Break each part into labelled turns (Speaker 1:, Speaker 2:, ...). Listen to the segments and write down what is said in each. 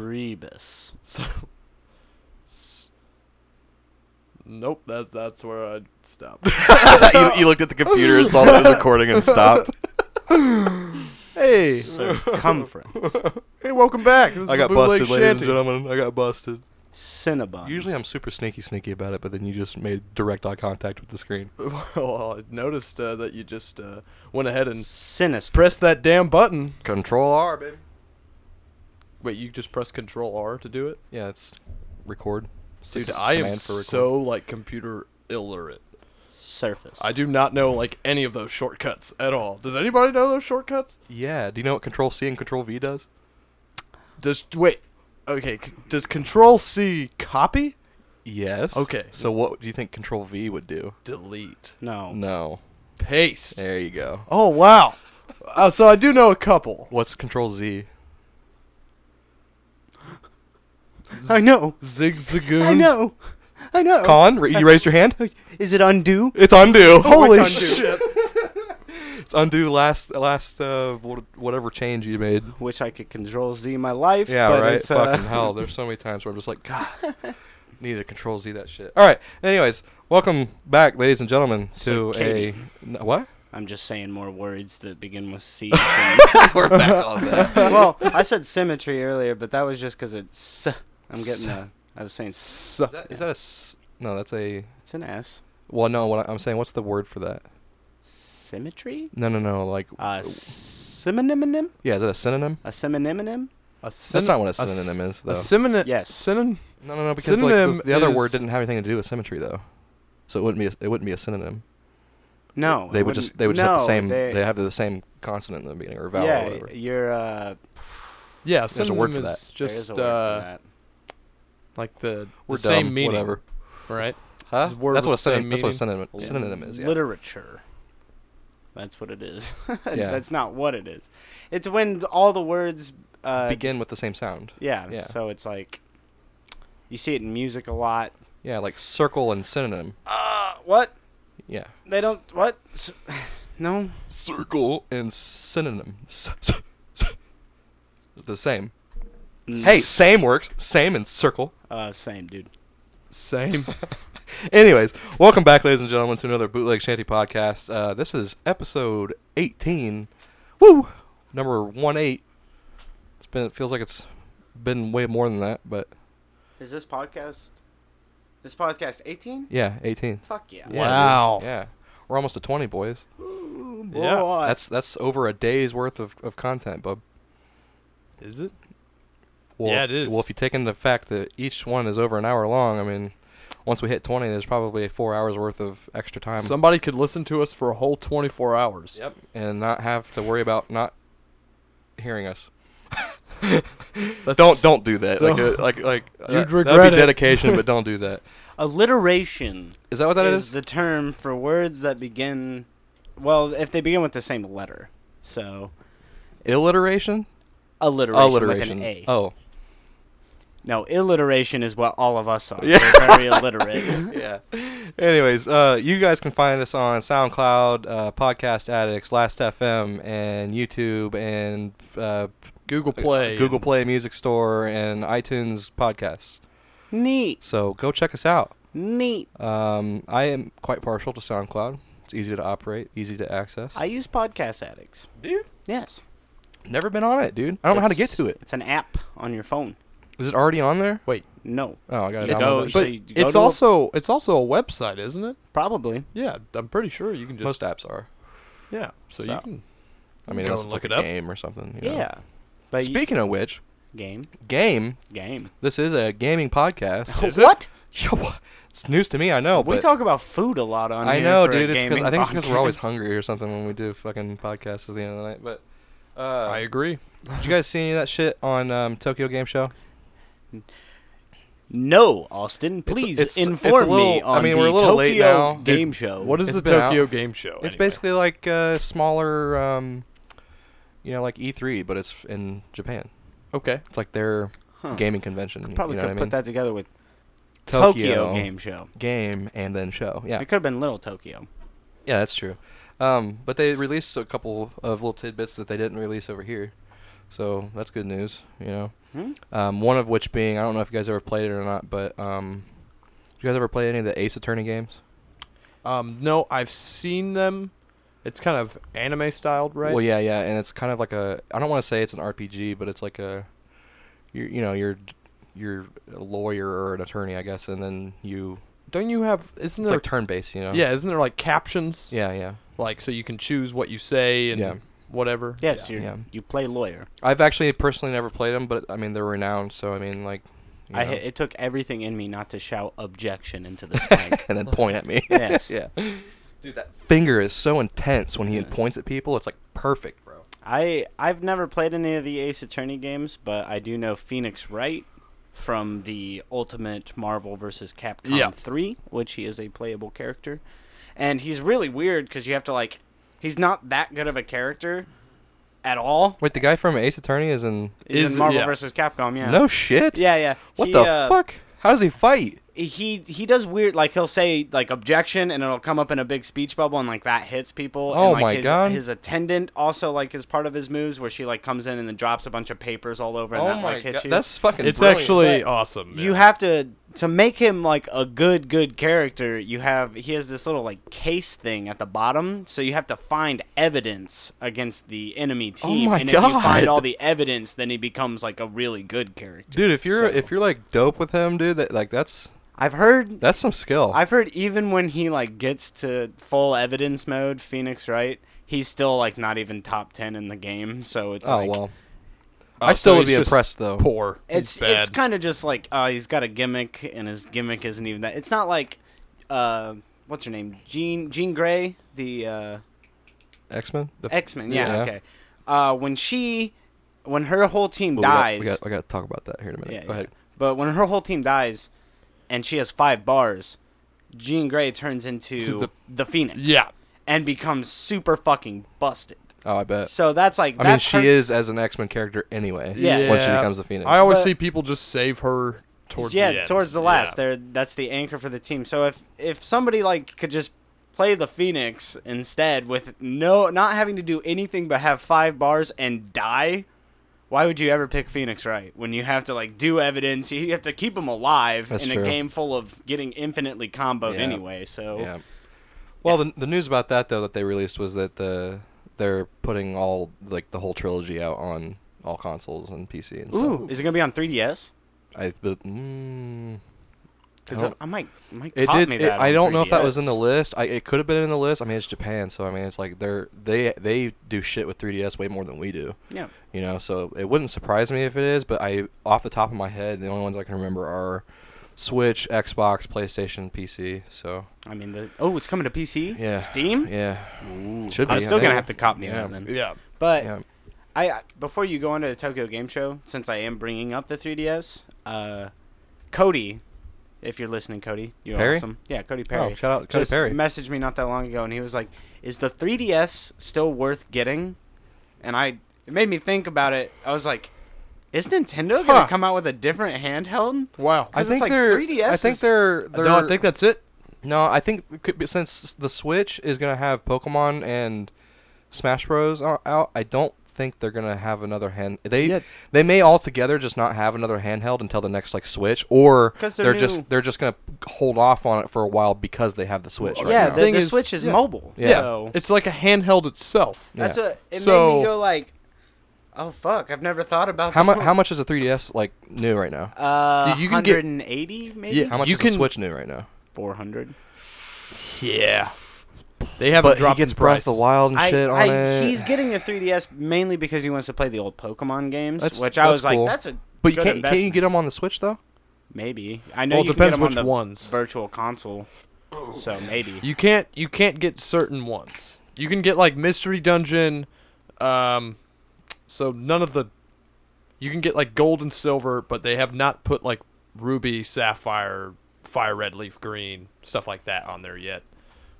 Speaker 1: Phoebus.
Speaker 2: So, s- nope. That's that's where I stopped.
Speaker 3: you, you looked at the computer and saw that it was recording and stopped.
Speaker 2: hey,
Speaker 1: Circumference.
Speaker 2: hey, welcome back. This is
Speaker 3: I got
Speaker 2: the Bootleg
Speaker 3: busted, ladies and
Speaker 2: Shanty.
Speaker 3: gentlemen. I got busted.
Speaker 1: Cinnabon.
Speaker 3: Usually I'm super sneaky, sneaky about it, but then you just made direct eye contact with the screen.
Speaker 2: Well, I noticed uh, that you just uh, went ahead and
Speaker 1: Sinister.
Speaker 2: pressed that damn button.
Speaker 3: Control R, baby.
Speaker 2: Wait, you just pressed Control R to do it,
Speaker 3: Yeah, it's record. It's
Speaker 2: dude.
Speaker 3: the
Speaker 2: I am
Speaker 3: command for record.
Speaker 2: so like computer illiterate.
Speaker 1: Surface.
Speaker 2: I do not know like any of those shortcuts at all. Does anybody know those shortcuts?
Speaker 3: Yeah. Do you know what Control C and Control V does?
Speaker 2: Does wait? Okay, c- does Control C copy?
Speaker 3: Yes.
Speaker 2: Okay.
Speaker 3: So what do you think Control V would do?
Speaker 2: Delete.
Speaker 1: no.
Speaker 3: No.
Speaker 2: Paste.
Speaker 3: There you go.
Speaker 2: Oh wow. Uh, so I do know a couple.
Speaker 3: What's Control Z?
Speaker 1: I know.
Speaker 2: Zigzagoon.
Speaker 1: I know. I know. Uh,
Speaker 3: Con, ra- you raised your hand.
Speaker 1: Is it undo?
Speaker 3: It's undo.
Speaker 2: Holy
Speaker 3: It's undo.
Speaker 2: shit.
Speaker 3: It's undo last last uh wh- whatever change you made.
Speaker 1: Wish I could control Z my life.
Speaker 3: Yeah,
Speaker 1: but
Speaker 3: right.
Speaker 1: It's, uh,
Speaker 3: Fucking hell. There's so many times where I'm just like, God, need to control Z that shit. All right. Anyways, welcome back, ladies and gentlemen,
Speaker 1: So,
Speaker 3: to a
Speaker 1: Katie.
Speaker 3: n- what?
Speaker 1: I'm just saying more words that begin with C.
Speaker 3: We're back on that.
Speaker 1: well, I said symmetry earlier, but that was just because it's. I'm getting a. I was saying s-
Speaker 2: So-
Speaker 3: Is that, is that a s- no? That's a
Speaker 1: it's an S.
Speaker 3: well. No, what I- I'm saying. What's the word for that?
Speaker 1: Symmetry.
Speaker 3: No, no, no. Like
Speaker 1: Uh, synonym.
Speaker 3: yeah, is that a synonym?
Speaker 1: A synonym.
Speaker 2: a
Speaker 3: That's
Speaker 2: syn-
Speaker 3: not what a
Speaker 2: a s-
Speaker 3: synonym is, though.
Speaker 2: A synonym.
Speaker 1: Yes.
Speaker 2: Synonym.
Speaker 3: no, no, no. Because like,
Speaker 2: synonym
Speaker 3: the, the other word
Speaker 2: is-
Speaker 3: didn't have anything to do with symmetry, though. So it wouldn't be a, it wouldn't be a synonym.
Speaker 1: No.
Speaker 3: they
Speaker 1: it
Speaker 3: would just
Speaker 1: wouldn't-
Speaker 3: they would just have the
Speaker 1: no,
Speaker 3: same
Speaker 1: They,
Speaker 3: they, have the same consonant in the beginning or vowel
Speaker 1: yeah,
Speaker 3: or whatever.
Speaker 1: you're. Uh,
Speaker 2: Yeah,
Speaker 3: There's a word
Speaker 2: synonym
Speaker 3: for
Speaker 2: is
Speaker 3: that.
Speaker 1: there is
Speaker 2: Just
Speaker 1: a word for
Speaker 2: uh,
Speaker 1: that.
Speaker 2: like the,
Speaker 3: We're
Speaker 2: the same
Speaker 3: dumb,
Speaker 2: meaning,
Speaker 3: whatever.
Speaker 2: right?
Speaker 3: Huh?
Speaker 2: It's word
Speaker 3: That's
Speaker 2: with
Speaker 3: what a
Speaker 2: the
Speaker 3: synonym.
Speaker 2: same
Speaker 3: That's what a
Speaker 2: meaning.
Speaker 3: synonym,
Speaker 1: Yeah.
Speaker 3: synonym is. Yeah.
Speaker 1: literature. That's what it is.
Speaker 3: Yeah.
Speaker 1: That's not what it is. It's when all the words. Uh,
Speaker 3: Begin with the same sound.
Speaker 1: yeah,
Speaker 3: yeah.
Speaker 1: So it's like. You see it in music a lot.
Speaker 3: Yeah, like circle and synonym.
Speaker 1: Uh, what?
Speaker 3: Yeah.
Speaker 1: They don't. What? S- No.
Speaker 3: Circle and synonym. S- s- s- the same.
Speaker 1: Mm.
Speaker 3: Hey, same works. Same and circle.
Speaker 1: Uh, same, dude.
Speaker 2: Same.
Speaker 3: Anyways, welcome back, ladies and gentlemen, to another Bootleg Shanty podcast. Uh, this is episode 18. Woo! Number one eight. It's been. It feels like it's been way more than that, but
Speaker 1: Is this podcast? This podcast 18?
Speaker 3: yeah, 18.
Speaker 1: Fuck yeah.
Speaker 3: Yeah, dude.
Speaker 2: Wow.
Speaker 3: Yeah. We're almost to 20, boys.
Speaker 1: Ooh,
Speaker 2: Yeah,
Speaker 1: boy.
Speaker 3: That's that's over a day's worth of, of content, bub.
Speaker 2: Is it?
Speaker 3: Well,
Speaker 2: Yeah,
Speaker 3: if,
Speaker 2: it is.
Speaker 3: Well, if you take into the fact that each one is over an hour long, I mean, once we hit 20, there's probably four hours worth of extra time.
Speaker 2: Somebody could listen to us for a whole 24 hours.
Speaker 3: Yep. And not have to worry about not hearing us.
Speaker 2: That's-
Speaker 3: Don't don't do that.
Speaker 2: Don't.
Speaker 3: Like uh, like like that- that'd be
Speaker 2: regret it.
Speaker 3: dedication, but don't do that.
Speaker 1: Alliteration
Speaker 3: Is Oh, that what that
Speaker 1: is
Speaker 3: is?
Speaker 1: the term for words that begin, well, if they begin with the same letter. So, it's
Speaker 3: Alliteration?
Speaker 1: alliteration,
Speaker 3: Alliteration.
Speaker 1: with an A.
Speaker 3: Oh.
Speaker 1: No, illiteration is what all of us are.
Speaker 3: Yeah.
Speaker 1: We're very illiterate.
Speaker 3: yeah. Anyways, uh, you guys can find us on SoundCloud, uh, Podcast Addicts, Last FM, and YouTube, and uh,
Speaker 2: Google Play.
Speaker 3: Google Play Music Store, and iTunes podcasts.
Speaker 1: Neat.
Speaker 3: So go check us out.
Speaker 1: Neat.
Speaker 3: Um, I am quite partial to SoundCloud. It's easy to operate, easy to access.
Speaker 1: I use Podcast Addicts.
Speaker 3: Do you?
Speaker 1: Yes.
Speaker 3: Never been on it, dude. I don't know how to get
Speaker 1: It's-
Speaker 3: to it.
Speaker 1: It's an app on your phone.
Speaker 3: Is it already on there?
Speaker 1: No,
Speaker 3: Oh, I got
Speaker 1: You
Speaker 3: it.
Speaker 1: go-
Speaker 2: But
Speaker 1: so you go
Speaker 2: it's
Speaker 1: to a-
Speaker 2: also it's also a website, isn't it?
Speaker 1: probably.
Speaker 2: Yeah, I'm pretty sure you can just
Speaker 3: Most apps are.
Speaker 2: yeah. So
Speaker 3: So.
Speaker 2: you can
Speaker 3: I mean,
Speaker 2: Go and
Speaker 3: unless it's
Speaker 2: look
Speaker 3: like
Speaker 2: it
Speaker 3: a
Speaker 2: up.
Speaker 3: game or something. you
Speaker 1: Yeah.
Speaker 3: know.
Speaker 1: But you-
Speaker 3: Speaking of which,
Speaker 1: game,
Speaker 3: game.
Speaker 1: game.
Speaker 3: This is a gaming podcast.
Speaker 2: Is it?
Speaker 1: what?
Speaker 3: Yo, it's news to me. I know.
Speaker 1: we
Speaker 3: but
Speaker 1: talk about food a lot on.
Speaker 3: I
Speaker 1: here
Speaker 3: know,
Speaker 1: for a
Speaker 3: dude. It's because
Speaker 1: gaming
Speaker 3: I think it's because we're always
Speaker 1: podcast.
Speaker 3: hungry or something when we do fucking podcasts at the end of the night. But uh,
Speaker 2: I agree.
Speaker 3: did you guys see any of that shit on um, Tokyo Game Show?
Speaker 1: No, Austin,
Speaker 3: It's-
Speaker 1: please
Speaker 3: it's- it's a
Speaker 1: inform me
Speaker 3: little- I
Speaker 1: on
Speaker 3: mean,
Speaker 1: the
Speaker 3: we're a little
Speaker 1: Tokyo
Speaker 3: late now. Dude,
Speaker 1: Game Show.
Speaker 2: What is
Speaker 3: It's
Speaker 2: the
Speaker 3: been
Speaker 2: Tokyo
Speaker 3: out.
Speaker 2: Game Show? anyway?
Speaker 3: It's basically like a smaller, um, you know, like E3, but it's in Japan.
Speaker 2: okay.
Speaker 3: It's like their
Speaker 1: Huh.
Speaker 3: gaming convention.
Speaker 1: Probably
Speaker 3: you know
Speaker 1: could
Speaker 3: what I
Speaker 1: put
Speaker 3: mean?
Speaker 1: that together with Tokyo,
Speaker 3: Tokyo,
Speaker 1: Game Show.
Speaker 3: game and then show. Yeah,
Speaker 1: It could have been Little Tokyo.
Speaker 3: yeah, that's true. Um, but they released a couple of little tidbits that they didn't release over here, so that's good news. You know,
Speaker 1: Hmm?
Speaker 3: Um, one of which being I don't know if you guys ever played it or not, but um, you guys ever play any of the Ace Attorney games?
Speaker 2: Um, no, I've seen them. It's kind of anime styled, right?
Speaker 3: Well, yeah, yeah, and it's kind of like a I don't want to say it's an RPG, but it's like a you you know you're you're a lawyer or an attorney, I guess, and then you
Speaker 2: Don't you have? Isn't
Speaker 3: it's
Speaker 2: there?
Speaker 3: like turn based, you know?
Speaker 2: yeah, isn't there like captions?
Speaker 3: yeah, yeah.
Speaker 2: Like so you can choose what you say and
Speaker 3: Yeah.
Speaker 2: whatever.
Speaker 1: Yes,
Speaker 3: Yeah.
Speaker 1: you
Speaker 3: Yeah.
Speaker 1: you play lawyer.
Speaker 3: I've actually personally never played them, but I mean they're renowned, so I mean like you
Speaker 1: I
Speaker 3: know,
Speaker 1: it took everything in me not to shout objection into this mic.
Speaker 3: and then point at me.
Speaker 1: yes,
Speaker 3: yeah, dude, that finger is so intense when he
Speaker 1: Yeah.
Speaker 3: points at people. It's like perfect, bro.
Speaker 1: I I've never played any of the Ace Attorney games, but I do know Phoenix Wright from the Ultimate Marvel vs. Capcom
Speaker 2: Yeah.
Speaker 1: 3, which he is a playable character. And he's really weird because you have to like, he's not that good of a character at all.
Speaker 3: Wait, the guy from Ace Attorney is in
Speaker 1: He's
Speaker 2: Is-
Speaker 1: in Marvel
Speaker 2: yeah.
Speaker 1: vs. Capcom, yeah.
Speaker 3: no shit.
Speaker 1: Yeah, yeah.
Speaker 3: What
Speaker 1: He,
Speaker 3: the
Speaker 1: uh,
Speaker 3: fuck? How does he fight?
Speaker 1: He he does weird like he'll say like objection and it'll come up in a big speech bubble and like that hits people. and,
Speaker 3: Oh
Speaker 1: like,
Speaker 3: my
Speaker 1: his,
Speaker 3: God.
Speaker 1: His attendant also like is part of his moves where she like comes in and then drops a bunch of papers all over and that like hits you.
Speaker 3: Oh that's fucking.
Speaker 2: It's
Speaker 3: brilliant.
Speaker 2: actually awesome.
Speaker 1: you
Speaker 2: yeah.
Speaker 1: have to to make him like a good good character you have he has this little like case thing at the bottom so you have to find evidence against the enemy team
Speaker 3: Oh my
Speaker 1: and if you find
Speaker 3: God.
Speaker 1: all the evidence then he becomes like a really good character
Speaker 3: dude. If you're
Speaker 1: So-
Speaker 3: if you're like dope with him, dude, that like that's
Speaker 1: i've heard
Speaker 3: that's some skill.
Speaker 1: i've heard even when he like gets to full evidence mode phoenix right he's still like not even top 10 in the game so it's
Speaker 3: oh
Speaker 1: like
Speaker 3: well,
Speaker 2: Oh,
Speaker 3: I still
Speaker 2: so
Speaker 3: would be
Speaker 2: he's just
Speaker 3: impressed though.
Speaker 2: Poor. He's
Speaker 1: It's
Speaker 2: bad.
Speaker 1: it's kind of just like uh, he's got a gimmick, and his gimmick isn't even that. It's not like uh, what's her name, Jean Jean Grey, the uh,
Speaker 3: X Men.
Speaker 1: X Men. Yeah,
Speaker 3: yeah.
Speaker 1: okay. Uh, when she, when her whole team
Speaker 3: I
Speaker 1: dies,
Speaker 3: got, I got to talk about that here in a minute.
Speaker 1: Yeah,
Speaker 3: Go
Speaker 1: yeah.
Speaker 3: ahead.
Speaker 1: but when her whole team dies, and she has five bars, Jean Grey turns into
Speaker 2: To
Speaker 1: the,
Speaker 2: the-
Speaker 1: Phoenix.
Speaker 2: yeah.
Speaker 1: and becomes super fucking busted.
Speaker 3: Oh, I bet.
Speaker 1: So that's like
Speaker 3: I mean,
Speaker 1: that's
Speaker 3: she
Speaker 1: her-
Speaker 3: is as an X Men character anyway.
Speaker 1: Yeah.
Speaker 3: Once she
Speaker 2: Yeah.
Speaker 3: becomes a Phoenix.
Speaker 2: I always
Speaker 1: But-
Speaker 2: see people just save her towards
Speaker 1: yeah,
Speaker 2: the end.
Speaker 1: towards the last.
Speaker 2: Yeah.
Speaker 1: There, that's the anchor for the team. So if if somebody like could just play the Phoenix instead with no, not having to do anything but have five bars and die, why would you ever pick Phoenix right when you have to like do evidence? You have to keep them alive
Speaker 3: That's
Speaker 1: in
Speaker 3: true.
Speaker 1: a game full of getting infinitely comboed
Speaker 3: Yeah.
Speaker 1: anyway. So
Speaker 3: Yeah. Well, the the news about that though that they released was that the they're putting all like the whole trilogy out on all consoles and PC and stuff.
Speaker 1: ooh, is it gonna be on 3ds?
Speaker 3: I but, mm, I
Speaker 1: 'Cause
Speaker 3: don't-
Speaker 1: I, I might, I might
Speaker 3: It
Speaker 1: cop
Speaker 3: did.
Speaker 1: me
Speaker 3: it-
Speaker 1: that.
Speaker 3: I
Speaker 1: on
Speaker 3: don't know if that was in
Speaker 1: 3DS.
Speaker 3: the list. I, it could have been in the list. I mean, it's Japan, so I mean, it's like they're they they do shit with 3ds way more than we do.
Speaker 1: Yeah.
Speaker 3: You know, so it wouldn't surprise me if it is. But I, off the top of my head, the only ones I can remember are Switch, Xbox, PlayStation, PC. So
Speaker 1: I mean, the, oh, it's coming to PC.
Speaker 3: Yeah.
Speaker 1: Steam.
Speaker 3: yeah,
Speaker 1: Ooh,
Speaker 3: Should
Speaker 1: I'm
Speaker 3: be,
Speaker 1: still
Speaker 3: yeah.
Speaker 1: gonna have to cop me
Speaker 3: Yeah.
Speaker 1: that then.
Speaker 2: Yeah.
Speaker 1: But
Speaker 3: yeah.
Speaker 1: I I- before you go on to the Tokyo Game Show, since I am bringing up the 3DS, uh, Cody, if you're listening, Cody, you're
Speaker 3: Perry?
Speaker 1: awesome. Yeah, Cody
Speaker 3: Oh,
Speaker 1: Perry.
Speaker 3: shout out Cody
Speaker 1: just
Speaker 3: Perry.
Speaker 1: messaged me not that long ago, and he was like, "Is the 3DS still worth getting?" And I, it made me think about it. I was like, "Is Nintendo gonna
Speaker 2: Huh.
Speaker 1: come out with a different handheld?"
Speaker 2: Wow.
Speaker 1: 'cause
Speaker 3: I
Speaker 1: it's
Speaker 3: think
Speaker 1: like
Speaker 3: they're.
Speaker 1: 3DS
Speaker 3: I think
Speaker 1: is-
Speaker 3: they're. they're
Speaker 2: no, I think that's it.
Speaker 3: No, I think it could be, since the Switch is gonna have Pokemon and Smash Bros. o- out, I don't think they're gonna have another hand. They
Speaker 2: Yeah.
Speaker 3: they may altogether just not have another handheld until the next like Switch, or
Speaker 1: 'Cause
Speaker 3: they're,
Speaker 1: they're new.
Speaker 3: just they're just gonna hold off on it for a while because they have the Switch.
Speaker 2: Well,
Speaker 3: right
Speaker 1: yeah,
Speaker 3: now.
Speaker 1: the,
Speaker 2: thing
Speaker 1: the
Speaker 2: is-
Speaker 1: Switch is
Speaker 2: yeah.
Speaker 1: mobile.
Speaker 3: Yeah.
Speaker 1: so-
Speaker 2: It's like a handheld itself.
Speaker 3: Yeah.
Speaker 1: that's a. It made
Speaker 2: So-
Speaker 1: me go like, "Oh fuck, I've never thought about
Speaker 3: how
Speaker 1: that."
Speaker 3: much how much is a 3DS like new right now?
Speaker 1: Uh,
Speaker 2: Dude, you can get-
Speaker 1: 180 maybe.
Speaker 2: Yeah,
Speaker 3: How much
Speaker 2: You
Speaker 3: is a
Speaker 2: can-
Speaker 3: Switch new right now?
Speaker 1: 400.
Speaker 2: Yeah. They haven't
Speaker 3: But he
Speaker 2: dropped
Speaker 3: gets
Speaker 2: the
Speaker 3: Breath
Speaker 2: price.
Speaker 3: of the Wild and
Speaker 1: I,
Speaker 3: shit on
Speaker 1: I,
Speaker 3: it.
Speaker 1: He's getting the 3DS mainly because he wants to play the old Pokemon games,
Speaker 3: That's-
Speaker 1: which I
Speaker 3: that's
Speaker 1: was
Speaker 3: cool.
Speaker 1: like, that's a
Speaker 3: but you
Speaker 1: good
Speaker 3: can't, can't you
Speaker 1: investment.
Speaker 3: get them on the Switch though?
Speaker 1: maybe. I know
Speaker 2: Well, it
Speaker 1: you can get
Speaker 2: depends
Speaker 1: them on
Speaker 2: which
Speaker 1: the
Speaker 2: ones.
Speaker 1: virtual console, so maybe.
Speaker 2: You can't you can't get certain ones. You can get like mystery dungeon, um, so none of the. You can get like gold and silver, but they have not put like ruby, sapphire, fire red, leaf green, stuff like that on there yet.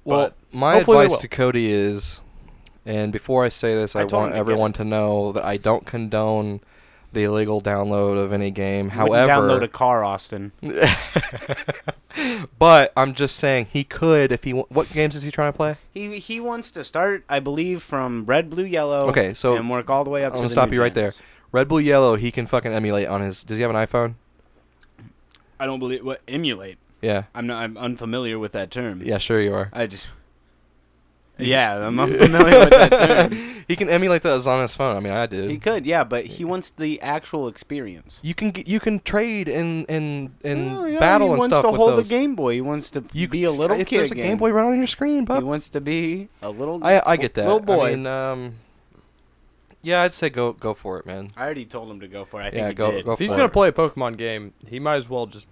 Speaker 3: Well,
Speaker 2: But
Speaker 3: my
Speaker 2: hopefully they
Speaker 3: advice
Speaker 2: will.
Speaker 3: to Cody is, and before I say this,
Speaker 1: I
Speaker 3: I,
Speaker 1: told him
Speaker 3: want
Speaker 1: to get
Speaker 3: everyone to know that I don't condone the illegal download of any game. However,
Speaker 1: download a car, Austin.
Speaker 3: but I'm just saying he could if he. wa- What games is he trying to play?
Speaker 1: He he wants to start, I believe, from red, blue, yellow.
Speaker 3: Okay, so
Speaker 1: and work all the way up.
Speaker 3: I'm
Speaker 1: to
Speaker 3: gonna
Speaker 1: the
Speaker 3: stop
Speaker 1: new
Speaker 3: you right
Speaker 1: gens.
Speaker 3: Red Bull Yellow, he can fucking emulate on his. Does he have an iPhone?
Speaker 1: I don't believe what emulate.
Speaker 3: Yeah.
Speaker 1: I'm not. I'm unfamiliar with that term.
Speaker 3: Yeah, sure you are.
Speaker 1: I just. Yeah, I'm unfamiliar with that term.
Speaker 3: He can emulate those on his phone. I mean, I did.
Speaker 1: He could, yeah, but he wants the actual experience.
Speaker 3: you can get, you can trade and and and
Speaker 1: No, Oh, yeah,
Speaker 3: battle
Speaker 1: he
Speaker 3: and
Speaker 1: wants
Speaker 3: stuff
Speaker 1: to
Speaker 3: with
Speaker 1: hold
Speaker 3: those.
Speaker 1: a Game Boy. He wants to
Speaker 3: You
Speaker 1: be
Speaker 3: can-
Speaker 1: a little
Speaker 3: if
Speaker 1: kid
Speaker 3: There's a
Speaker 1: again.
Speaker 3: Game Boy right on your screen,
Speaker 1: He
Speaker 3: bub.
Speaker 1: wants to be a little.
Speaker 3: I uh, I get that.
Speaker 1: Little boy.
Speaker 3: I mean, um, yeah, I'd say go go for it, man.
Speaker 1: I already told him to go for it. I think
Speaker 3: Yeah,
Speaker 1: he
Speaker 3: go-
Speaker 1: did.
Speaker 3: go
Speaker 2: If he's
Speaker 3: for
Speaker 2: gonna
Speaker 3: it.
Speaker 2: play a Pokemon game, he might as well just.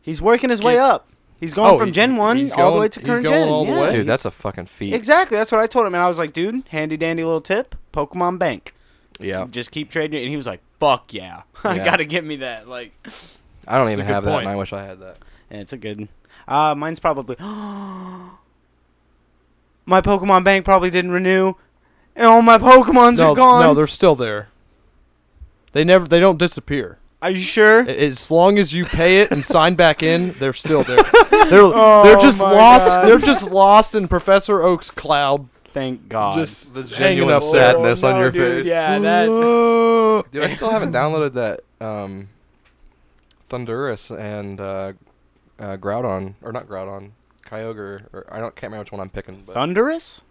Speaker 1: He's working his way
Speaker 2: Get-
Speaker 1: up. He's going
Speaker 2: Oh,
Speaker 1: from
Speaker 2: he-
Speaker 1: Gen One
Speaker 2: he's
Speaker 1: all the
Speaker 2: going-
Speaker 1: way to
Speaker 2: he's
Speaker 1: current
Speaker 2: going
Speaker 1: Gen.
Speaker 2: all the
Speaker 1: yeah.
Speaker 2: way.
Speaker 3: Dude, that's a fucking feat.
Speaker 1: exactly. That's what I told him, and I was like, "Dude, handy dandy little tip: Pokemon Bank.
Speaker 3: Yeah,
Speaker 1: Just keep trading." it." And he was like, "Fuck yeah, I
Speaker 3: Yeah.
Speaker 1: gotta get me that." Like,
Speaker 3: I don't even
Speaker 2: a good
Speaker 3: have that, and
Speaker 2: point.
Speaker 3: I wish I had that.
Speaker 1: and it's a good. Uh, mine's probably. my Pokemon Bank probably didn't renew, and all my Pokemon's
Speaker 2: No,
Speaker 1: are gone.
Speaker 2: no, they're still there. They never. They don't disappear.
Speaker 1: are you sure?
Speaker 2: A- As long as you pay it and sign back in, they're still there. They're they're just
Speaker 1: my
Speaker 2: lost.
Speaker 1: God.
Speaker 2: They're just lost in Professor Oak's cloud.
Speaker 1: Thank God.
Speaker 2: just
Speaker 3: The
Speaker 2: hanging
Speaker 3: genuine
Speaker 2: up there.
Speaker 3: sadness on
Speaker 1: oh, no,
Speaker 3: your
Speaker 1: dude,
Speaker 3: face.
Speaker 1: yeah, that-
Speaker 3: Dude, I still haven't downloaded that um, Thunderous and uh, uh, Groudon, or not Groudon, Kyogre, or I don't can't remember which one I'm picking. But
Speaker 1: Thunderous?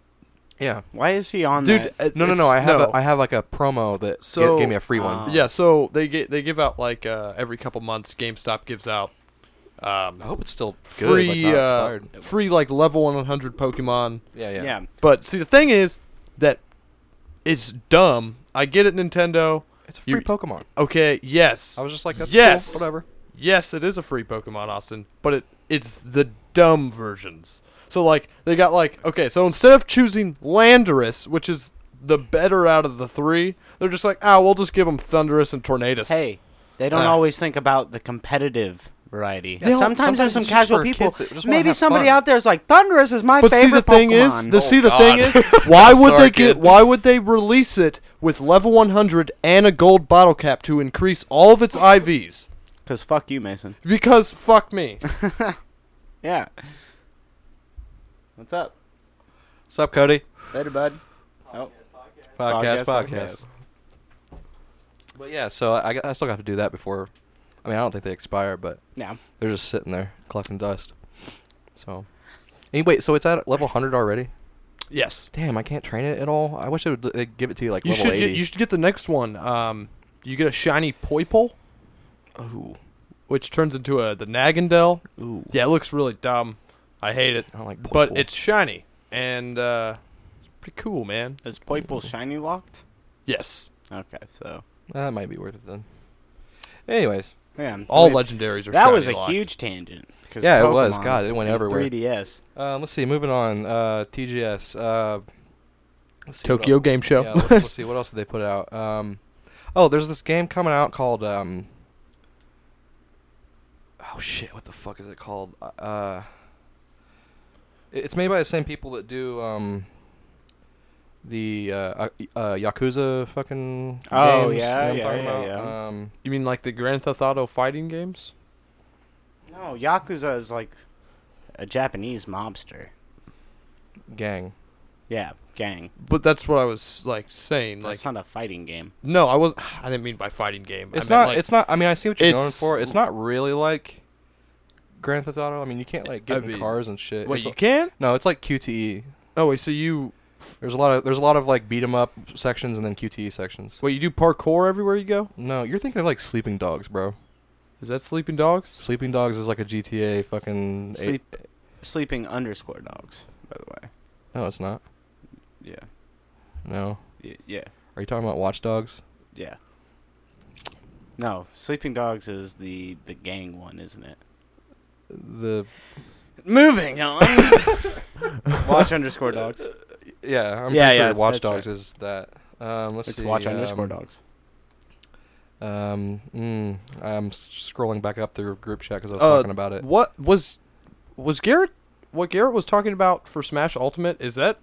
Speaker 3: yeah,
Speaker 1: Why is he on
Speaker 2: Dude,
Speaker 1: that?
Speaker 2: it's-
Speaker 3: no, no, no. I
Speaker 2: it's-
Speaker 3: have a, I have like a promo that g-
Speaker 2: So-
Speaker 3: gave me a free one.
Speaker 1: Ah.
Speaker 2: Yeah, so they get they give out like uh, every couple months. GameStop gives out
Speaker 3: I
Speaker 2: um,
Speaker 3: hope it's still Oh, good, like,
Speaker 2: free
Speaker 3: not
Speaker 2: uh,
Speaker 3: expired.
Speaker 2: free like level one hundred Pokemon.
Speaker 3: yeah, yeah,
Speaker 1: Yeah.
Speaker 2: But see, the thing is that it's dumb. I get it, Nintendo.
Speaker 3: It's a free
Speaker 2: You-
Speaker 3: Pokemon.
Speaker 2: Okay, yes,
Speaker 3: I was just like, that's
Speaker 2: Yes.
Speaker 3: cool, whatever.
Speaker 2: yes, it is a free Pokemon, Austin. But it it's the dumb versions. So like they got like okay, so instead of choosing Landorus, which is the better out of the three, they're just like, ah, we'll just give them Thunderous and Tornadus.
Speaker 1: Hey, they don't
Speaker 2: Uh.
Speaker 1: always think about the competitive variety.
Speaker 3: Yeah,
Speaker 1: sometimes,
Speaker 3: sometimes
Speaker 1: there's some
Speaker 3: it's just
Speaker 1: casual
Speaker 3: for
Speaker 1: people.
Speaker 3: kids that just wanna
Speaker 1: Maybe
Speaker 3: have
Speaker 1: somebody
Speaker 3: fun.
Speaker 1: out there is like, Thunderous is my
Speaker 2: But
Speaker 1: favorite
Speaker 2: see, the thing is,
Speaker 1: Pokemon."
Speaker 2: the see the
Speaker 3: Oh, God.
Speaker 2: thing is, why
Speaker 3: I'm
Speaker 2: would
Speaker 3: sorry,
Speaker 2: they get?
Speaker 3: kid.
Speaker 2: Why would they release it with level 100 and a gold bottle cap to increase all of its IVs?
Speaker 1: Because fuck you, Mason.
Speaker 2: Because fuck me.
Speaker 1: Yeah. What's up?
Speaker 3: What's up, Cody?
Speaker 1: Later, bud. Oh, Podcast,
Speaker 3: Podcast, podcast.
Speaker 1: podcast.
Speaker 3: But yeah, so I, I still got to do that before. I mean, I don't think they expire, but
Speaker 1: yeah.
Speaker 3: they're just sitting there collecting dust. So, anyway, so it's at level 100 already.
Speaker 2: yes.
Speaker 3: Damn, I can't train it at all. I wish they would they'd give it to you like
Speaker 2: You
Speaker 3: level
Speaker 2: should
Speaker 3: 80.
Speaker 2: get. You should get the next one. Um, you get a shiny Poipole,
Speaker 3: ooh,
Speaker 2: which turns into a the Nagandel.
Speaker 3: ooh.
Speaker 2: Yeah, it looks really dumb. I hate it,
Speaker 1: Oh,
Speaker 3: I don't like.
Speaker 2: but
Speaker 3: Poipole.
Speaker 2: it's shiny and uh, it's pretty cool, man.
Speaker 1: Is Poiple shiny locked?
Speaker 2: Yes.
Speaker 1: Okay, so.
Speaker 3: that might be worth it then. Anyways,
Speaker 1: Yeah. I
Speaker 2: All
Speaker 1: mean,
Speaker 2: legendaries are.
Speaker 1: That was a
Speaker 2: shiny locked.
Speaker 1: huge tangent. 'cause
Speaker 3: Yeah, it was.
Speaker 1: Pokemon
Speaker 3: God, it went
Speaker 1: and
Speaker 3: everywhere.
Speaker 1: 3DS.
Speaker 3: um, let's see. Moving on. Uh, TGS. Uh, let's see what
Speaker 2: Tokyo Game Show.
Speaker 3: Yeah, let's, let's see what else did they put out. Um, oh, there's this game coming out called um. Oh shit! What the fuck is it called? Uh, it- it's made by the same people that do um. The uh, uh, uh Yakuza fucking.
Speaker 1: Oh,
Speaker 3: games,
Speaker 1: yeah,
Speaker 3: you know
Speaker 1: yeah,
Speaker 3: what I'm talking
Speaker 1: yeah,
Speaker 3: about?
Speaker 1: yeah.
Speaker 3: Um,
Speaker 2: You mean like the Grand Theft Auto fighting games?
Speaker 1: No, Yakuza is like a Japanese mobster.
Speaker 3: gang.
Speaker 1: Yeah, gang.
Speaker 2: But that's what I was like saying. Like,
Speaker 1: That's not a fighting game.
Speaker 2: no, I was. I didn't mean by fighting game.
Speaker 3: It's
Speaker 2: I meant,
Speaker 3: not.
Speaker 2: Like,
Speaker 3: it's not. I mean, I see what you're going
Speaker 2: It's-
Speaker 3: for. It's not really like Grand Theft Auto. I mean, you can't like get
Speaker 2: I
Speaker 3: in
Speaker 2: mean,
Speaker 3: cars and shit.
Speaker 2: Wait,
Speaker 3: It's
Speaker 2: you
Speaker 3: a-
Speaker 2: can?
Speaker 3: no, it's like E. QTE.
Speaker 2: Oh wait, so you
Speaker 3: There's a lot of there's a lot of like beat 'em up sections and then QTE sections.
Speaker 2: wait you do parkour everywhere you go?
Speaker 3: No, you're thinking of like Sleeping Dogs, bro.
Speaker 2: Is that Sleeping Dogs?
Speaker 3: Sleeping Dogs is like a GTA fucking. eight-
Speaker 1: Sleep, sleeping underscore dogs. By the way,
Speaker 3: No, it's not.
Speaker 1: yeah,
Speaker 3: No.
Speaker 1: Y- yeah,
Speaker 3: Are you talking about Watch Dogs?
Speaker 1: yeah. No, sleeping dogs is the the gang one, isn't it?
Speaker 3: The
Speaker 1: Moving on. Watch underscore dogs.
Speaker 3: yeah, I'm
Speaker 1: Yeah,
Speaker 3: pretty
Speaker 1: yeah,
Speaker 3: sure Watch
Speaker 1: that's
Speaker 3: Dogs
Speaker 1: right.
Speaker 3: is that. Um, let's
Speaker 1: It's
Speaker 3: see.
Speaker 1: watch underscore
Speaker 3: um,
Speaker 1: dogs.
Speaker 3: Um, mm, I'm s- scrolling back up through group chat because I was
Speaker 2: Uh,
Speaker 3: talking about it.
Speaker 2: What was was Garrett? What Garrett was talking about for Smash Ultimate is that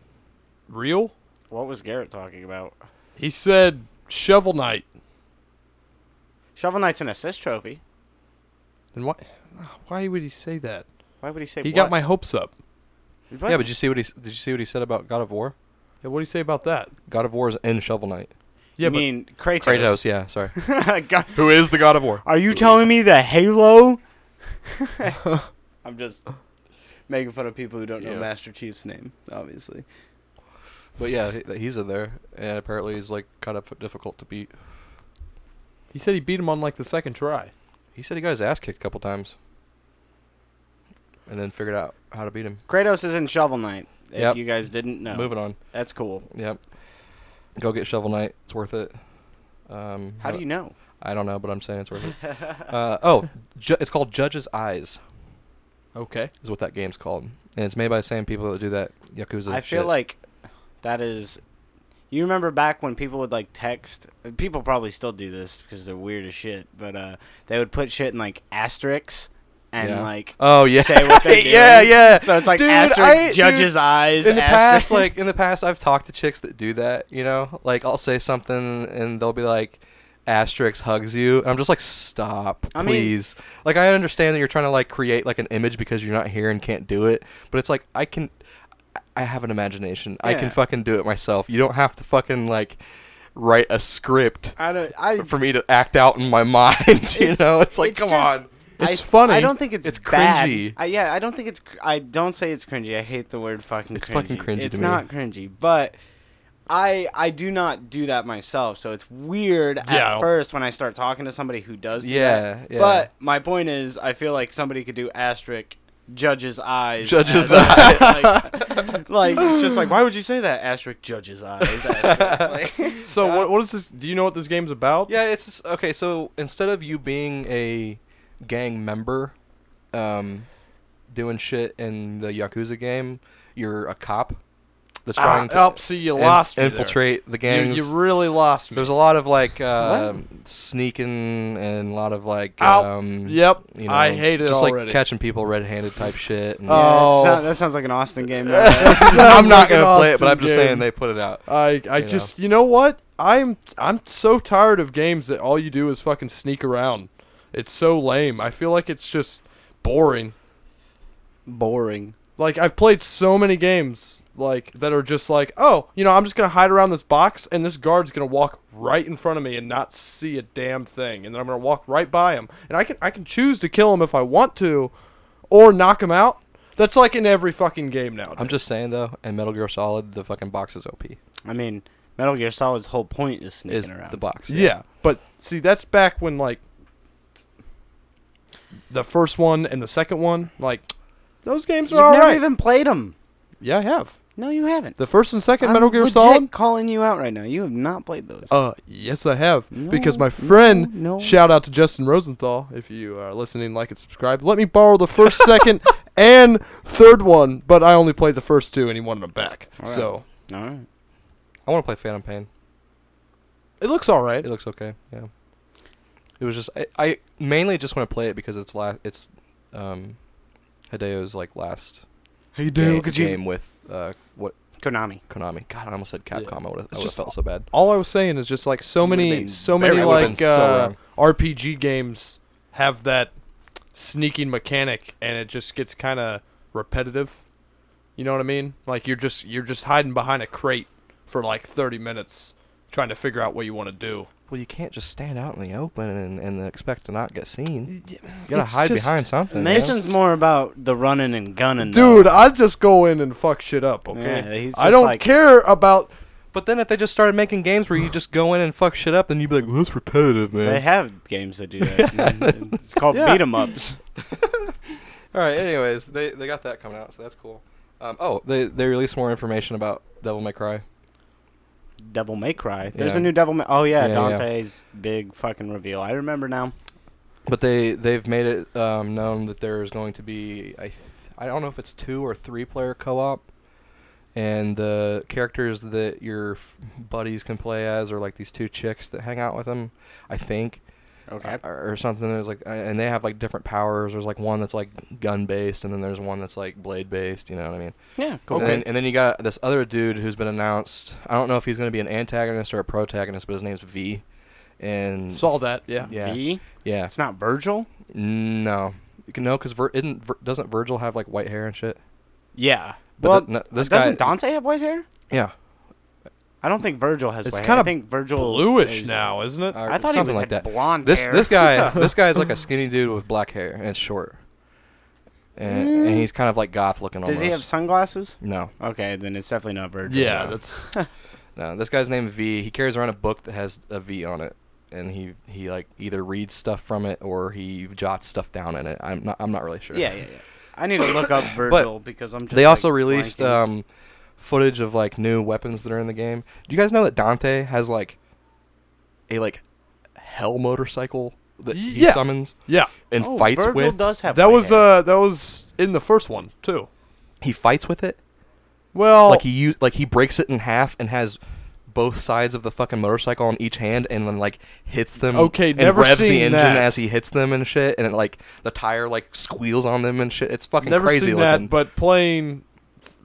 Speaker 2: real?
Speaker 1: What was Garrett talking about?
Speaker 2: He said Shovel Knight.
Speaker 1: Shovel Knight's an assist trophy.
Speaker 2: And why? Why would he say that?
Speaker 1: Why would he say?
Speaker 2: He
Speaker 1: what?
Speaker 2: got my hopes up.
Speaker 1: What?
Speaker 3: Yeah, but did you see what he s- did you see what he said about God of War?
Speaker 2: Yeah, what do you say about that?
Speaker 3: God of War is in Shovel Knight.
Speaker 2: Yeah,
Speaker 1: you
Speaker 2: but
Speaker 1: mean Kratos.
Speaker 3: Kratos, yeah, sorry.
Speaker 1: God-
Speaker 3: Who is the god of war?
Speaker 1: Are you telling me that Halo? I'm just making fun of people who don't know
Speaker 3: Yeah.
Speaker 1: Master Chief's name, obviously.
Speaker 3: But yeah, he- he's in there, and apparently he's like kind of difficult to beat.
Speaker 2: he said he beat him on like the second try.
Speaker 3: He said he got his ass kicked a couple times, and then figured out how to beat him.
Speaker 1: Kratos is in Shovel Knight. If
Speaker 3: Yep.
Speaker 1: you guys didn't know,
Speaker 3: Moving on.
Speaker 1: that's cool.
Speaker 3: Yep. Go get Shovel Knight. It's worth it. Um,
Speaker 1: How do you know?
Speaker 3: I don't know, but I'm saying it's worth it. uh, oh, ju- it's called Judge's Eyes,
Speaker 2: Okay.
Speaker 3: is what that game's called, and it's made by the same people that do that Yakuza.
Speaker 1: I feel
Speaker 3: shit.
Speaker 1: like that is. You remember back when people would like text? and People probably still do this because they're weird as shit. But uh, they would put shit in like asterisks and
Speaker 3: Yeah.
Speaker 1: like
Speaker 3: Oh yeah.
Speaker 1: say what they do.
Speaker 3: yeah, yeah.
Speaker 1: So it's like
Speaker 3: Dude,
Speaker 1: asterisk
Speaker 3: I-
Speaker 1: judge's eyes.
Speaker 3: in the
Speaker 1: asterisk-
Speaker 3: past like in the past i've talked to chicks that do that you know like i'll say something and they'll be like asterisk hugs you and i'm just like stop
Speaker 1: I mean-
Speaker 3: please like i understand that you're trying to like create like an image because you're not here and can't do it but it's like i can i have an imagination i
Speaker 1: Yeah.
Speaker 3: can fucking do it myself you don't have to fucking like write a script
Speaker 1: I don't. I
Speaker 3: for me to act out in my mind you know it's like
Speaker 1: it's
Speaker 3: come
Speaker 1: just-
Speaker 3: on
Speaker 2: It's
Speaker 1: I,
Speaker 2: funny.
Speaker 1: I don't think it's
Speaker 3: It's
Speaker 1: bad.
Speaker 3: cringy.
Speaker 1: I, yeah, I don't think it's. cr- I don't say it's cringy. I hate the word fucking.
Speaker 3: It's
Speaker 1: cringy.
Speaker 3: fucking cringy
Speaker 1: It's
Speaker 3: to me.
Speaker 1: not cringy, but I I do not do that myself. So it's weird
Speaker 2: Yeah.
Speaker 1: at first when I start talking to somebody who does. Do
Speaker 3: Yeah,
Speaker 1: that.
Speaker 3: yeah.
Speaker 1: But my point is, I feel like somebody could do asterisk judge's eyes.
Speaker 3: Judge's
Speaker 1: as- like, like it's just like why would you say that asterisk judge's eyes? Asterisk. Like,
Speaker 2: So what what is this? Do you know what this game's about?
Speaker 3: Yeah, it's just- okay. So instead of you being a gang member, um, doing shit in the yakuza game, you're a cop that's
Speaker 2: Ah,
Speaker 3: trying to
Speaker 2: up, see, you
Speaker 3: in-
Speaker 2: lost me there.
Speaker 3: infiltrate the
Speaker 2: You,
Speaker 3: gangs.
Speaker 2: you really lost me.
Speaker 3: There's a lot of like uh, sneaking and a lot of like
Speaker 2: Ow.
Speaker 3: um,
Speaker 2: Yep.
Speaker 3: you know,
Speaker 2: I hate it
Speaker 3: just
Speaker 2: already.
Speaker 3: like catching people red-handed type shit. And
Speaker 1: Yeah,
Speaker 2: Oh.
Speaker 1: it sound- that sounds like an Austin game. though.
Speaker 2: I'm
Speaker 3: I'm not
Speaker 2: fucking
Speaker 3: gonna play it, but
Speaker 2: Austin
Speaker 3: I'm just
Speaker 2: game.
Speaker 3: saying they put it out.
Speaker 2: I I
Speaker 3: You know.
Speaker 2: just you know what I'm I'm so tired of games that all you do is fucking sneak around. It's so lame. I feel like it's just boring.
Speaker 1: Boring.
Speaker 2: Like I've played so many games like that are just like oh you know I'm just gonna hide around this box and this guard's gonna walk right in front of me and not see a damn thing and then I'm gonna walk right by him and I can I can choose to kill him if I want to, or knock him out. That's like in every fucking game now.
Speaker 3: I'm just saying though, in Metal Gear Solid, the fucking box is OP.
Speaker 1: I mean, Metal Gear Solid's whole point is sneaking
Speaker 3: Is
Speaker 1: around.
Speaker 3: the box?
Speaker 2: Yeah. but see, that's back when like the first one and the second one, like those games
Speaker 1: You've
Speaker 2: are all
Speaker 1: never
Speaker 2: right.
Speaker 1: even played them.
Speaker 2: yeah, I have
Speaker 1: No, you haven't.
Speaker 2: the first and 2nd
Speaker 1: I'm
Speaker 2: Metal Gear
Speaker 1: legit
Speaker 2: Solid.
Speaker 1: calling you out right now. You have not played those.
Speaker 2: Uh, yes, I have because
Speaker 1: No,
Speaker 2: my friend.
Speaker 1: no, no.
Speaker 2: Shout out to Justin Rosenthal. If you are listening, like and subscribe. Let me borrow the first, second, and third one, but I only played the first two, and he wanted them back.
Speaker 1: All right.
Speaker 2: So
Speaker 1: All right.
Speaker 3: I want to play Phantom Pain.
Speaker 2: it looks all right.
Speaker 3: It looks okay. Yeah. It was just I, I mainly just want to play it because it's last it's um Hideo's like last
Speaker 2: Hey,
Speaker 3: game,
Speaker 2: dude,
Speaker 3: game with uh what
Speaker 1: Konami.
Speaker 3: Konami. God, I almost said
Speaker 2: Yeah.
Speaker 3: Capcom. I would
Speaker 2: It's
Speaker 3: have
Speaker 2: just
Speaker 3: felt so bad.
Speaker 2: all I was saying is just like so
Speaker 3: You would've
Speaker 2: many,
Speaker 3: been
Speaker 2: so
Speaker 3: very-
Speaker 2: many
Speaker 3: I would've been
Speaker 2: like
Speaker 3: so
Speaker 2: uh,
Speaker 3: wrong.
Speaker 2: RPG games have that sneaking mechanic, and it just gets kind of repetitive. You know what I mean? Like you're just you're just hiding behind a crate for like 30 minutes, trying to figure out what you want to do.
Speaker 3: Well, you can't just stand out in the open and, and expect to not get seen.
Speaker 2: You
Speaker 3: You gotta hide behind something. uh, man.
Speaker 1: Mason's more about the running and gunning.
Speaker 2: Dude,
Speaker 1: though.
Speaker 2: I just go in and fuck shit up.
Speaker 1: Yeah,
Speaker 2: Okay,
Speaker 1: he's
Speaker 2: I
Speaker 1: just
Speaker 2: don't
Speaker 1: like-
Speaker 2: care about.
Speaker 3: But then if they just started making games where you just go in and fuck shit up, then you'd be like, well, "That's repetitive, man."
Speaker 1: They have games that do that. it's called
Speaker 2: Yeah.
Speaker 1: beat 'em ups.
Speaker 3: All right. Anyways, they they got that coming out, so that's cool. Um, oh, they they released more information about Devil May Cry.
Speaker 1: Devil May Cry. There's
Speaker 3: Yeah.
Speaker 1: a new Devil May. Oh yeah,
Speaker 3: Yeah, yeah.
Speaker 1: Dante's big fucking reveal. I remember now.
Speaker 3: But they they've made it um, known that there is going to be I th- I don't know if it's two or three player co-op, and the characters that your f- buddies can play as are like these two chicks that hang out with them, I think,
Speaker 1: Okay.
Speaker 3: or, or something. There's like a- and they have like different powers. There's like one that's like gun based, and then there's one that's like blade based. You know what I mean?
Speaker 1: Yeah.
Speaker 3: And then, and then you got this other dude who's been announced. I don't know if he's going to be an antagonist or a protagonist, but his name's V, and
Speaker 2: Saw that. Yeah.
Speaker 3: yeah,
Speaker 1: V.
Speaker 3: yeah.
Speaker 1: It's not Virgil.
Speaker 3: No, You can- no, because Vir- isn't Vir- doesn't Virgil have like white hair and shit?
Speaker 1: Yeah.
Speaker 3: But
Speaker 1: well,
Speaker 3: th- no, this guy,
Speaker 1: doesn't Dante have white hair?
Speaker 3: yeah,
Speaker 1: I don't think Virgil has.
Speaker 2: It's
Speaker 1: white hair.
Speaker 2: kinda
Speaker 1: I think Virgil
Speaker 2: Bluish
Speaker 1: is-
Speaker 2: now, isn't it?
Speaker 3: Or
Speaker 1: I thought he
Speaker 3: something
Speaker 1: was,
Speaker 3: like
Speaker 1: had
Speaker 3: that.
Speaker 1: blonde
Speaker 3: This
Speaker 1: hair.
Speaker 3: this guy this guy is like a skinny dude with black hair and it's short, and, and he's kind of like goth looking
Speaker 1: Mm. Does
Speaker 3: almost.
Speaker 1: he have sunglasses?
Speaker 3: no,
Speaker 1: Okay, then it's definitely not Virgil.
Speaker 2: yeah, that's
Speaker 3: no. This guy's named V. He carries around a book that has a V on it, and he he like either reads stuff from it or he jots stuff down in it. I'm not I'm not really sure.
Speaker 1: Yeah, yeah, yeah. I need to look up Virgil because I'm. Just,
Speaker 3: They also
Speaker 1: like,
Speaker 3: released
Speaker 1: blanking.
Speaker 3: um, footage of like new weapons that are in the game. Do you guys know that Dante has like a like hell motorcycle that he
Speaker 2: Yeah.
Speaker 3: summons
Speaker 2: yeah.
Speaker 3: and
Speaker 1: Oh,
Speaker 3: fights
Speaker 1: Virgil
Speaker 3: with?
Speaker 1: does have
Speaker 2: That
Speaker 1: white
Speaker 2: was
Speaker 1: hair.
Speaker 2: uh that was in the first one too.
Speaker 3: He fights with it.
Speaker 2: Well,
Speaker 3: Like he use, like he breaks it in half and has both sides of the fucking motorcycle on each hand and then like hits them
Speaker 2: Okay,
Speaker 3: and
Speaker 2: never
Speaker 3: revs the
Speaker 2: seen
Speaker 3: engine
Speaker 2: that.
Speaker 3: as he hits them and shit and it, like the tire like squeals on them and shit it's fucking
Speaker 2: never
Speaker 3: crazy
Speaker 2: seen
Speaker 3: looking
Speaker 2: that, but playing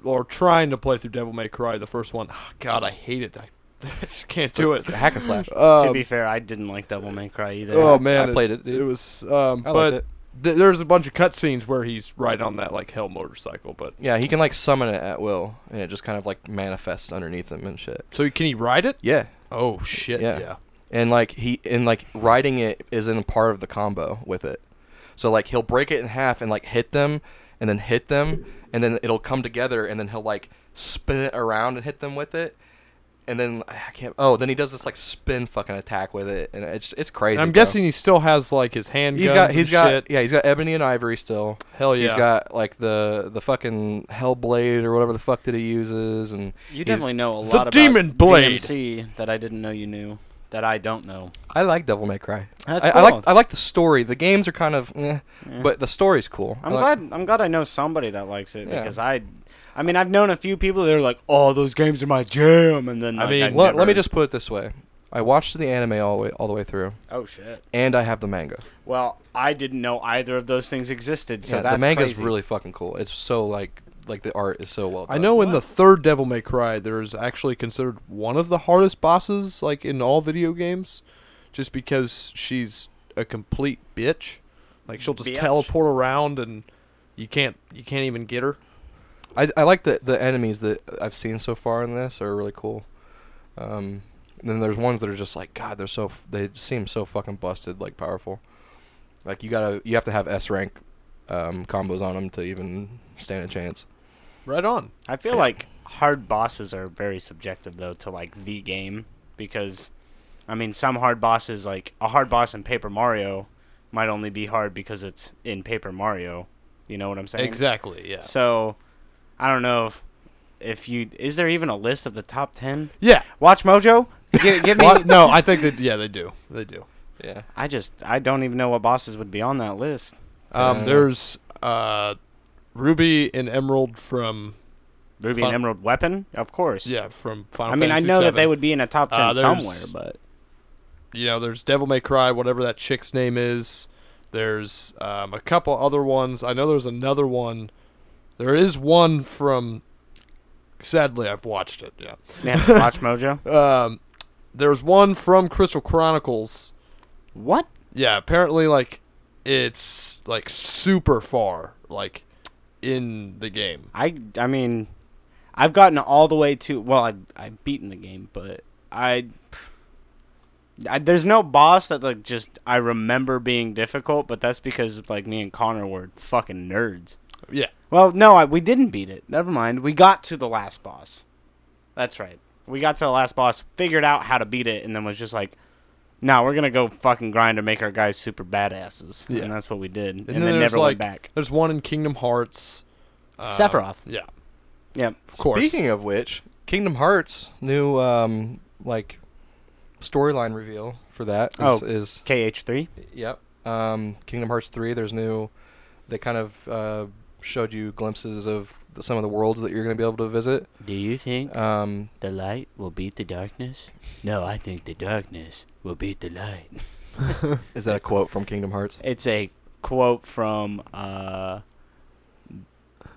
Speaker 2: or trying to play through Devil May Cry the first one. ah, God, I hate it. I, I just can't do it.
Speaker 3: it's a hack and slash
Speaker 1: to
Speaker 2: Um,
Speaker 1: be fair, I didn't like Devil May Cry either.
Speaker 2: oh man,
Speaker 3: I played it, dude.
Speaker 2: It was um,
Speaker 3: I liked
Speaker 2: but
Speaker 3: it.
Speaker 2: th- there's a bunch of cutscenes where he's riding on that like hell motorcycle. But
Speaker 3: yeah he can like summon it at will and it just kind of like manifests underneath him and shit
Speaker 2: so can he ride it?
Speaker 3: yeah
Speaker 2: Oh shit!
Speaker 3: Yeah.
Speaker 2: Yeah.
Speaker 3: and like he and like riding it is in part of the combo with it so like he'll break it in half and like hit them and then hit them and then it'll come together and then he'll like spin it around and hit them with it and then i can't oh then he does this like spin fucking attack with it and it's it's crazy
Speaker 2: And I'm
Speaker 3: bro.
Speaker 2: guessing he still has like his handguns.
Speaker 3: he's got
Speaker 2: and
Speaker 3: he's got
Speaker 2: shit.
Speaker 3: yeah he's got ebony and ivory still
Speaker 2: hell yeah.
Speaker 3: he's got like the the fucking hellblade or whatever the fuck that he uses and
Speaker 1: you
Speaker 3: he's-
Speaker 1: definitely know a lot
Speaker 2: The
Speaker 1: about
Speaker 2: Demon Blade.
Speaker 1: DMC that I didn't know you knew that I don't know.
Speaker 3: i like devil may cry
Speaker 1: That's
Speaker 3: I, I
Speaker 1: cool.
Speaker 3: like I like the story. The games are kind of, eh,
Speaker 1: Yeah.
Speaker 3: but the story's cool.
Speaker 1: I'm
Speaker 3: I like-
Speaker 1: glad. I'm glad I know somebody that likes it
Speaker 3: Yeah.
Speaker 1: because I, I mean, I've known a few people that are like, "Oh, those games are my jam," and then
Speaker 2: I
Speaker 1: like,
Speaker 2: mean,
Speaker 1: I've
Speaker 3: Let, let
Speaker 1: never-
Speaker 3: me just put it this way: I watched the anime all the way all the way through,
Speaker 1: Oh shit.
Speaker 3: and I have the manga.
Speaker 1: Well, I didn't know either of those things existed, so
Speaker 3: yeah,
Speaker 1: that's
Speaker 3: the manga's
Speaker 1: crazy.
Speaker 3: really fucking cool. It's so like like the art is so well. Done.
Speaker 2: I know in the third Devil May Cry, there's actually considered one of the hardest bosses, like in all video games, just because she's a complete bitch. Like she'll just
Speaker 1: Bitch.
Speaker 2: teleport around, and you can't you can't even get her.
Speaker 3: I, I like the the enemies that I've seen so far in this are really cool. Um, and then there's ones that are just like God. They're so f- they seem so fucking busted, like powerful. Like you gotta you have to have S rank um, combos on them to even stand a chance.
Speaker 2: Right on.
Speaker 1: I feel like hard bosses are very subjective though to like the game because I mean some hard bosses like a hard boss in Paper Mario might only be hard because it's in Paper Mario. You know what I'm saying?
Speaker 2: Exactly. Yeah.
Speaker 1: So I don't know if, if you is there even a list of the top 10?
Speaker 2: Yeah.
Speaker 1: Watch Mojo? Give, give me
Speaker 2: What? no, I think that yeah they do they do.
Speaker 3: Yeah.
Speaker 1: I just I don't even know what bosses would be on that list.
Speaker 2: Um,
Speaker 3: Yeah.
Speaker 2: There's uh, Ruby and Emerald from
Speaker 1: Ruby
Speaker 2: Fun-
Speaker 1: and Emerald Weapon? Of course.
Speaker 2: yeah from Final
Speaker 1: I mean, I
Speaker 2: Fantasy
Speaker 1: know that
Speaker 2: VII.
Speaker 1: they would be in a top 10
Speaker 2: Uh,
Speaker 1: somewhere,
Speaker 2: there's-
Speaker 1: but
Speaker 2: you know, there's Devil May Cry, whatever that chick's name is. There's um, a couple other ones. I know there's another one. There is one from. Sadly, I've watched it. Yeah.
Speaker 1: man, Watch Mojo.
Speaker 2: Um, there's one from Crystal Chronicles.
Speaker 1: What?
Speaker 2: Yeah. Apparently, like, it's like super far, like, in the game.
Speaker 1: I I mean, I've gotten all the way to well, I I've beaten the game, but I, I there's no boss that like just I remember being difficult, but that's because like me and Connor were fucking nerds.
Speaker 2: Yeah.
Speaker 1: Well, no, I, we didn't beat it. Never mind. We got to the last boss. That's right. We got to the last boss, figured out how to beat it, and then was just like, "No, we're gonna go fucking grind to make our guys super badasses."
Speaker 2: Yeah.
Speaker 1: And that's what we did, and,
Speaker 2: then
Speaker 1: then
Speaker 2: there's,
Speaker 1: never
Speaker 2: like,
Speaker 1: went back.
Speaker 2: There's one in Kingdom Hearts. Um,
Speaker 1: Sephiroth.
Speaker 2: Yeah.
Speaker 1: Yep.
Speaker 2: Of course.
Speaker 3: Speaking of which, Kingdom Hearts new um like storyline reveal for that is,
Speaker 1: Oh.
Speaker 3: is
Speaker 1: KH three.
Speaker 3: yep. Um, Kingdom Hearts three. There's new. They kind of uh, showed you glimpses of the, some of the worlds that you're going to be able to visit.
Speaker 1: Do you think
Speaker 3: Um,
Speaker 1: The light will beat the darkness? No, I think the darkness will beat the light.
Speaker 3: is that a quote from Kingdom Hearts?
Speaker 1: It's a quote from uh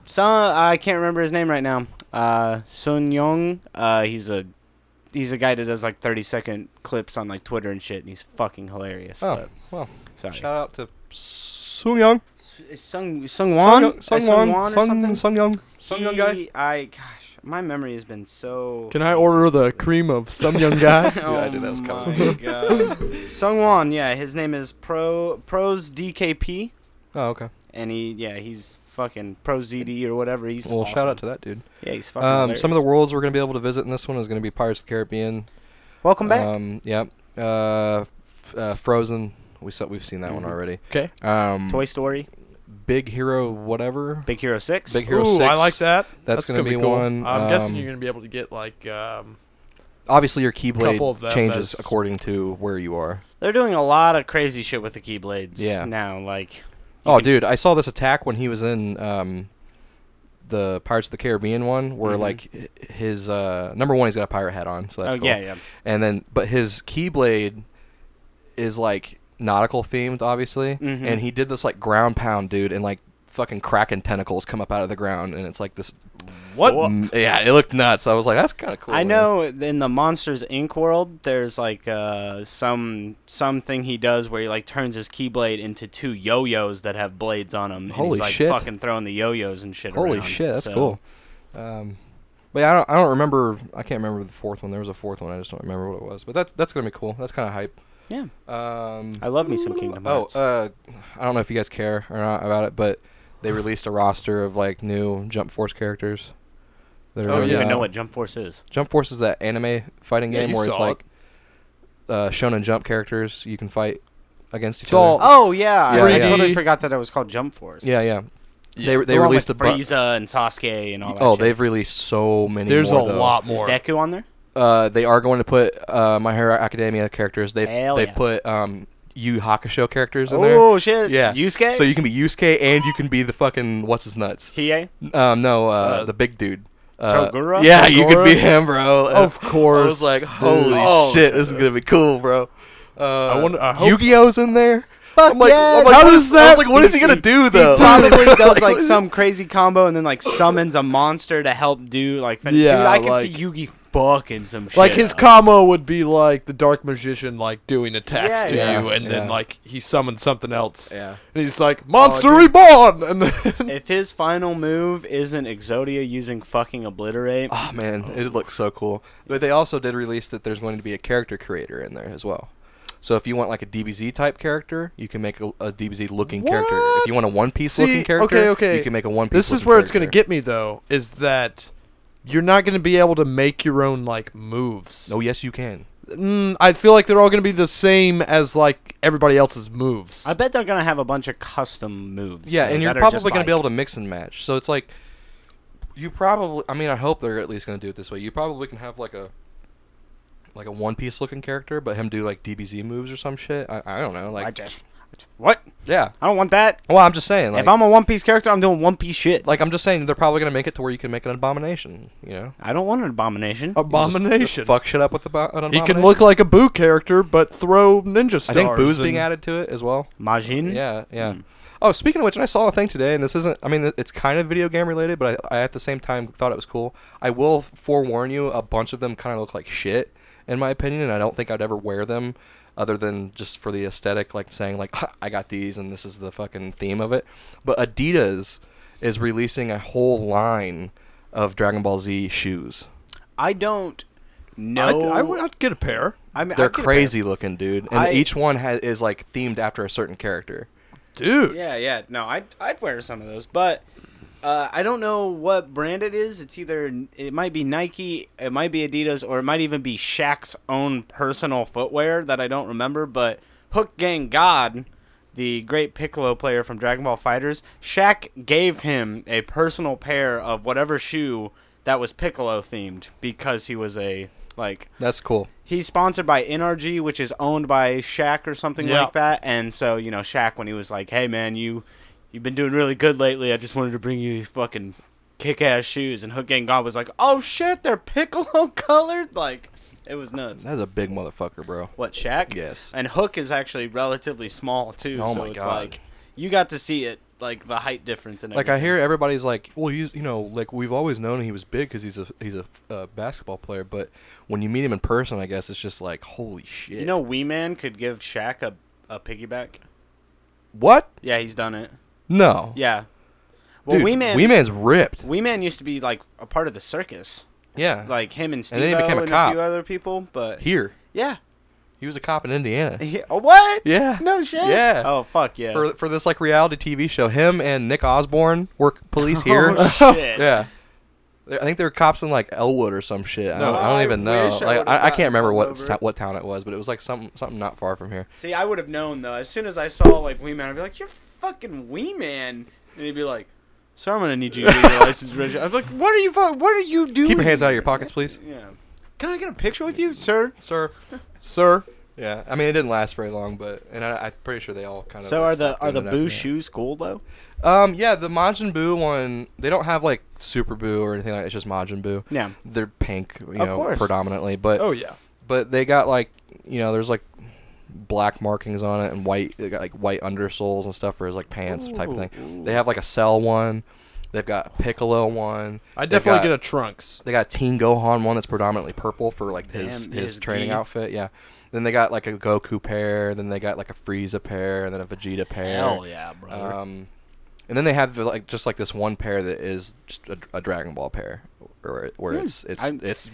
Speaker 1: some I can't remember his name right now. Uh Sun Young, uh he's a he's a guy that does like 30 second clips on like Twitter and shit and he's fucking hilarious.
Speaker 3: Oh,
Speaker 1: but-
Speaker 3: well.
Speaker 1: Sorry.
Speaker 3: Shout out to Sung Young,
Speaker 1: S- Sung Sung Wan?
Speaker 3: Sung
Speaker 1: Sung
Speaker 3: Young,
Speaker 1: Wan or
Speaker 3: Sung
Speaker 1: something?
Speaker 3: Sung Young, Sung Young guy.
Speaker 1: He- I gosh, my memory has been so. Oh
Speaker 2: Can I order the cream of some young guy?
Speaker 3: Yeah, I knew that was coming.
Speaker 1: my God. Sung Won, yeah, his name is Pro Pros DKP,
Speaker 3: Oh, okay.
Speaker 1: and he yeah he's fucking Pro ZD or whatever. He's
Speaker 3: Well,
Speaker 1: awesome.
Speaker 3: shout out to that dude.
Speaker 1: yeah he's fucking.
Speaker 3: Um, some of the
Speaker 1: hilarious.
Speaker 3: worlds we're gonna be able to visit in this one is gonna be Pirates of the Caribbean.
Speaker 1: welcome back.
Speaker 3: Um, yeah. Uh, f- uh, Frozen. We saw, we've seen that one
Speaker 1: Mhm.
Speaker 3: already.
Speaker 2: Okay.
Speaker 3: Um,
Speaker 1: Toy Story,
Speaker 3: Big Hero, whatever.
Speaker 1: Big Hero Six.
Speaker 3: Big Hero
Speaker 2: Ooh,
Speaker 3: Six.
Speaker 2: I like that.
Speaker 3: That's, gonna, be,
Speaker 2: cool.
Speaker 3: one.
Speaker 2: I'm guessing
Speaker 3: Um,
Speaker 2: you're gonna be able to get like um,
Speaker 3: obviously your
Speaker 2: Couple of
Speaker 3: keyblade
Speaker 2: them,
Speaker 3: changes
Speaker 2: that's-
Speaker 3: according to where you are.
Speaker 1: They're doing a lot of crazy shit with the Keyblades
Speaker 3: Yeah.
Speaker 1: now. Like,
Speaker 3: Oh,
Speaker 1: can-
Speaker 3: dude, I saw this attack when he was in um, the Pirates of the Caribbean one, where
Speaker 1: Mhm.
Speaker 3: like h- his uh, number one, he's got a pirate hat on, so that's
Speaker 1: oh
Speaker 3: cool.
Speaker 1: yeah, yeah.
Speaker 3: And then, but his keyblade is like nautical themed, obviously,
Speaker 1: Mhm.
Speaker 3: and he did this like ground pound, dude, and like fucking kraken tentacles come up out of the ground, and it's like this.
Speaker 2: what?
Speaker 3: Mm, yeah, it looked nuts. I was like, that's kind of cool.
Speaker 1: I
Speaker 3: man.
Speaker 1: know in the Monsters Inc. world, there's like uh, some something he does where he like turns his keyblade into two yo-yos that have blades on them. and
Speaker 3: Holy
Speaker 1: he's, like,
Speaker 3: shit.
Speaker 1: Fucking throwing the yo-yos and shit.
Speaker 3: Holy
Speaker 1: around.
Speaker 3: shit, that's
Speaker 1: So-
Speaker 3: cool. Um, but yeah, I don't, I don't remember. I can't remember the fourth one. There was a fourth one. I just don't remember what it was. But that's that's gonna be cool. That's kind of hype.
Speaker 1: Yeah,
Speaker 3: Um,
Speaker 1: I love me some Kingdom
Speaker 3: oh,
Speaker 1: Hearts.
Speaker 3: uh, I don't know if you guys care or not about it, but they released a roster of like new Jump Force characters. That
Speaker 2: Oh,
Speaker 1: I don't
Speaker 2: yeah.
Speaker 1: even know what Jump Force is.
Speaker 3: Jump Force is that anime fighting
Speaker 2: Yeah,
Speaker 3: game
Speaker 2: you
Speaker 3: where it's
Speaker 2: saw
Speaker 3: like uh, Shonen Jump characters you can fight against each
Speaker 2: It's all-
Speaker 3: other.
Speaker 1: Oh yeah,
Speaker 3: Yeah,
Speaker 1: I,
Speaker 3: yeah.
Speaker 1: totally forgot that it was called Jump Force.
Speaker 3: Yeah, yeah.
Speaker 2: Yeah.
Speaker 3: They they
Speaker 1: The one
Speaker 3: released a
Speaker 1: with
Speaker 3: bunch.
Speaker 1: Frieza and Sasuke and all that.
Speaker 3: Oh,
Speaker 1: shit.
Speaker 3: they've released so many.
Speaker 2: There's a
Speaker 3: more, though.
Speaker 2: lot
Speaker 1: is
Speaker 2: more.
Speaker 1: Deku on there.
Speaker 3: uh, they are going to put uh, My Hero Academia characters. They've
Speaker 1: Hell
Speaker 3: they've
Speaker 1: yeah.
Speaker 3: put um, Yu Hakusho characters in there.
Speaker 1: Oh shit!
Speaker 3: Yeah.
Speaker 1: Yusuke.
Speaker 3: So you can be Yusuke and you can be the fucking what's his nuts?
Speaker 1: Hiei.
Speaker 3: Um, no, uh,
Speaker 2: Uh,
Speaker 3: the big dude. Uh,
Speaker 1: Togura? Oh,
Speaker 3: Yeah, you could
Speaker 2: Togura?
Speaker 3: be him, bro.
Speaker 2: Of course.
Speaker 3: I was like,
Speaker 2: dude.
Speaker 3: holy
Speaker 2: Oh,
Speaker 3: shit, this is gonna be cool, bro. Uh,
Speaker 2: I wonder- I hope-
Speaker 3: Yu-Gi-Oh's in there.
Speaker 1: Fuck
Speaker 3: I'm like,
Speaker 1: yeah,
Speaker 3: I'm like,
Speaker 1: how
Speaker 3: what
Speaker 1: does
Speaker 3: is- I
Speaker 1: that-
Speaker 3: was like, what is he gonna do though?
Speaker 1: probably does
Speaker 3: what
Speaker 1: like
Speaker 3: is he-
Speaker 1: some crazy combo and then like summons a monster to help do like. fin-
Speaker 2: Yeah,
Speaker 1: dude, I can
Speaker 2: like-
Speaker 1: see Yugi fucking some shit.
Speaker 2: Like his
Speaker 1: up.
Speaker 2: combo would be like the dark magician like doing attacks
Speaker 1: Yeah,
Speaker 2: to
Speaker 1: yeah.
Speaker 2: you, and then
Speaker 3: Yeah.
Speaker 2: like he summons something else,
Speaker 3: Yeah.
Speaker 2: and he's like monster
Speaker 3: dude.
Speaker 2: reborn, and then
Speaker 1: If his final move isn't Exodia using fucking obliterate,
Speaker 3: Oh man, it looks so cool. But they also did release that there's going to be a character creator in there as well. So if you want like a DBZ type character, you can make a, a DBZ looking character. If you want a One Piece
Speaker 2: See,
Speaker 3: looking character,
Speaker 2: okay, okay.
Speaker 3: you can make a One Piece.
Speaker 2: this is
Speaker 3: looking
Speaker 2: where it's gonna
Speaker 3: character.
Speaker 2: get me though, is that you're not gonna be able to make your own like moves.
Speaker 3: Oh yes, you can.
Speaker 2: Mm, I feel like they're all gonna be the same as like everybody else's moves.
Speaker 1: I bet they're gonna have a bunch of custom moves.
Speaker 3: Yeah,
Speaker 1: though,
Speaker 3: and you're
Speaker 1: that are just,
Speaker 3: probably going to be
Speaker 1: like-
Speaker 3: able to mix and match. So it's like you probably. I mean, I hope they're at least going to do it this way. You probably can have like a like a One Piece looking character, but him do like DBZ moves or some shit. I, I don't know. Like
Speaker 1: I just what?
Speaker 3: yeah.
Speaker 1: I don't want that.
Speaker 3: Well, I'm just saying. Like,
Speaker 1: if I'm a One Piece character, I'm doing One Piece shit.
Speaker 3: like I'm just saying they're probably gonna make it to where you can make an abomination. You know,
Speaker 1: I don't want an abomination.
Speaker 3: Oh, You just
Speaker 2: Abomination.
Speaker 3: fuck shit up with abo-
Speaker 2: He
Speaker 3: an abomination.
Speaker 2: can look like a Boo character, but throw ninja stars.
Speaker 3: I think booze
Speaker 2: and-
Speaker 3: being added to it as well.
Speaker 1: Majin.
Speaker 3: Yeah, yeah.
Speaker 1: Mm.
Speaker 3: Oh, speaking of which, and I saw a thing today, and this isn't. I mean, it- it's kind of video game related, but I, I at the same time thought it was cool. I will forewarn you, a bunch of them kind of look like shit, in my opinion, and I don't think I'd ever wear them, other than just for the aesthetic, like saying like I got these, and this is the fucking theme of it. But Adidas is releasing a whole line of Dragon Ball Z shoes.
Speaker 1: I don't
Speaker 2: I'd,
Speaker 1: know.
Speaker 2: I would I'd get a pair.
Speaker 1: I mean, I'd
Speaker 3: They're
Speaker 1: get a pair.
Speaker 3: crazy looking, dude, and
Speaker 1: I-
Speaker 3: each one ha- is like themed after a certain character.
Speaker 2: Dude.
Speaker 1: Yeah, yeah. No, I'd, I'd wear some of those, but uh, I don't know what brand it is. It's either it might be Nike, it might be Adidas, or it might even be Shaq's own personal footwear that I don't remember. But Hook Gang God, the great Piccolo player from Dragon Ball Fighters, Shaq gave him a personal pair of whatever shoe that was Piccolo themed because he was a like
Speaker 3: That's cool.
Speaker 1: he's sponsored by NRG, which is owned by Shaq or something
Speaker 2: Yeah.
Speaker 1: like that. And so, you know, Shaq when he was like, "Hey, man, you you've been doing really good lately. I just wanted to bring you these fucking kick-ass shoes." And Hook Gang God was like, "Oh shit, they're piccolo colored!" Like, it was nuts.
Speaker 3: That's a big motherfucker, bro.
Speaker 1: What Shaq?
Speaker 3: Yes.
Speaker 1: And Hook is actually relatively small too.
Speaker 3: Oh
Speaker 1: so
Speaker 3: my
Speaker 1: it's
Speaker 3: God.
Speaker 1: Like, you got to see it, like the height difference and
Speaker 3: Like
Speaker 1: everything.
Speaker 3: I hear everybody's like, well, he's you know like we've always known he was big because he's a he's a uh, basketball player, but when you meet him in person, I guess it's just like holy shit.
Speaker 1: You know, Wee Man could give Shaq a a piggyback.
Speaker 3: what?
Speaker 1: Yeah, he's done it.
Speaker 3: No.
Speaker 1: Yeah. Well,
Speaker 3: Dude,
Speaker 1: Wee Man,
Speaker 3: Wee Man's ripped.
Speaker 1: Wee Man used to be like a part of the circus,
Speaker 3: Yeah,
Speaker 1: like him and Steve
Speaker 3: And then he became a
Speaker 1: and
Speaker 3: cop.
Speaker 1: a few other people. But
Speaker 3: here
Speaker 1: yeah,
Speaker 3: he was a cop in Indiana.
Speaker 1: He- oh, what?
Speaker 3: Yeah.
Speaker 1: No shit.
Speaker 3: Yeah.
Speaker 1: Oh fuck yeah.
Speaker 3: for for this like reality TV show. Him and Nick Osborne were police here.
Speaker 1: Oh, shit.
Speaker 3: yeah. They- I think they were cops in like Elwood or some shit. I,
Speaker 2: No.
Speaker 3: don't, I don't
Speaker 1: I
Speaker 3: even know.
Speaker 1: wish I
Speaker 3: like
Speaker 1: would've
Speaker 3: I, I
Speaker 1: gotten
Speaker 3: can't remember what
Speaker 1: pulled
Speaker 3: ta-
Speaker 1: over.
Speaker 3: what town it was, but it was like something something not far from here.
Speaker 1: See, I would have known though. As soon as I saw like Wee Man, I'd be like, "You're fucking Wee Man," and he'd be like, "Sir, I'm gonna need you to do your license registration." I'm like, "What are you? fu- What are you doing?"
Speaker 3: Keep your hands out of your pockets, please,
Speaker 1: Yeah. Can I get a picture with you, sir?
Speaker 3: sir.
Speaker 2: sir.
Speaker 3: Yeah, I mean it didn't last very long, but and I, I'm pretty sure they all kind of.
Speaker 1: So are the
Speaker 3: accepted
Speaker 1: are the
Speaker 3: it after
Speaker 1: boo
Speaker 3: that.
Speaker 1: shoes cool though?
Speaker 3: Um, yeah, the Majin Buu one. They don't have like Super Buu or anything like. It's just Majin Buu.
Speaker 1: Yeah.
Speaker 3: They're pink, you
Speaker 1: Of
Speaker 3: know,
Speaker 1: course.
Speaker 3: predominantly. But
Speaker 2: Oh yeah.
Speaker 3: but they got like you know there's like black markings on it and white they got like white undersoles and stuff for his like pants type of thing. They have like a cell one. They've got a Piccolo one.
Speaker 2: I
Speaker 3: They've
Speaker 2: definitely
Speaker 3: got-
Speaker 2: get a trunks.
Speaker 3: They got a Teen Gohan one that's predominantly purple for like his
Speaker 1: Damn,
Speaker 3: his
Speaker 1: his
Speaker 3: training
Speaker 1: gi.
Speaker 3: outfit. Yeah. Then they got like a Goku pair. Then they got like a Frieza pair, and then a Vegeta pair.
Speaker 1: yeah,
Speaker 2: Uh,
Speaker 3: Um, and then they have the, like just like this one pair that is just a, a Dragon Ball pair, or where it's it's
Speaker 1: I'm-
Speaker 3: it's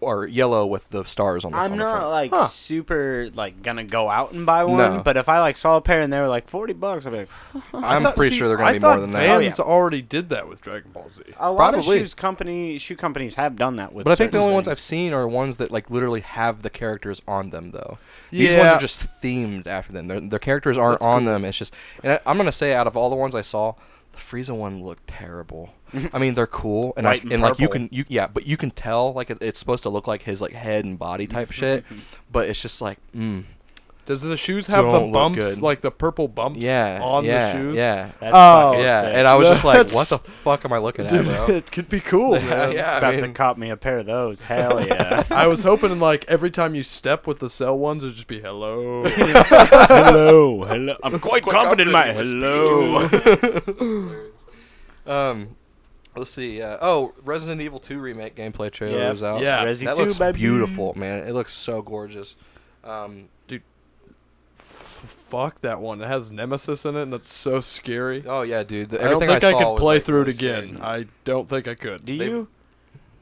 Speaker 3: or yellow with the stars on the.
Speaker 1: I'm
Speaker 3: on the
Speaker 1: not
Speaker 3: front.
Speaker 1: like
Speaker 2: Huh.
Speaker 1: super like gonna go out and buy one,
Speaker 3: No.
Speaker 1: but if I like saw a pair and they were like forty bucks, I'd be like,
Speaker 3: I'm pretty sure they're gonna
Speaker 2: I
Speaker 3: be more
Speaker 2: thought
Speaker 3: than that.
Speaker 1: Oh,
Speaker 2: Vans already did that with Dragon Ball Z.
Speaker 1: a lot
Speaker 3: Probably.
Speaker 1: of shoes company shoe companies have done that with.
Speaker 3: But I think the
Speaker 1: certain
Speaker 3: only ones
Speaker 1: things.
Speaker 3: I've seen are ones that like literally have the characters on them though. These ones
Speaker 2: Yeah.
Speaker 3: are just themed after them. Their, their characters aren't
Speaker 2: That's
Speaker 3: on
Speaker 2: cool.
Speaker 3: them. It's just and I, I'm gonna say out of all the ones I saw, the Frieza one looked terrible. I mean they're cool and I,
Speaker 2: White
Speaker 3: and,
Speaker 2: and
Speaker 3: like you
Speaker 2: purple.
Speaker 3: can you yeah, but you can tell like it, it's supposed to look like his like head and body type shit, but it's just like mm,
Speaker 2: Does the shoes have
Speaker 3: Don't
Speaker 2: the
Speaker 3: look
Speaker 2: bumps
Speaker 3: good.
Speaker 2: like the purple bumps
Speaker 3: yeah
Speaker 2: on the
Speaker 3: yeah,
Speaker 2: shoes?
Speaker 3: yeah.
Speaker 1: That's
Speaker 2: Oh,
Speaker 1: fucking
Speaker 3: Yeah,
Speaker 1: sick.
Speaker 3: and I was just like,
Speaker 2: That's-
Speaker 3: "What the fuck am I looking at,
Speaker 2: Dude,
Speaker 3: bro?"
Speaker 2: it could be cool. man.
Speaker 3: yeah, I
Speaker 1: about to
Speaker 3: mean-
Speaker 1: cop me a pair of those. Hell yeah.
Speaker 2: I was hoping like every time you step with the cell ones, it'd just be hello.
Speaker 1: hello, hello. I'm quite, confident in my hello.
Speaker 3: Um, let's see. Uh, oh, Resident Evil 2 remake gameplay trailer
Speaker 1: Yeah.
Speaker 3: is out.
Speaker 2: Yeah.
Speaker 1: Resi
Speaker 3: that
Speaker 1: 2,
Speaker 3: looks
Speaker 1: baby.
Speaker 3: beautiful, man. It looks so gorgeous. Um, dude.
Speaker 2: Fuck that one. It has Nemesis in it, and that's so scary.
Speaker 3: Oh yeah, dude. The,
Speaker 2: I don't
Speaker 3: everything
Speaker 2: think I,
Speaker 3: saw
Speaker 2: could
Speaker 3: was,
Speaker 2: play
Speaker 3: like,
Speaker 2: through it
Speaker 3: really scary.
Speaker 2: again. I don't think I could.
Speaker 1: Do
Speaker 3: They-
Speaker 1: you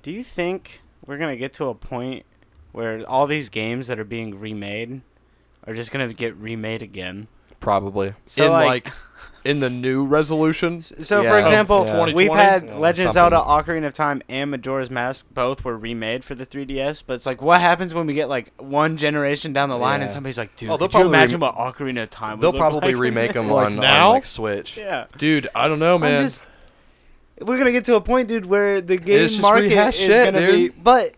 Speaker 1: do you think we're gonna get to a point where all these games that are being remade are just gonna get remade again?
Speaker 3: Probably.
Speaker 1: So
Speaker 2: in
Speaker 1: like,
Speaker 2: like, in the new resolution.
Speaker 1: so
Speaker 3: Yeah.
Speaker 1: for
Speaker 3: Oh,
Speaker 1: example,
Speaker 3: yeah.
Speaker 1: we've
Speaker 2: 2020?
Speaker 1: had
Speaker 3: Yeah,
Speaker 1: Legend of Zelda:
Speaker 3: something.
Speaker 1: Ocarina of Time and Majora's Mask both were remade for the 3DS, but it's like, what happens when we get like one generation down the line and
Speaker 3: Yeah.
Speaker 1: somebody's like, dude,
Speaker 3: Oh, they'll
Speaker 1: could you
Speaker 3: probably
Speaker 1: imagine
Speaker 3: rem-
Speaker 1: what Ocarina of Time? Would
Speaker 3: They'll
Speaker 1: look
Speaker 3: probably
Speaker 1: like?
Speaker 3: remake them
Speaker 2: Like
Speaker 3: on,
Speaker 2: now?
Speaker 3: on like Switch.
Speaker 1: yeah.
Speaker 2: Dude, I don't know, man.
Speaker 1: I'm just, we're gonna get to a point, dude, where the game
Speaker 3: just
Speaker 1: market is
Speaker 3: rehash shit,
Speaker 1: gonna
Speaker 3: dude.
Speaker 1: be. But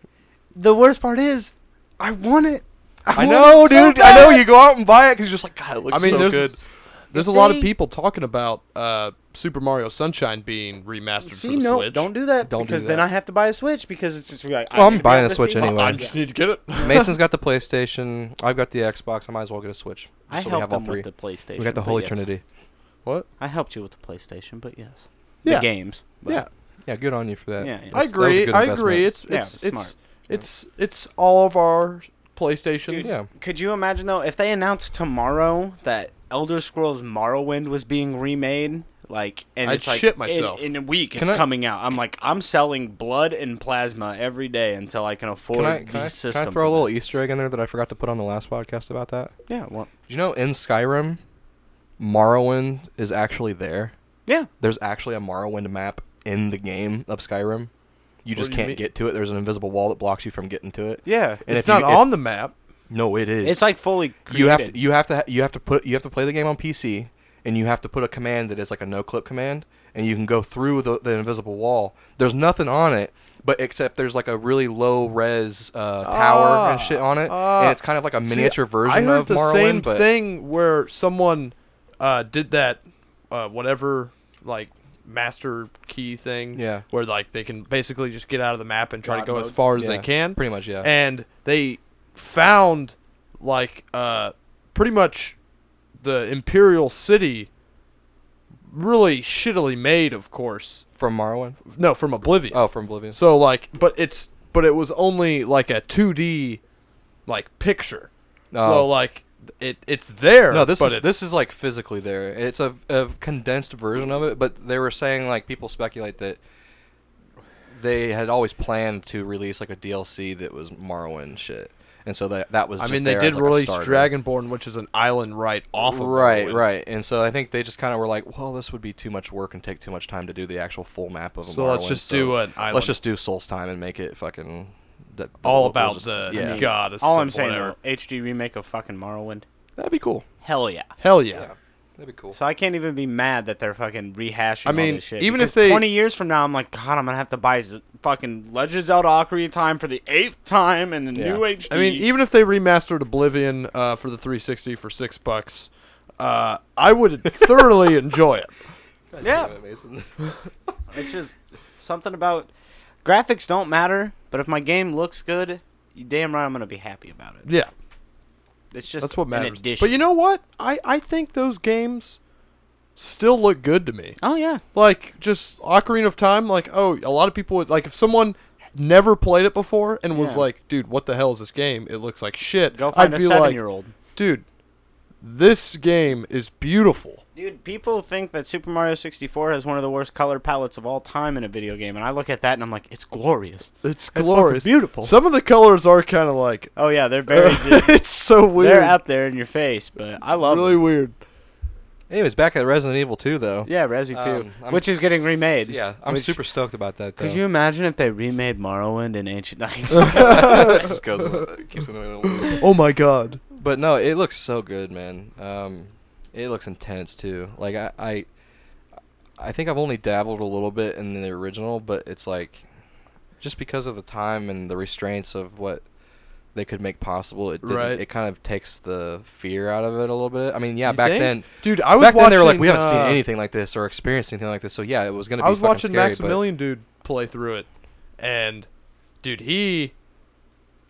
Speaker 1: the worst part is, I want it.
Speaker 3: I
Speaker 1: want
Speaker 3: know,
Speaker 1: it so
Speaker 3: dude. I know
Speaker 1: bad.
Speaker 3: you go out and buy it because you're just like, God, it looks
Speaker 2: I mean,
Speaker 3: so
Speaker 2: there's
Speaker 3: good.
Speaker 2: there's a lot of
Speaker 1: They-
Speaker 2: people talking about uh, Super Mario Sunshine being remastered
Speaker 1: See,
Speaker 2: for the
Speaker 1: no,
Speaker 2: Switch.
Speaker 1: don't do that
Speaker 3: Don't do
Speaker 1: because then
Speaker 3: that.
Speaker 1: I have to buy a Switch because it's just like.
Speaker 3: Well, I'm
Speaker 1: need to
Speaker 3: buying
Speaker 1: have
Speaker 3: a
Speaker 1: the
Speaker 3: Switch
Speaker 1: sequel.
Speaker 3: anyway.
Speaker 2: I just need to get it.
Speaker 3: Mason's got the PlayStation. I've got the Xbox. I might as well get a Switch.
Speaker 1: I
Speaker 3: so we
Speaker 1: helped
Speaker 3: have all
Speaker 1: them
Speaker 3: three.
Speaker 1: with the PlayStation.
Speaker 3: we got the
Speaker 1: but
Speaker 3: Holy
Speaker 1: yes.
Speaker 3: Trinity.
Speaker 2: What?
Speaker 1: I helped you with the PlayStation, but yes,
Speaker 2: Yeah.
Speaker 1: the games. But
Speaker 2: yeah,
Speaker 3: Yeah, good on you for that.
Speaker 1: Yeah, yeah.
Speaker 2: I
Speaker 3: That's- that was a
Speaker 2: agree.
Speaker 3: good
Speaker 2: I
Speaker 3: investment.
Speaker 2: agree. It's
Speaker 1: Yeah,
Speaker 2: it's
Speaker 1: smart.
Speaker 2: it's it's it's all of our PlayStations.
Speaker 1: Dude,
Speaker 3: Yeah.
Speaker 1: Could you imagine though if they announced tomorrow that Elder Scrolls Morrowind was being remade? Like, and
Speaker 2: I'd
Speaker 1: it's like
Speaker 2: shit
Speaker 1: in-
Speaker 2: myself.
Speaker 1: In, a week, it's
Speaker 3: Can I-
Speaker 1: coming out. I'm like, I'm selling blood and plasma every day until I can afford
Speaker 3: Can I,
Speaker 1: these
Speaker 3: can, I, can
Speaker 1: systems.
Speaker 3: I throw a little Easter egg in there that I forgot to put on the last podcast about that?
Speaker 1: Yeah. Well,
Speaker 3: Do you know in Skyrim, Morrowind is actually there?
Speaker 1: yeah.
Speaker 3: There's actually a Morrowind map in the game of Skyrim. You just
Speaker 2: do you
Speaker 3: can't
Speaker 2: mean?
Speaker 3: get to it. There's an invisible wall that blocks you from getting to it.
Speaker 1: Yeah.
Speaker 3: And
Speaker 2: it's
Speaker 3: if
Speaker 2: not
Speaker 3: you-
Speaker 2: on the map.
Speaker 3: No, it is.
Speaker 1: It's like fully. Created.
Speaker 3: you have to you have to ha- you have to put you have to play the game on PC and you have to put a command that is like a no clip command and you can go through the, the invisible wall. There's nothing on it, but except there's like a really low res uh, tower
Speaker 2: Ah,
Speaker 3: and shit on it,
Speaker 2: ah.
Speaker 3: and it's kind of like a
Speaker 2: See,
Speaker 3: miniature
Speaker 2: I
Speaker 3: version
Speaker 2: heard
Speaker 3: of
Speaker 2: the
Speaker 3: Morrowind.
Speaker 2: same
Speaker 3: but
Speaker 2: thing where someone uh, did that uh, whatever like master key thing.
Speaker 3: Yeah.
Speaker 2: Where like they can basically just get out of the map and try
Speaker 1: God
Speaker 2: to go as
Speaker 1: mode.
Speaker 2: far as they
Speaker 3: Yeah,
Speaker 2: can.
Speaker 3: pretty much, yeah.
Speaker 2: And they found like uh, pretty much the imperial city, really shittily made, of course.
Speaker 3: from Morrowind.
Speaker 2: No, from Oblivion.
Speaker 3: Oh, from Oblivion.
Speaker 2: So like, but it's but it was only like a 2D like picture.
Speaker 3: Oh.
Speaker 2: So like it it's there.
Speaker 3: No, this
Speaker 2: but
Speaker 3: is
Speaker 2: it's-
Speaker 3: this is like physically there. It's a, a condensed version of it, but they were saying like people speculate that they had always planned to release like a DLC that was Morrowind shit, and so that that was.
Speaker 2: I
Speaker 3: just
Speaker 2: mean, they
Speaker 3: there
Speaker 2: did
Speaker 3: as, like, a
Speaker 2: release
Speaker 3: starter.
Speaker 2: Dragonborn, which is an island right off of
Speaker 3: right,
Speaker 2: Morrowind.
Speaker 3: right, and so I think they just kind of were like, well, this would be too much work and take too much time to do the actual full map of.
Speaker 2: So let's
Speaker 3: Morrowind,
Speaker 2: just
Speaker 3: so
Speaker 2: do an island.
Speaker 3: Let's just do Soul's Time and make it fucking. That
Speaker 2: all
Speaker 3: we'll
Speaker 2: about
Speaker 3: just-
Speaker 2: the
Speaker 3: yeah.
Speaker 1: mean,
Speaker 2: goddess.
Speaker 1: All
Speaker 2: of
Speaker 1: I'm saying,
Speaker 2: whatever.
Speaker 1: though, HD remake of fucking Morrowind.
Speaker 3: That'd be cool.
Speaker 1: Hell yeah.
Speaker 2: Hell yeah.
Speaker 3: Yeah, that'd be cool.
Speaker 1: So I can't even be mad that they're fucking rehashing.
Speaker 2: I mean,
Speaker 1: all this shit
Speaker 2: even if
Speaker 1: because
Speaker 2: they-
Speaker 1: twenty years from now, I'm like, God, I'm gonna have to buy Z- fucking Legend of Zelda Ocarina of Time for the eighth time and the
Speaker 3: Yeah.
Speaker 1: new HD.
Speaker 2: I mean, e- even if they remastered Oblivion uh, for the 360 for six bucks, uh, I would thoroughly enjoy it.
Speaker 1: yeah, it's just something about graphics don't matter, but if my game looks good, you damn right I'm gonna be happy about it.
Speaker 2: Yeah,
Speaker 1: It's just
Speaker 2: that's what
Speaker 1: An
Speaker 2: matters.
Speaker 1: addition.
Speaker 2: But you know what? I I think those games still look good to me.
Speaker 1: oh yeah,
Speaker 2: Like just Ocarina of Time. Like oh, a lot of people would like if someone never played it before and was
Speaker 1: Yeah.
Speaker 2: like, dude, what the hell is this game? It looks like shit.
Speaker 1: go find
Speaker 2: I'd
Speaker 1: a
Speaker 2: be
Speaker 1: seven
Speaker 2: like,
Speaker 1: year old.
Speaker 2: dude, this game is beautiful.
Speaker 1: Dude, people think that Super Mario 64 has one of the worst color palettes of all time in a video game, and I look at that and I'm like, it's glorious.
Speaker 2: It's
Speaker 1: fucking
Speaker 2: glorious,
Speaker 1: beautiful.
Speaker 2: Some of the colors are kind of like.
Speaker 1: Oh yeah, they're very
Speaker 2: it's so weird.
Speaker 1: they're up there in your face, but I love
Speaker 2: really
Speaker 1: them.
Speaker 2: weird.
Speaker 3: Anyways, back at Resident Evil 2 though.
Speaker 1: Yeah, Resi too,
Speaker 3: Um, I'm
Speaker 1: which is getting
Speaker 3: s-
Speaker 1: remade.
Speaker 3: Yeah, I'm
Speaker 1: Which-
Speaker 3: super stoked about that. Though.
Speaker 1: Could you imagine if they remade Morrowind in Ancient Night?
Speaker 3: This goes a- keeps going a little-
Speaker 2: Oh my god.
Speaker 3: but no, it looks so good, man. Um, it looks intense too. Like I, I, I think I've only dabbled a little bit in the original, but it's like, just because of the time and the restraints of what they could make possible, it didn't-
Speaker 2: Right.
Speaker 3: it kind of takes the fear out of it a little bit. I mean, yeah,
Speaker 2: You
Speaker 3: back
Speaker 2: think?
Speaker 3: then.
Speaker 2: Dude, I was
Speaker 3: back
Speaker 2: watching,
Speaker 3: then they were like, we haven't seen
Speaker 2: uh,
Speaker 3: anything like this or experienced anything like this. So yeah, it was gonna be.
Speaker 2: I was
Speaker 3: fucking
Speaker 2: watching
Speaker 3: scary, but-
Speaker 2: Maximilian dude play through it, and dude, he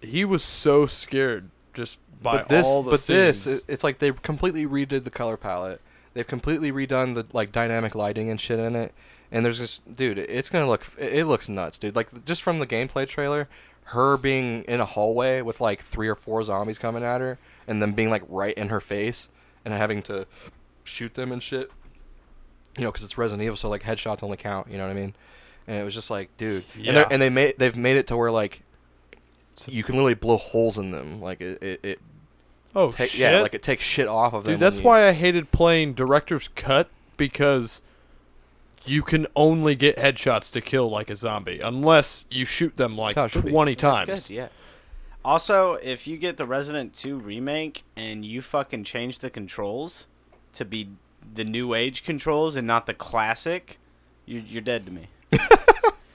Speaker 2: he was so scared just by
Speaker 3: but this,
Speaker 2: all the
Speaker 3: but
Speaker 2: scenes.
Speaker 3: this, it- it's like they completely redid the color palette. They've completely redone the like dynamic lighting and shit in it. And there's just, dude, it's gonna look, it it looks nuts, dude. Like just from the gameplay trailer, her being in a hallway with like three or four zombies coming at her, and them being like right in her face, and having to shoot them and shit. You know, because it's Resident Evil, so like headshots only count. You know what I mean? And it was just like, dude, and,
Speaker 2: Yeah.
Speaker 3: they're- and they made they've made it to where like you can literally blow holes in them. Like it, it, it
Speaker 2: oh
Speaker 3: take,
Speaker 2: shit,
Speaker 3: yeah, like it takes shit off of them.
Speaker 2: dude, that's
Speaker 3: when you-
Speaker 2: why I hated playing director's cut because you can only get headshots to kill like a zombie unless you shoot them like
Speaker 3: how it should be.
Speaker 2: twenty
Speaker 1: That's
Speaker 2: times.
Speaker 1: good, yeah. Also, if you get the Resident 2 remake and you fucking change the controls to be the new age controls and not the classic, you're, you're dead to me.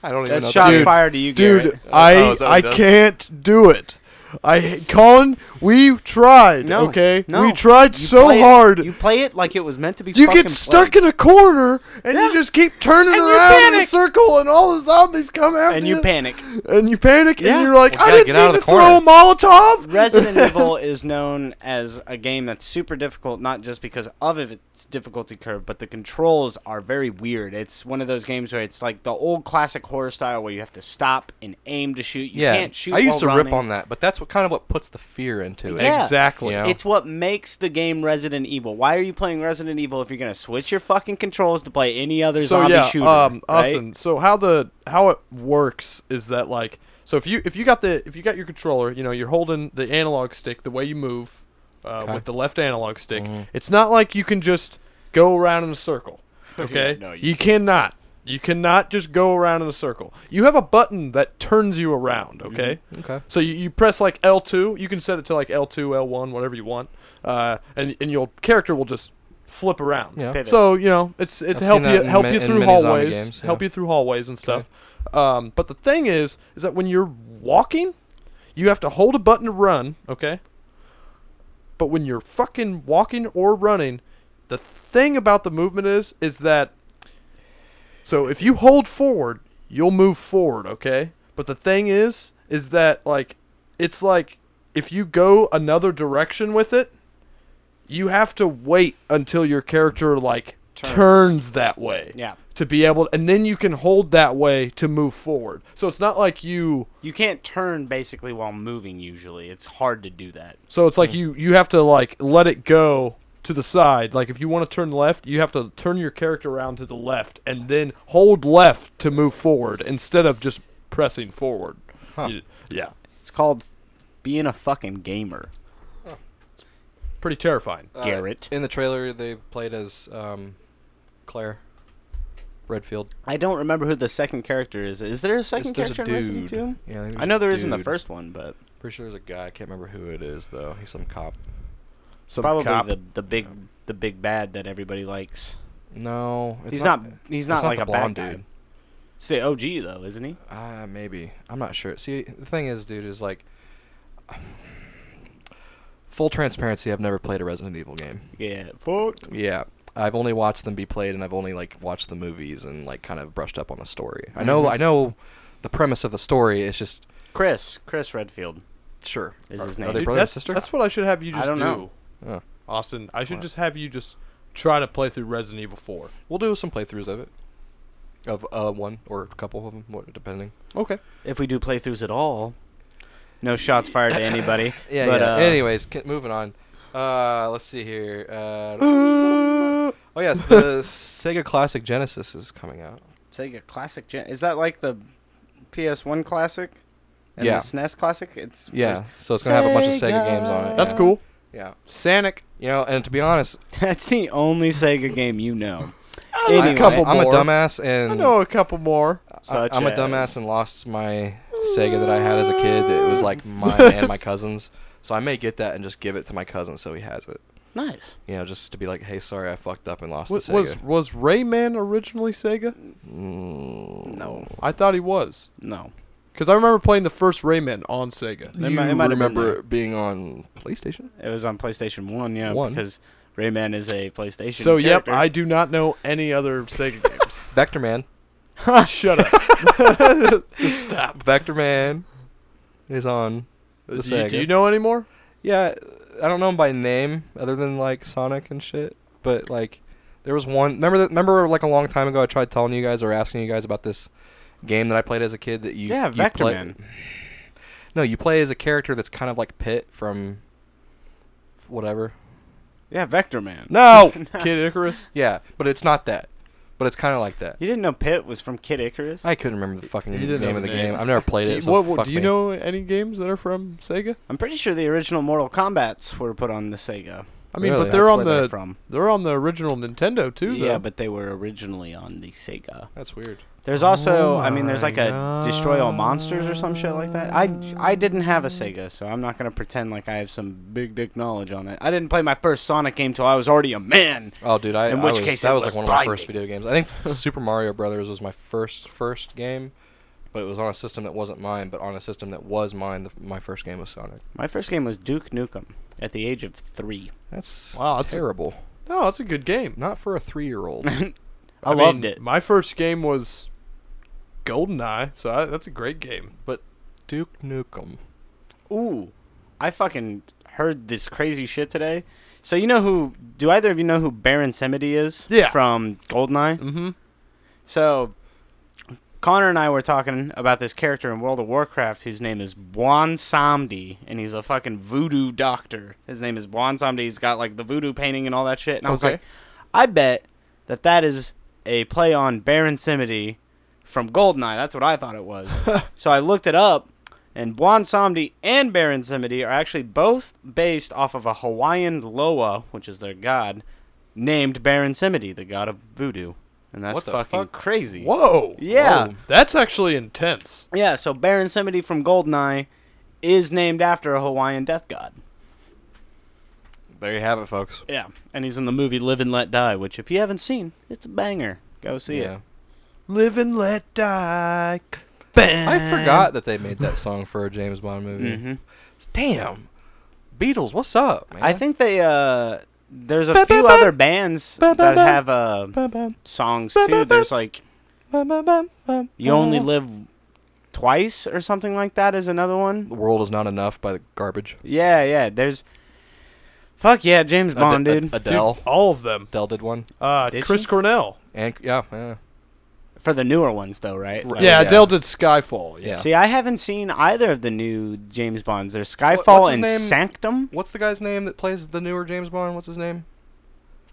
Speaker 3: I don't even
Speaker 1: That's
Speaker 3: know.
Speaker 1: shot
Speaker 2: Dude,
Speaker 1: fire to you, Garrett.
Speaker 2: Dude, I
Speaker 3: Oh, is that what
Speaker 2: I
Speaker 3: it does?
Speaker 2: can't do it. I Colin, we tried.
Speaker 1: No,
Speaker 2: okay,
Speaker 1: no.
Speaker 2: we tried
Speaker 1: You
Speaker 2: so
Speaker 1: play it-
Speaker 2: hard.
Speaker 1: you
Speaker 2: you
Speaker 1: play it like it was meant to be.
Speaker 2: get stuck in a corner and you
Speaker 1: Yeah.
Speaker 2: just keep turning
Speaker 1: And you
Speaker 2: around in a
Speaker 1: panic.
Speaker 2: circle, and all the zombies come after
Speaker 1: and you panic.
Speaker 2: and you panic,
Speaker 1: Yeah.
Speaker 2: and you're like,
Speaker 3: Well,
Speaker 2: I
Speaker 3: gotta
Speaker 2: didn't
Speaker 3: get out
Speaker 2: mean to
Speaker 3: of the corner."
Speaker 2: throw a Molotov.
Speaker 1: Resident Evil is known as a game that's super difficult, not just because of its difficulty curve, but the controls are very weird. It's one of those games where it's like the old classic horror style where you have to stop and aim to shoot. You
Speaker 3: yeah,
Speaker 1: can't shoot.
Speaker 3: I used to
Speaker 1: while
Speaker 3: rip
Speaker 1: running.
Speaker 3: on that, but that's what kind of what puts the fear into it.
Speaker 1: Yeah.
Speaker 2: Exactly.
Speaker 3: You know?
Speaker 1: It's what makes the game Resident Evil. Why are you playing Resident Evil if you're gonna switch your fucking controls to play any other zombie shooter?
Speaker 2: Um,
Speaker 1: right?
Speaker 2: Austin, So how the how it works is that like so if you if you got the if you got your controller, you know, you're holding the analog stick the way you move uh,
Speaker 3: Okay.
Speaker 2: with the left analog stick.
Speaker 1: Mm-hmm.
Speaker 2: It's not like you can just go around in a circle. Okay,
Speaker 1: no,
Speaker 2: you,
Speaker 1: you
Speaker 2: cannot. You cannot just go around in a circle. You have a button that turns you around.
Speaker 1: Mm-hmm.
Speaker 2: Okay.
Speaker 3: Okay.
Speaker 2: So you, you press like L2. You can set it to like L2, L1, whatever you want, uh, and and your character will just flip around.
Speaker 3: Yeah.
Speaker 1: Pivot.
Speaker 2: So you know it's it
Speaker 3: I've
Speaker 2: help
Speaker 3: seen
Speaker 2: you
Speaker 3: that in
Speaker 2: help
Speaker 3: ma-
Speaker 2: you
Speaker 3: in
Speaker 2: through
Speaker 3: many zombie
Speaker 2: hallways,
Speaker 3: games,
Speaker 2: help
Speaker 3: yeah.
Speaker 2: you through hallways and stuff. Um, but the thing is, is that when you're walking, you have to hold a button to run. Okay. But when you're fucking walking or running, the thing about the movement is is that so if you hold forward, you'll move forward, okay? But the thing is is that like it's like if you go another direction with it, you have to wait until your character like turns that way
Speaker 1: Yeah.
Speaker 2: to be able and then you can hold that way to move forward so it's not like you
Speaker 1: You can't turn basically while moving usually. It's hard to do that.
Speaker 2: so it's like
Speaker 3: Hmm.
Speaker 2: you you have to like let it go to the side like if you want to turn left you have to turn your character around to the left and then hold left to move forward instead of just pressing forward You- yeah
Speaker 1: It's called being a fucking gamer,
Speaker 2: pretty terrifying
Speaker 3: Uh,
Speaker 1: Garrett.
Speaker 3: in the trailer, they played as um, Claire Redfield.
Speaker 1: I don't remember who the second character is. Is there a second
Speaker 3: It's-
Speaker 1: character in Resident Evil? two?
Speaker 3: Yeah,
Speaker 1: I know there
Speaker 3: there
Speaker 1: is in the first one, but
Speaker 3: Pretty sure there's a guy. I can't remember who it is though. He's some cop.
Speaker 2: Some
Speaker 1: probably
Speaker 2: cop-
Speaker 1: the the big the big bad that everybody likes.
Speaker 3: No, it's
Speaker 1: he's not, he's
Speaker 3: it's
Speaker 1: not
Speaker 3: not
Speaker 1: like
Speaker 3: the
Speaker 1: a bad
Speaker 3: blonde
Speaker 1: dude.
Speaker 3: dude.
Speaker 1: Guy. It's the OG though, isn't he?
Speaker 3: Ah, maybe. I'm not sure. See, the thing is, dude, is like full transparency. I've never played a Resident Evil game.
Speaker 1: Yeah. Fuck.
Speaker 3: Yeah. I've only watched them be played, and I've only like watched the movies and like kind of brushed up on the story. I know,
Speaker 1: Mhm.
Speaker 3: I know, the premise of the story is just
Speaker 1: Chris. Chris Redfield.
Speaker 3: sure.
Speaker 1: Is
Speaker 3: Are-
Speaker 1: his
Speaker 3: Are
Speaker 1: name.
Speaker 3: they
Speaker 1: Dude,
Speaker 3: brother and
Speaker 2: that's,
Speaker 3: sister?
Speaker 2: that's what i should have you
Speaker 1: I
Speaker 2: just
Speaker 1: don't
Speaker 2: do
Speaker 1: know.
Speaker 3: Oh.
Speaker 2: austin i should
Speaker 3: What?
Speaker 2: just have you just try to play through resident evil 4
Speaker 3: We'll do some playthroughs of it, of uh one or a couple of them, what, depending.
Speaker 2: okay
Speaker 1: If we do playthroughs at all, no shots fired to anybody.
Speaker 3: Yeah.
Speaker 1: But,
Speaker 3: yeah.
Speaker 1: uh,
Speaker 3: Anyways, ca- moving on. Uh, let's see here. Uh, oh yes, the Sega Classic Genesis is coming out.
Speaker 1: Sega Classic Gen. Is that like the PS1 Classic? And
Speaker 3: Yeah.
Speaker 1: The SNES Classic. It's
Speaker 3: Yeah, so it's gonna have a bunch of Sega games on it.
Speaker 2: that's
Speaker 3: yeah.
Speaker 2: cool
Speaker 3: Yeah,
Speaker 2: sanic
Speaker 3: you know, and to be honest,
Speaker 1: That's the only Sega game you know.
Speaker 2: There's
Speaker 3: I,
Speaker 2: a couple
Speaker 3: am
Speaker 2: more.
Speaker 3: a dumbass, and
Speaker 2: i know a couple more
Speaker 3: I,
Speaker 1: Such
Speaker 3: am a
Speaker 1: as-
Speaker 3: dumbass and lost my Sega that I had as a kid. It was like mine and my cousin's. So I may get that and just give it to my cousin so he has it.
Speaker 1: Nice.
Speaker 3: You know, just to be like, hey, sorry, I fucked up and lost
Speaker 2: Was,
Speaker 3: the
Speaker 2: was
Speaker 3: Sega.
Speaker 2: was Rayman originally Sega?
Speaker 3: Mm,
Speaker 1: No.
Speaker 2: I thought he was,
Speaker 1: No.
Speaker 2: because I remember playing the first Rayman on Sega.
Speaker 1: They
Speaker 3: you
Speaker 1: might- it might have been
Speaker 3: remember
Speaker 1: there.
Speaker 3: it being on PlayStation?
Speaker 1: It was on PlayStation 1, yeah,
Speaker 3: One.
Speaker 1: because Rayman is a PlayStation
Speaker 2: So yep,
Speaker 1: character.
Speaker 2: I do not know any other Sega games.
Speaker 3: Vector Man.
Speaker 2: Shut up.
Speaker 1: Ah,
Speaker 2: Just stop.
Speaker 3: Vector Man is on.
Speaker 2: Do
Speaker 3: The
Speaker 2: you, do
Speaker 3: Sega.
Speaker 2: you know any more?
Speaker 3: Yeah, I don't know him by name other than like Sonic and shit. But like, there was one. Remember that? Remember like a long time ago, I tried telling you guys or asking you guys about this game that I played as a kid that you
Speaker 1: yeah,
Speaker 3: you
Speaker 1: Vector
Speaker 3: play-
Speaker 1: Man.
Speaker 3: No, you play as a character that's kind of like Pit from whatever.
Speaker 1: Yeah, Vector Man.
Speaker 3: No.
Speaker 2: Kid Icarus.
Speaker 3: yeah, but it's not that. But it's kind of like that.
Speaker 1: You didn't know Pit was from Kid Icarus?
Speaker 3: I couldn't remember the fucking
Speaker 2: He didn't
Speaker 3: name
Speaker 2: know
Speaker 3: of the
Speaker 2: the
Speaker 3: game.
Speaker 2: name.
Speaker 3: I've never played
Speaker 2: Do
Speaker 3: it.
Speaker 2: you,
Speaker 3: so
Speaker 2: what- what-
Speaker 3: fuck
Speaker 2: do you
Speaker 3: me.
Speaker 2: know any games that are from Sega?
Speaker 1: I'm pretty sure the original Mortal Kombat's were put on the Sega.
Speaker 2: I mean,
Speaker 3: Really?
Speaker 2: but they're
Speaker 1: That's
Speaker 2: on
Speaker 1: where they're
Speaker 2: the
Speaker 1: from.
Speaker 2: they're on the original Nintendo too.
Speaker 1: Yeah,
Speaker 2: Uh, though.
Speaker 1: but they were originally on the Sega.
Speaker 3: That's weird.
Speaker 1: There's also,
Speaker 2: Oh
Speaker 1: I mean, there's
Speaker 2: my
Speaker 1: like a destroy all monsters or some shit like that. I I didn't have a Sega, so I'm not gonna pretend like I have some big dick knowledge on it. I didn't play my first Sonic game till I was already a man.
Speaker 3: Oh, dude, I,
Speaker 1: In
Speaker 3: I
Speaker 1: which
Speaker 3: was,
Speaker 1: case
Speaker 3: that
Speaker 1: it
Speaker 3: was,
Speaker 1: was
Speaker 3: like one of my first
Speaker 1: blinding.
Speaker 3: video games. I think Super Mario Brothers was my first first game, but it was on a system that wasn't mine. But on a system that was mine, the, my first game was Sonic.
Speaker 1: My first game was Duke Nukem at the age of three.
Speaker 3: That's
Speaker 2: Wow, Oh, that's a-
Speaker 3: terrible.
Speaker 2: no, it's a good game.
Speaker 3: Not for a three-year-old.
Speaker 1: I,
Speaker 2: I mean,
Speaker 1: loved it.
Speaker 2: My first game was GoldenEye, so I, that's a great game. But
Speaker 3: Duke Nukem.
Speaker 1: Ooh, I fucking heard this crazy shit today. So you know who? Do either of you know who Baron Samedi is?
Speaker 2: Yeah.
Speaker 1: From Goldeneye.
Speaker 2: mm-hmm.
Speaker 1: So, Connor and I were talking about this character in World of Warcraft whose name is Bwan Samdi, and he's a fucking voodoo doctor. His name is Bwan Samdi. He's got like the voodoo painting and all that shit. And I was
Speaker 2: Okay.
Speaker 1: like, I bet that that is a play on Baron Samedi from Goldeneye. That's what I thought it was. so I looked it up. And Bwan Samdi and Baron Samedi are actually both based off of a Hawaiian Loa, which is their god, named Baron Samedi, the god of voodoo. And that's
Speaker 3: What the
Speaker 1: fucking
Speaker 3: fuck?
Speaker 1: crazy.
Speaker 2: Whoa.
Speaker 1: Yeah.
Speaker 3: Whoa.
Speaker 2: That's actually intense.
Speaker 1: Yeah, so Baron Samedi from Goldeneye is named after a Hawaiian death god.
Speaker 3: There you have it, folks.
Speaker 1: Yeah. And he's in the movie Live and Let Die, which if you haven't seen, it's a banger. Go see it.
Speaker 2: Live and let die.
Speaker 3: I forgot that they made that song for a James Bond movie.
Speaker 1: hmm
Speaker 3: Damn. Beatles, what's up, man?
Speaker 1: I think they uh there's a
Speaker 3: Ba- ba-
Speaker 1: few
Speaker 3: ba-
Speaker 1: other bands
Speaker 3: ba- ba-
Speaker 1: that
Speaker 3: ba-
Speaker 1: have uh songs too. There's like You Only Live Twice or something like that is another one.
Speaker 3: The world is not enough by the garbage.
Speaker 1: Yeah, yeah. There's Fuck yeah, James
Speaker 3: Ad-
Speaker 1: Bond,
Speaker 3: Ad-
Speaker 1: dude.
Speaker 3: Adele.
Speaker 2: all of them.
Speaker 3: Adele did one.
Speaker 2: Uh,
Speaker 1: Did
Speaker 2: Chris
Speaker 1: she?
Speaker 2: Cornell.
Speaker 3: And yeah, yeah.
Speaker 1: For the newer ones, though, right?
Speaker 3: Right. Oh,
Speaker 2: yeah,
Speaker 3: yeah.
Speaker 2: Adele did Skyfall. Yeah.
Speaker 3: Yeah.
Speaker 1: See, I haven't seen either of the new James Bonds. There's Skyfall
Speaker 3: what's his
Speaker 1: and
Speaker 3: name?
Speaker 1: Sanctum.
Speaker 3: What's the guy's name that plays the newer James Bond? What's his name?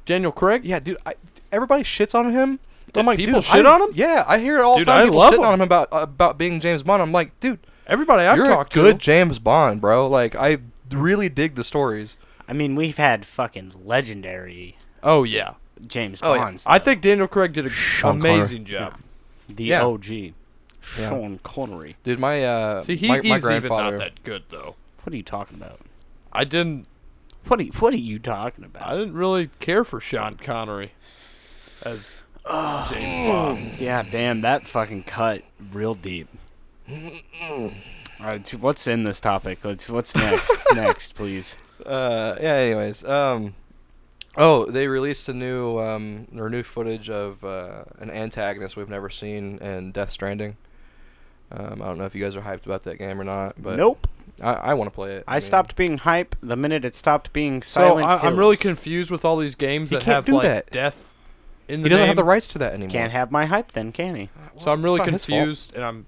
Speaker 2: Daniel Craig.
Speaker 3: Yeah, dude. I, everybody shits on him.
Speaker 2: Dude,
Speaker 3: I'm like,
Speaker 2: people
Speaker 3: dude,
Speaker 2: shit
Speaker 3: I-
Speaker 2: on him?
Speaker 3: Yeah, I hear it all
Speaker 2: Dude,
Speaker 3: the time.
Speaker 2: I
Speaker 3: people
Speaker 2: love
Speaker 3: shitting on
Speaker 2: him.
Speaker 3: him about uh, about being James Bond. I'm like, dude,
Speaker 2: Everybody I've
Speaker 3: you're a
Speaker 2: talked
Speaker 3: good
Speaker 2: to.
Speaker 3: James Bond, bro. Like, I really dig the stories.
Speaker 1: I mean, we've had fucking legendary
Speaker 2: Oh yeah.
Speaker 1: James
Speaker 3: Oh, yeah.
Speaker 1: Bonds.
Speaker 2: I think Daniel Craig did an
Speaker 3: Sean Connery.
Speaker 2: amazing job.
Speaker 1: the
Speaker 3: yeah.
Speaker 1: OG, Sean Connery.
Speaker 3: Dude, my uh,
Speaker 2: See, he,
Speaker 3: my, my
Speaker 2: he's even
Speaker 3: grandfather.
Speaker 2: not that good though.
Speaker 1: What are you talking about?
Speaker 2: I didn't.
Speaker 1: What are you, What are you talking
Speaker 2: I
Speaker 1: about?
Speaker 2: didn't really care for Sean Connery as James Bond.
Speaker 1: Yeah, damn, that fucking cut real deep. All right, t- what's in this topic? Let's. What's next? next, please.
Speaker 3: uh, yeah. Anyways, um, oh, they released a new um, or new footage of uh, an antagonist we've never seen in Death Stranding. Um, I don't know if you guys are hyped about that game or not, but
Speaker 1: nope.
Speaker 3: I, I want to play it.
Speaker 1: I,
Speaker 3: mean,
Speaker 1: stopped being hype the minute it stopped being
Speaker 2: So
Speaker 1: silent.
Speaker 2: I, I'm really
Speaker 1: Hills.
Speaker 2: confused with all these games
Speaker 3: He
Speaker 2: that
Speaker 3: can't
Speaker 2: have
Speaker 3: do
Speaker 2: like
Speaker 3: that.
Speaker 2: death. In the
Speaker 3: He doesn't have
Speaker 2: name.
Speaker 3: the rights to that anymore.
Speaker 1: Can't have my hype then, can he?
Speaker 2: So I'm really
Speaker 3: It's not his fault.
Speaker 2: confused, and I'm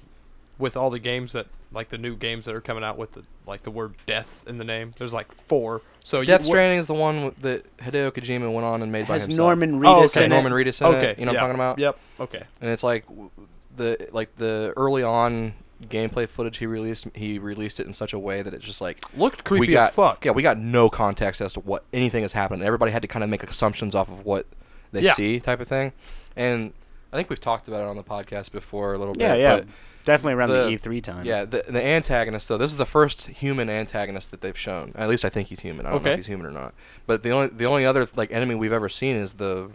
Speaker 2: with all the games that like the new games that are coming out with the like the word death in the name. There's like four. So you-
Speaker 3: Death
Speaker 2: wh-
Speaker 3: Stranding is the one w- that Hideo Kojima went on and made by
Speaker 1: Has
Speaker 3: himself.
Speaker 1: Norman Reedus
Speaker 2: Oh,
Speaker 1: in
Speaker 2: okay.
Speaker 3: Has
Speaker 1: it?
Speaker 3: Norman Reedus in
Speaker 2: Okay,
Speaker 3: it. You know
Speaker 2: yeah,
Speaker 3: what I'm talking about?
Speaker 2: Yep. Okay.
Speaker 3: and it's like w- the like the early on gameplay footage he released he released it in such a way that it's just like
Speaker 2: Looked
Speaker 3: we
Speaker 2: creepy
Speaker 3: got
Speaker 2: as fuck.
Speaker 3: yeah we got no context as to what anything has happened everybody had to kind of make assumptions off of what they
Speaker 2: Yeah.
Speaker 3: see type of thing and i think we've talked about it on the podcast before a little
Speaker 1: Yeah,
Speaker 3: bit
Speaker 1: yeah.
Speaker 3: but
Speaker 1: Definitely around the,
Speaker 3: the-
Speaker 1: E3 time.
Speaker 3: yeah, the, the antagonist though. This is the first human antagonist that they've shown. At least I think he's human. I don't know
Speaker 2: Okay.
Speaker 3: if he's human or not. But the only the only other like enemy we've ever seen is the,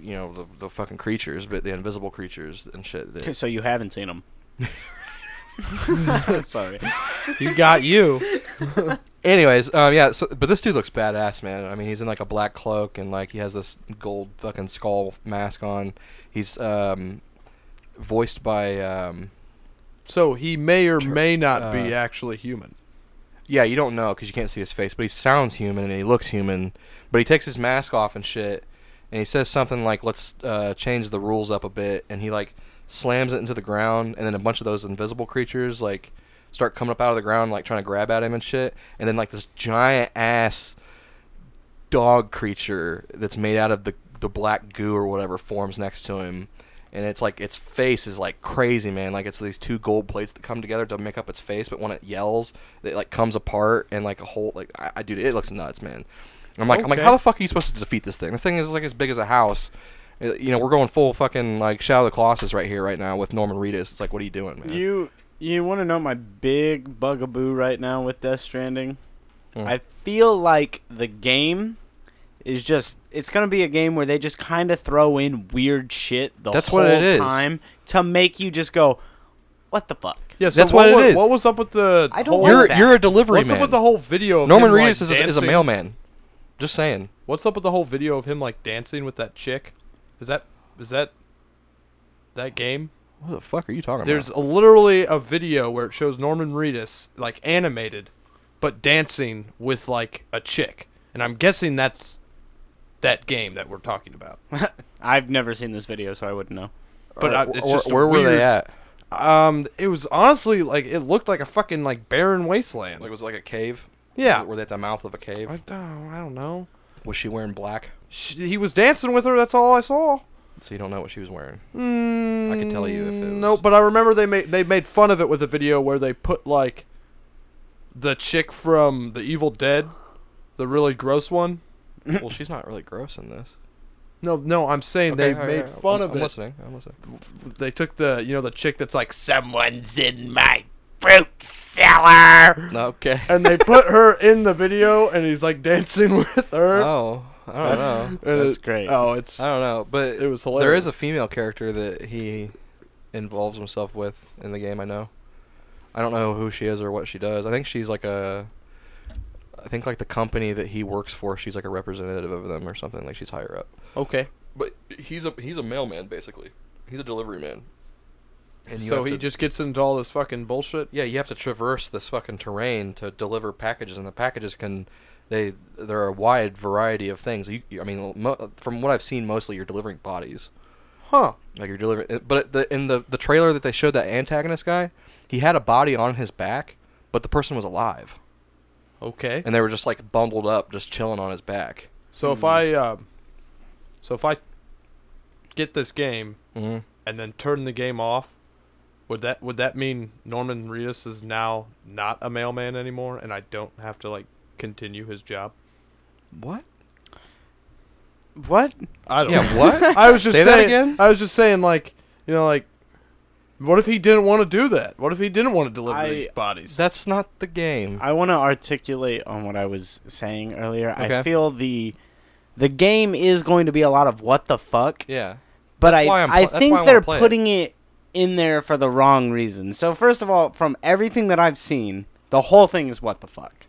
Speaker 3: you know, the, the fucking creatures, but the invisible creatures and shit. that-
Speaker 1: So you haven't seen him. Sorry.
Speaker 2: you got you.
Speaker 3: Anyways, um, yeah. So, but this dude looks badass, man. I mean, he's in like a black cloak and like he has this gold fucking skull mask on. He's um, voiced by um,
Speaker 2: So he may or
Speaker 3: Tur-
Speaker 2: may not be
Speaker 3: uh,
Speaker 2: actually human.
Speaker 3: Yeah, you don't know because you can't see his face, but he sounds human and he looks human. But he takes his mask off and shit, and he says something like, "Let's uh, change the rules up a bit." And he like slams it into the ground, and then a bunch of those invisible creatures like start coming up out of the ground, like trying to grab at him and shit. And then like this giant ass dog creature that's made out of the the black goo or whatever forms next to him. And it's like its face is like crazy, man. Like it's these two gold plates that come together to make up its face, but when it yells, it like comes apart and like a whole like I, I dude, it looks nuts, man. I'm like I'm like,
Speaker 2: Okay.
Speaker 3: how the fuck are you supposed to defeat this thing? This thing is like as big as a house. Uh, You know, we're going full fucking like Shadow of the Colossus right here, right now with Norman Reedus. It's like, what are you doing, man?
Speaker 1: You you want to know my big bugaboo right now with Death Stranding?
Speaker 3: Mm.
Speaker 1: I feel like the game is just it's going to be a game where they just kind of throw in weird shit the
Speaker 3: That's
Speaker 1: whole
Speaker 3: what it is.
Speaker 1: time to make you you just go, "What the fuck?"
Speaker 2: Yeah. So
Speaker 3: That's
Speaker 2: what
Speaker 3: what it
Speaker 2: was,
Speaker 3: is.
Speaker 2: What was up with the?
Speaker 1: I don't
Speaker 2: whole-
Speaker 1: like
Speaker 3: you're
Speaker 1: that.
Speaker 3: you're a delivery
Speaker 2: What's
Speaker 3: man.
Speaker 2: up with the whole video of
Speaker 3: Norman
Speaker 2: him, like,
Speaker 3: Reedus is, a, is a
Speaker 2: dancing?
Speaker 3: mailman. Just saying.
Speaker 2: What's up with the whole video of him like dancing with that chick? Is that is that that game?
Speaker 3: What the fuck are you talking
Speaker 2: There's
Speaker 3: about?
Speaker 2: a, literally a video where it shows Norman Reedus like animated, but dancing with like a chick, and I'm guessing that's that game that we're talking about.
Speaker 1: I've never seen this video, so I wouldn't know.
Speaker 2: but, uh, it's just a
Speaker 3: where were
Speaker 2: weird-
Speaker 3: they at?
Speaker 2: Um, it was honestly like it looked like a fucking like barren wasteland.
Speaker 3: Like was it like a cave?
Speaker 2: yeah,
Speaker 3: Were they at the mouth of a cave?
Speaker 2: I don't, I don't know.
Speaker 3: Was she wearing black?
Speaker 2: She, he was dancing with her. That's all I saw.
Speaker 3: So you don't know what she was wearing.
Speaker 2: Mm,
Speaker 3: could tell you if it
Speaker 2: No,
Speaker 3: was-
Speaker 2: but I remember they made they made fun of it with a video where they put like the chick from The Evil Dead, the really gross one.
Speaker 3: well, she's not really gross in this.
Speaker 2: No, no, I'm saying they
Speaker 3: Okay, all right,
Speaker 2: made
Speaker 3: all right.
Speaker 2: fun
Speaker 3: I'm,
Speaker 2: of
Speaker 3: I'm
Speaker 2: it.
Speaker 3: listening. I'm listening.
Speaker 2: They took the you know the chick that's like someone's in my fruit cellar,
Speaker 3: Okay.
Speaker 2: and they put her in the video, and he's like dancing with her.
Speaker 3: Oh, I don't know.
Speaker 2: and
Speaker 1: That's
Speaker 2: it-
Speaker 1: great.
Speaker 2: Oh, it's
Speaker 3: I don't know, but
Speaker 2: it was hilarious.
Speaker 3: there is a female character that he involves himself with in the game. I know. I don't know who she is or what she does. I think she's like a. I think like the company that he works for, she's like a representative of them or something. Like she's higher up.
Speaker 2: okay.
Speaker 3: But he's a he's a mailman basically. He's a delivery man. And
Speaker 2: So
Speaker 3: have
Speaker 2: he
Speaker 3: to-
Speaker 2: just gets into all this fucking bullshit.
Speaker 3: yeah, you have to traverse this fucking terrain to deliver packages, and the packages can They there are a wide variety of things. You, you- I mean, mo- from what I've seen, mostly you're delivering bodies.
Speaker 2: Huh.
Speaker 3: Like you're delivering, uh, but the, in the the trailer that they showed that antagonist guy, he had a body on his back, but the person was alive,
Speaker 2: Okay.
Speaker 3: and they were just like bundled up, just chilling on his back.
Speaker 2: So if I um, so if I get this game
Speaker 3: Mm-hmm.
Speaker 2: and then turn the game off, would that would that mean Norman Reedus is now not a mailman anymore, and I don't have to like continue his job?
Speaker 3: What?
Speaker 1: What?
Speaker 2: I don't.
Speaker 3: Yeah. What?
Speaker 2: I was just
Speaker 3: Say that
Speaker 2: saying.
Speaker 3: again?
Speaker 2: I was just saying, like you know, like what if he didn't want to do that? What if he didn't want to deliver
Speaker 1: I-
Speaker 2: these bodies?
Speaker 3: That's not the game.
Speaker 1: I want to articulate on what I was saying earlier. I
Speaker 3: Okay.
Speaker 1: feel the the game is going to be a lot of what the fuck,
Speaker 3: yeah.
Speaker 1: but
Speaker 3: That's
Speaker 1: I
Speaker 3: why I'm pl-
Speaker 1: I
Speaker 3: that's why I
Speaker 1: think
Speaker 3: wanna
Speaker 1: they're
Speaker 3: play it.
Speaker 1: putting it in there for the wrong reason. So first of all, from everything that I've seen, the whole thing is what the fuck,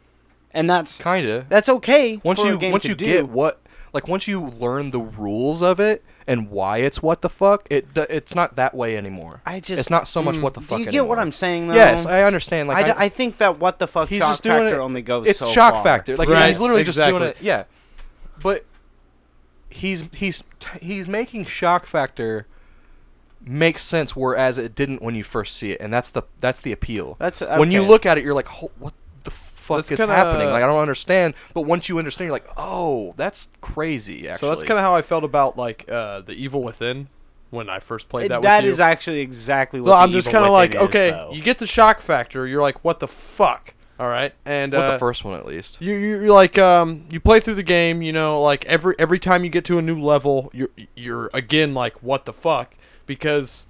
Speaker 1: and that's
Speaker 3: Kinda.
Speaker 1: that's okay.
Speaker 3: once
Speaker 1: for a
Speaker 3: you
Speaker 1: game
Speaker 3: once
Speaker 1: to
Speaker 3: you
Speaker 1: do.
Speaker 3: get what like once you learn the rules of it and why it's what the fuck it do- it's not that way anymore.
Speaker 1: I just mm,
Speaker 3: it's not so much what the
Speaker 1: Do
Speaker 3: fuck.
Speaker 1: you get
Speaker 3: anymore.
Speaker 1: what I'm saying? though?
Speaker 3: Yes, I understand. Like
Speaker 1: I, d- I think that what the fuck
Speaker 3: he's
Speaker 1: shock
Speaker 3: just doing
Speaker 1: factor
Speaker 3: it-
Speaker 1: only goes.
Speaker 3: it's
Speaker 1: so
Speaker 3: shock
Speaker 1: far.
Speaker 3: factor. Like
Speaker 2: Right,
Speaker 3: he's literally just doing
Speaker 2: exactly.
Speaker 3: it. Yeah, but he's he's he's making shock factor make sense whereas it didn't when you first see it, and that's the that's the appeal.
Speaker 1: That's
Speaker 3: when you
Speaker 1: okay.
Speaker 3: look at it, you're like, "Ho- what the fuck
Speaker 2: That's
Speaker 3: is
Speaker 2: kinda-
Speaker 3: happening? Like I don't understand. But once you understand, you're like, oh, that's crazy. Actually,
Speaker 2: so that's kind of how I felt about like uh, the Evil Within when I first played that.
Speaker 1: It-
Speaker 2: with
Speaker 1: that
Speaker 2: you.
Speaker 1: is actually exactly what.
Speaker 2: Well,
Speaker 1: the
Speaker 2: I'm just
Speaker 1: kind of
Speaker 2: like,
Speaker 1: is,
Speaker 2: okay,
Speaker 1: though.
Speaker 2: you get the shock factor. You're like, what the fuck? All right, and
Speaker 3: what
Speaker 2: uh,
Speaker 3: the first one at least.
Speaker 2: you you you're like um you play through the game. You know, like every every time you get to a new level, you're you're again like, what the fuck? Because,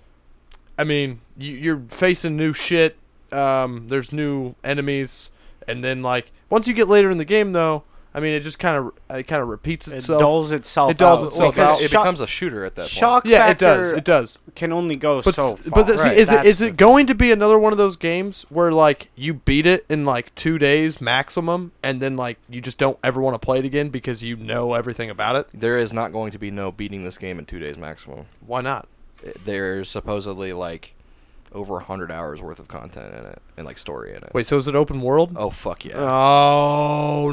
Speaker 2: I mean, you, you're facing new shit. Um, there's new enemies, and then like once you get later in the game, though, I mean, it just kind of it kind of repeats
Speaker 1: it
Speaker 2: itself.
Speaker 1: dulls itself.
Speaker 2: It dulls
Speaker 1: out.
Speaker 2: itself
Speaker 1: because
Speaker 2: out.
Speaker 3: it
Speaker 1: shock-
Speaker 3: becomes a shooter at that
Speaker 1: shock
Speaker 2: yeah, it
Speaker 1: factor
Speaker 2: does. It does.
Speaker 1: can only go
Speaker 2: But
Speaker 1: so
Speaker 2: s-
Speaker 1: far.
Speaker 2: but the, see,
Speaker 1: Right,
Speaker 2: is it
Speaker 1: that's
Speaker 2: is
Speaker 1: the
Speaker 2: it going to be another one of those games where like you beat it in like two days maximum, and then like you just don't ever want to play it again because you know everything about it?
Speaker 3: point. There is not going to be no beating this game in two days maximum.
Speaker 2: Why not?
Speaker 3: There's supposedly like over hundred hours worth of content in it and like story in it.
Speaker 2: Wait, Uh, so is it open world?
Speaker 3: Oh fuck yeah.
Speaker 2: Oh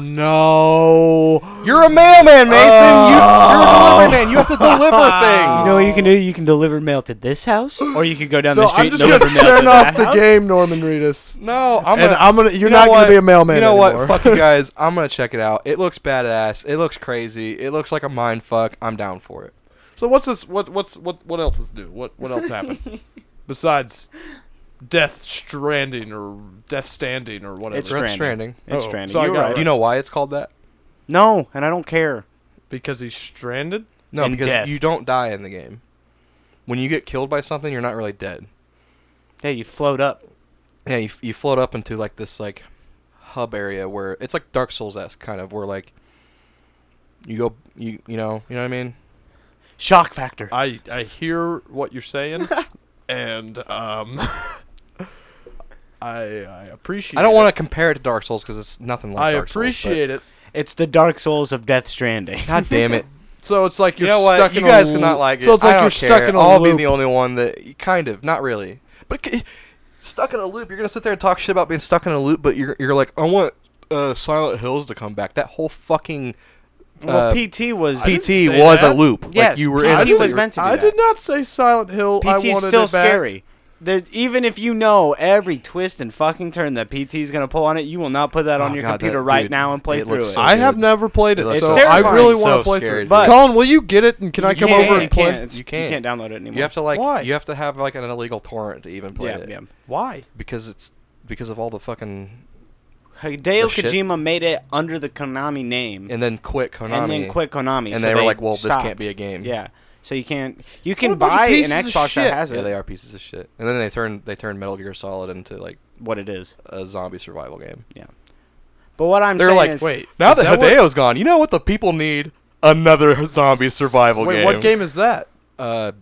Speaker 2: no!
Speaker 3: You're a mailman, Mason. You,
Speaker 2: Oh.
Speaker 3: you're a delivery man. You have to deliver things.
Speaker 1: You know what you can do? You can deliver mail to this house, or you could go down
Speaker 2: so
Speaker 1: the street
Speaker 2: I'm
Speaker 1: and
Speaker 2: just
Speaker 1: deliver
Speaker 2: gonna
Speaker 1: mail to
Speaker 2: turn
Speaker 1: that
Speaker 2: off the
Speaker 1: house.
Speaker 2: game, Norman Reedus,
Speaker 3: no, I'm
Speaker 2: and
Speaker 3: gonna.
Speaker 2: I'm gonna. You're
Speaker 3: you know
Speaker 2: not
Speaker 3: what?
Speaker 2: gonna be a mailman.
Speaker 3: You know
Speaker 2: anymore.
Speaker 3: what? Fuck you guys. I'm gonna check it out. It looks badass. It looks crazy. It looks like a mind fuck. I'm down for it.
Speaker 2: So what's this? What what's what? What else is new? What what else happened besides Death Stranding or Death Standing or whatever?
Speaker 1: It's
Speaker 3: Death
Speaker 1: Stranding.
Speaker 3: Stranding.
Speaker 1: It's
Speaker 2: Oh,
Speaker 1: stranded.
Speaker 2: so I
Speaker 1: You're
Speaker 2: got it
Speaker 1: right.
Speaker 3: Do you know why it's called that?
Speaker 1: No, and I don't care.
Speaker 2: Because he's stranded.
Speaker 3: No,
Speaker 1: And
Speaker 3: because
Speaker 1: death.
Speaker 3: you don't die in the game. When you get killed by something, you're not really dead.
Speaker 1: Yeah, you float up.
Speaker 3: Yeah, you, f- you float up into like this like hub area where it's like Dark Souls esque kind of where like you go you you know you know what I mean.
Speaker 1: Shock factor.
Speaker 2: I I hear what you're saying, and um, I I appreciate.
Speaker 3: I don't
Speaker 2: it.
Speaker 3: want to compare it to Dark Souls because it's nothing like
Speaker 2: I
Speaker 3: Dark Souls, but-
Speaker 2: appreciate it.
Speaker 1: It's the Dark Souls of Death Stranding.
Speaker 3: God damn it!
Speaker 2: So it's like
Speaker 3: you
Speaker 2: you're
Speaker 3: know what?
Speaker 2: stuck
Speaker 3: you
Speaker 2: in
Speaker 3: guys
Speaker 2: a
Speaker 3: cannot like it.
Speaker 2: So it's like
Speaker 3: I don't
Speaker 2: you're
Speaker 3: care.
Speaker 2: stuck in a
Speaker 3: I'll
Speaker 2: loop.
Speaker 3: be the only one that kind of, not really, but c- stuck in a loop. You're gonna sit there and talk shit about being stuck in a loop, but you're you're like, I want uh, Silent Hills to come back. That whole fucking
Speaker 1: well,
Speaker 3: uh,
Speaker 1: PT was
Speaker 2: I didn't
Speaker 3: PT
Speaker 2: say
Speaker 3: was
Speaker 2: that.
Speaker 3: a loop. like
Speaker 1: Yes,
Speaker 3: you were
Speaker 1: PT
Speaker 3: in. a
Speaker 1: was
Speaker 3: state-
Speaker 1: meant to do
Speaker 2: I
Speaker 1: that.
Speaker 2: did not say Silent Hill. I
Speaker 1: PT's
Speaker 2: wanted
Speaker 1: still
Speaker 2: it back.
Speaker 1: scary. There, even if you know every twist and fucking turn that PT's gonna pull on it, you will not put that
Speaker 3: Oh,
Speaker 1: on your
Speaker 3: God,
Speaker 1: computer
Speaker 3: that-
Speaker 1: right
Speaker 3: dude,
Speaker 1: now and play
Speaker 3: it
Speaker 1: through
Speaker 3: looks
Speaker 1: it.
Speaker 3: so
Speaker 2: I have
Speaker 3: dude.
Speaker 2: never played it,
Speaker 3: It's
Speaker 2: so I
Speaker 1: terrifying.
Speaker 2: really
Speaker 1: It's
Speaker 2: want
Speaker 3: so
Speaker 2: to play
Speaker 3: scary,
Speaker 2: through.
Speaker 3: dude.
Speaker 1: But-
Speaker 2: Colin, will you get it and can I come
Speaker 1: can't.
Speaker 2: over
Speaker 1: You
Speaker 2: and
Speaker 1: can't.
Speaker 2: play?
Speaker 1: It's-
Speaker 3: You
Speaker 1: you
Speaker 3: can't.
Speaker 1: can't. download it anymore.
Speaker 3: You have to like.
Speaker 2: Why?
Speaker 3: You have to have like an illegal torrent to even play
Speaker 1: yeah,
Speaker 3: it
Speaker 1: yeah.
Speaker 2: Why?
Speaker 3: because it's because of all the fucking
Speaker 1: Hideo
Speaker 3: The shit-
Speaker 1: Kojima made it under the Konami name,
Speaker 3: and then quit Konami
Speaker 1: and then quit Konami. so
Speaker 3: and they were like, well,
Speaker 1: stopped.
Speaker 3: this can't be a game.
Speaker 1: Yeah, so you can't. You
Speaker 2: What
Speaker 1: can
Speaker 2: a bunch of
Speaker 1: buy an
Speaker 2: pieces of
Speaker 1: Xbox
Speaker 2: shit.
Speaker 1: that has it.
Speaker 3: Yeah, they are pieces of shit. And then they turned they turned Metal Gear Solid into like
Speaker 1: What it is,
Speaker 3: a zombie survival game.
Speaker 1: but what I'm
Speaker 3: They're
Speaker 1: saying
Speaker 3: like,
Speaker 1: is,
Speaker 2: Wait.
Speaker 3: Now
Speaker 2: is what-
Speaker 3: that Hideo's gone, you know what the people need? Another zombie survival
Speaker 2: Wait,
Speaker 3: game.
Speaker 2: what game is that?
Speaker 3: Uh,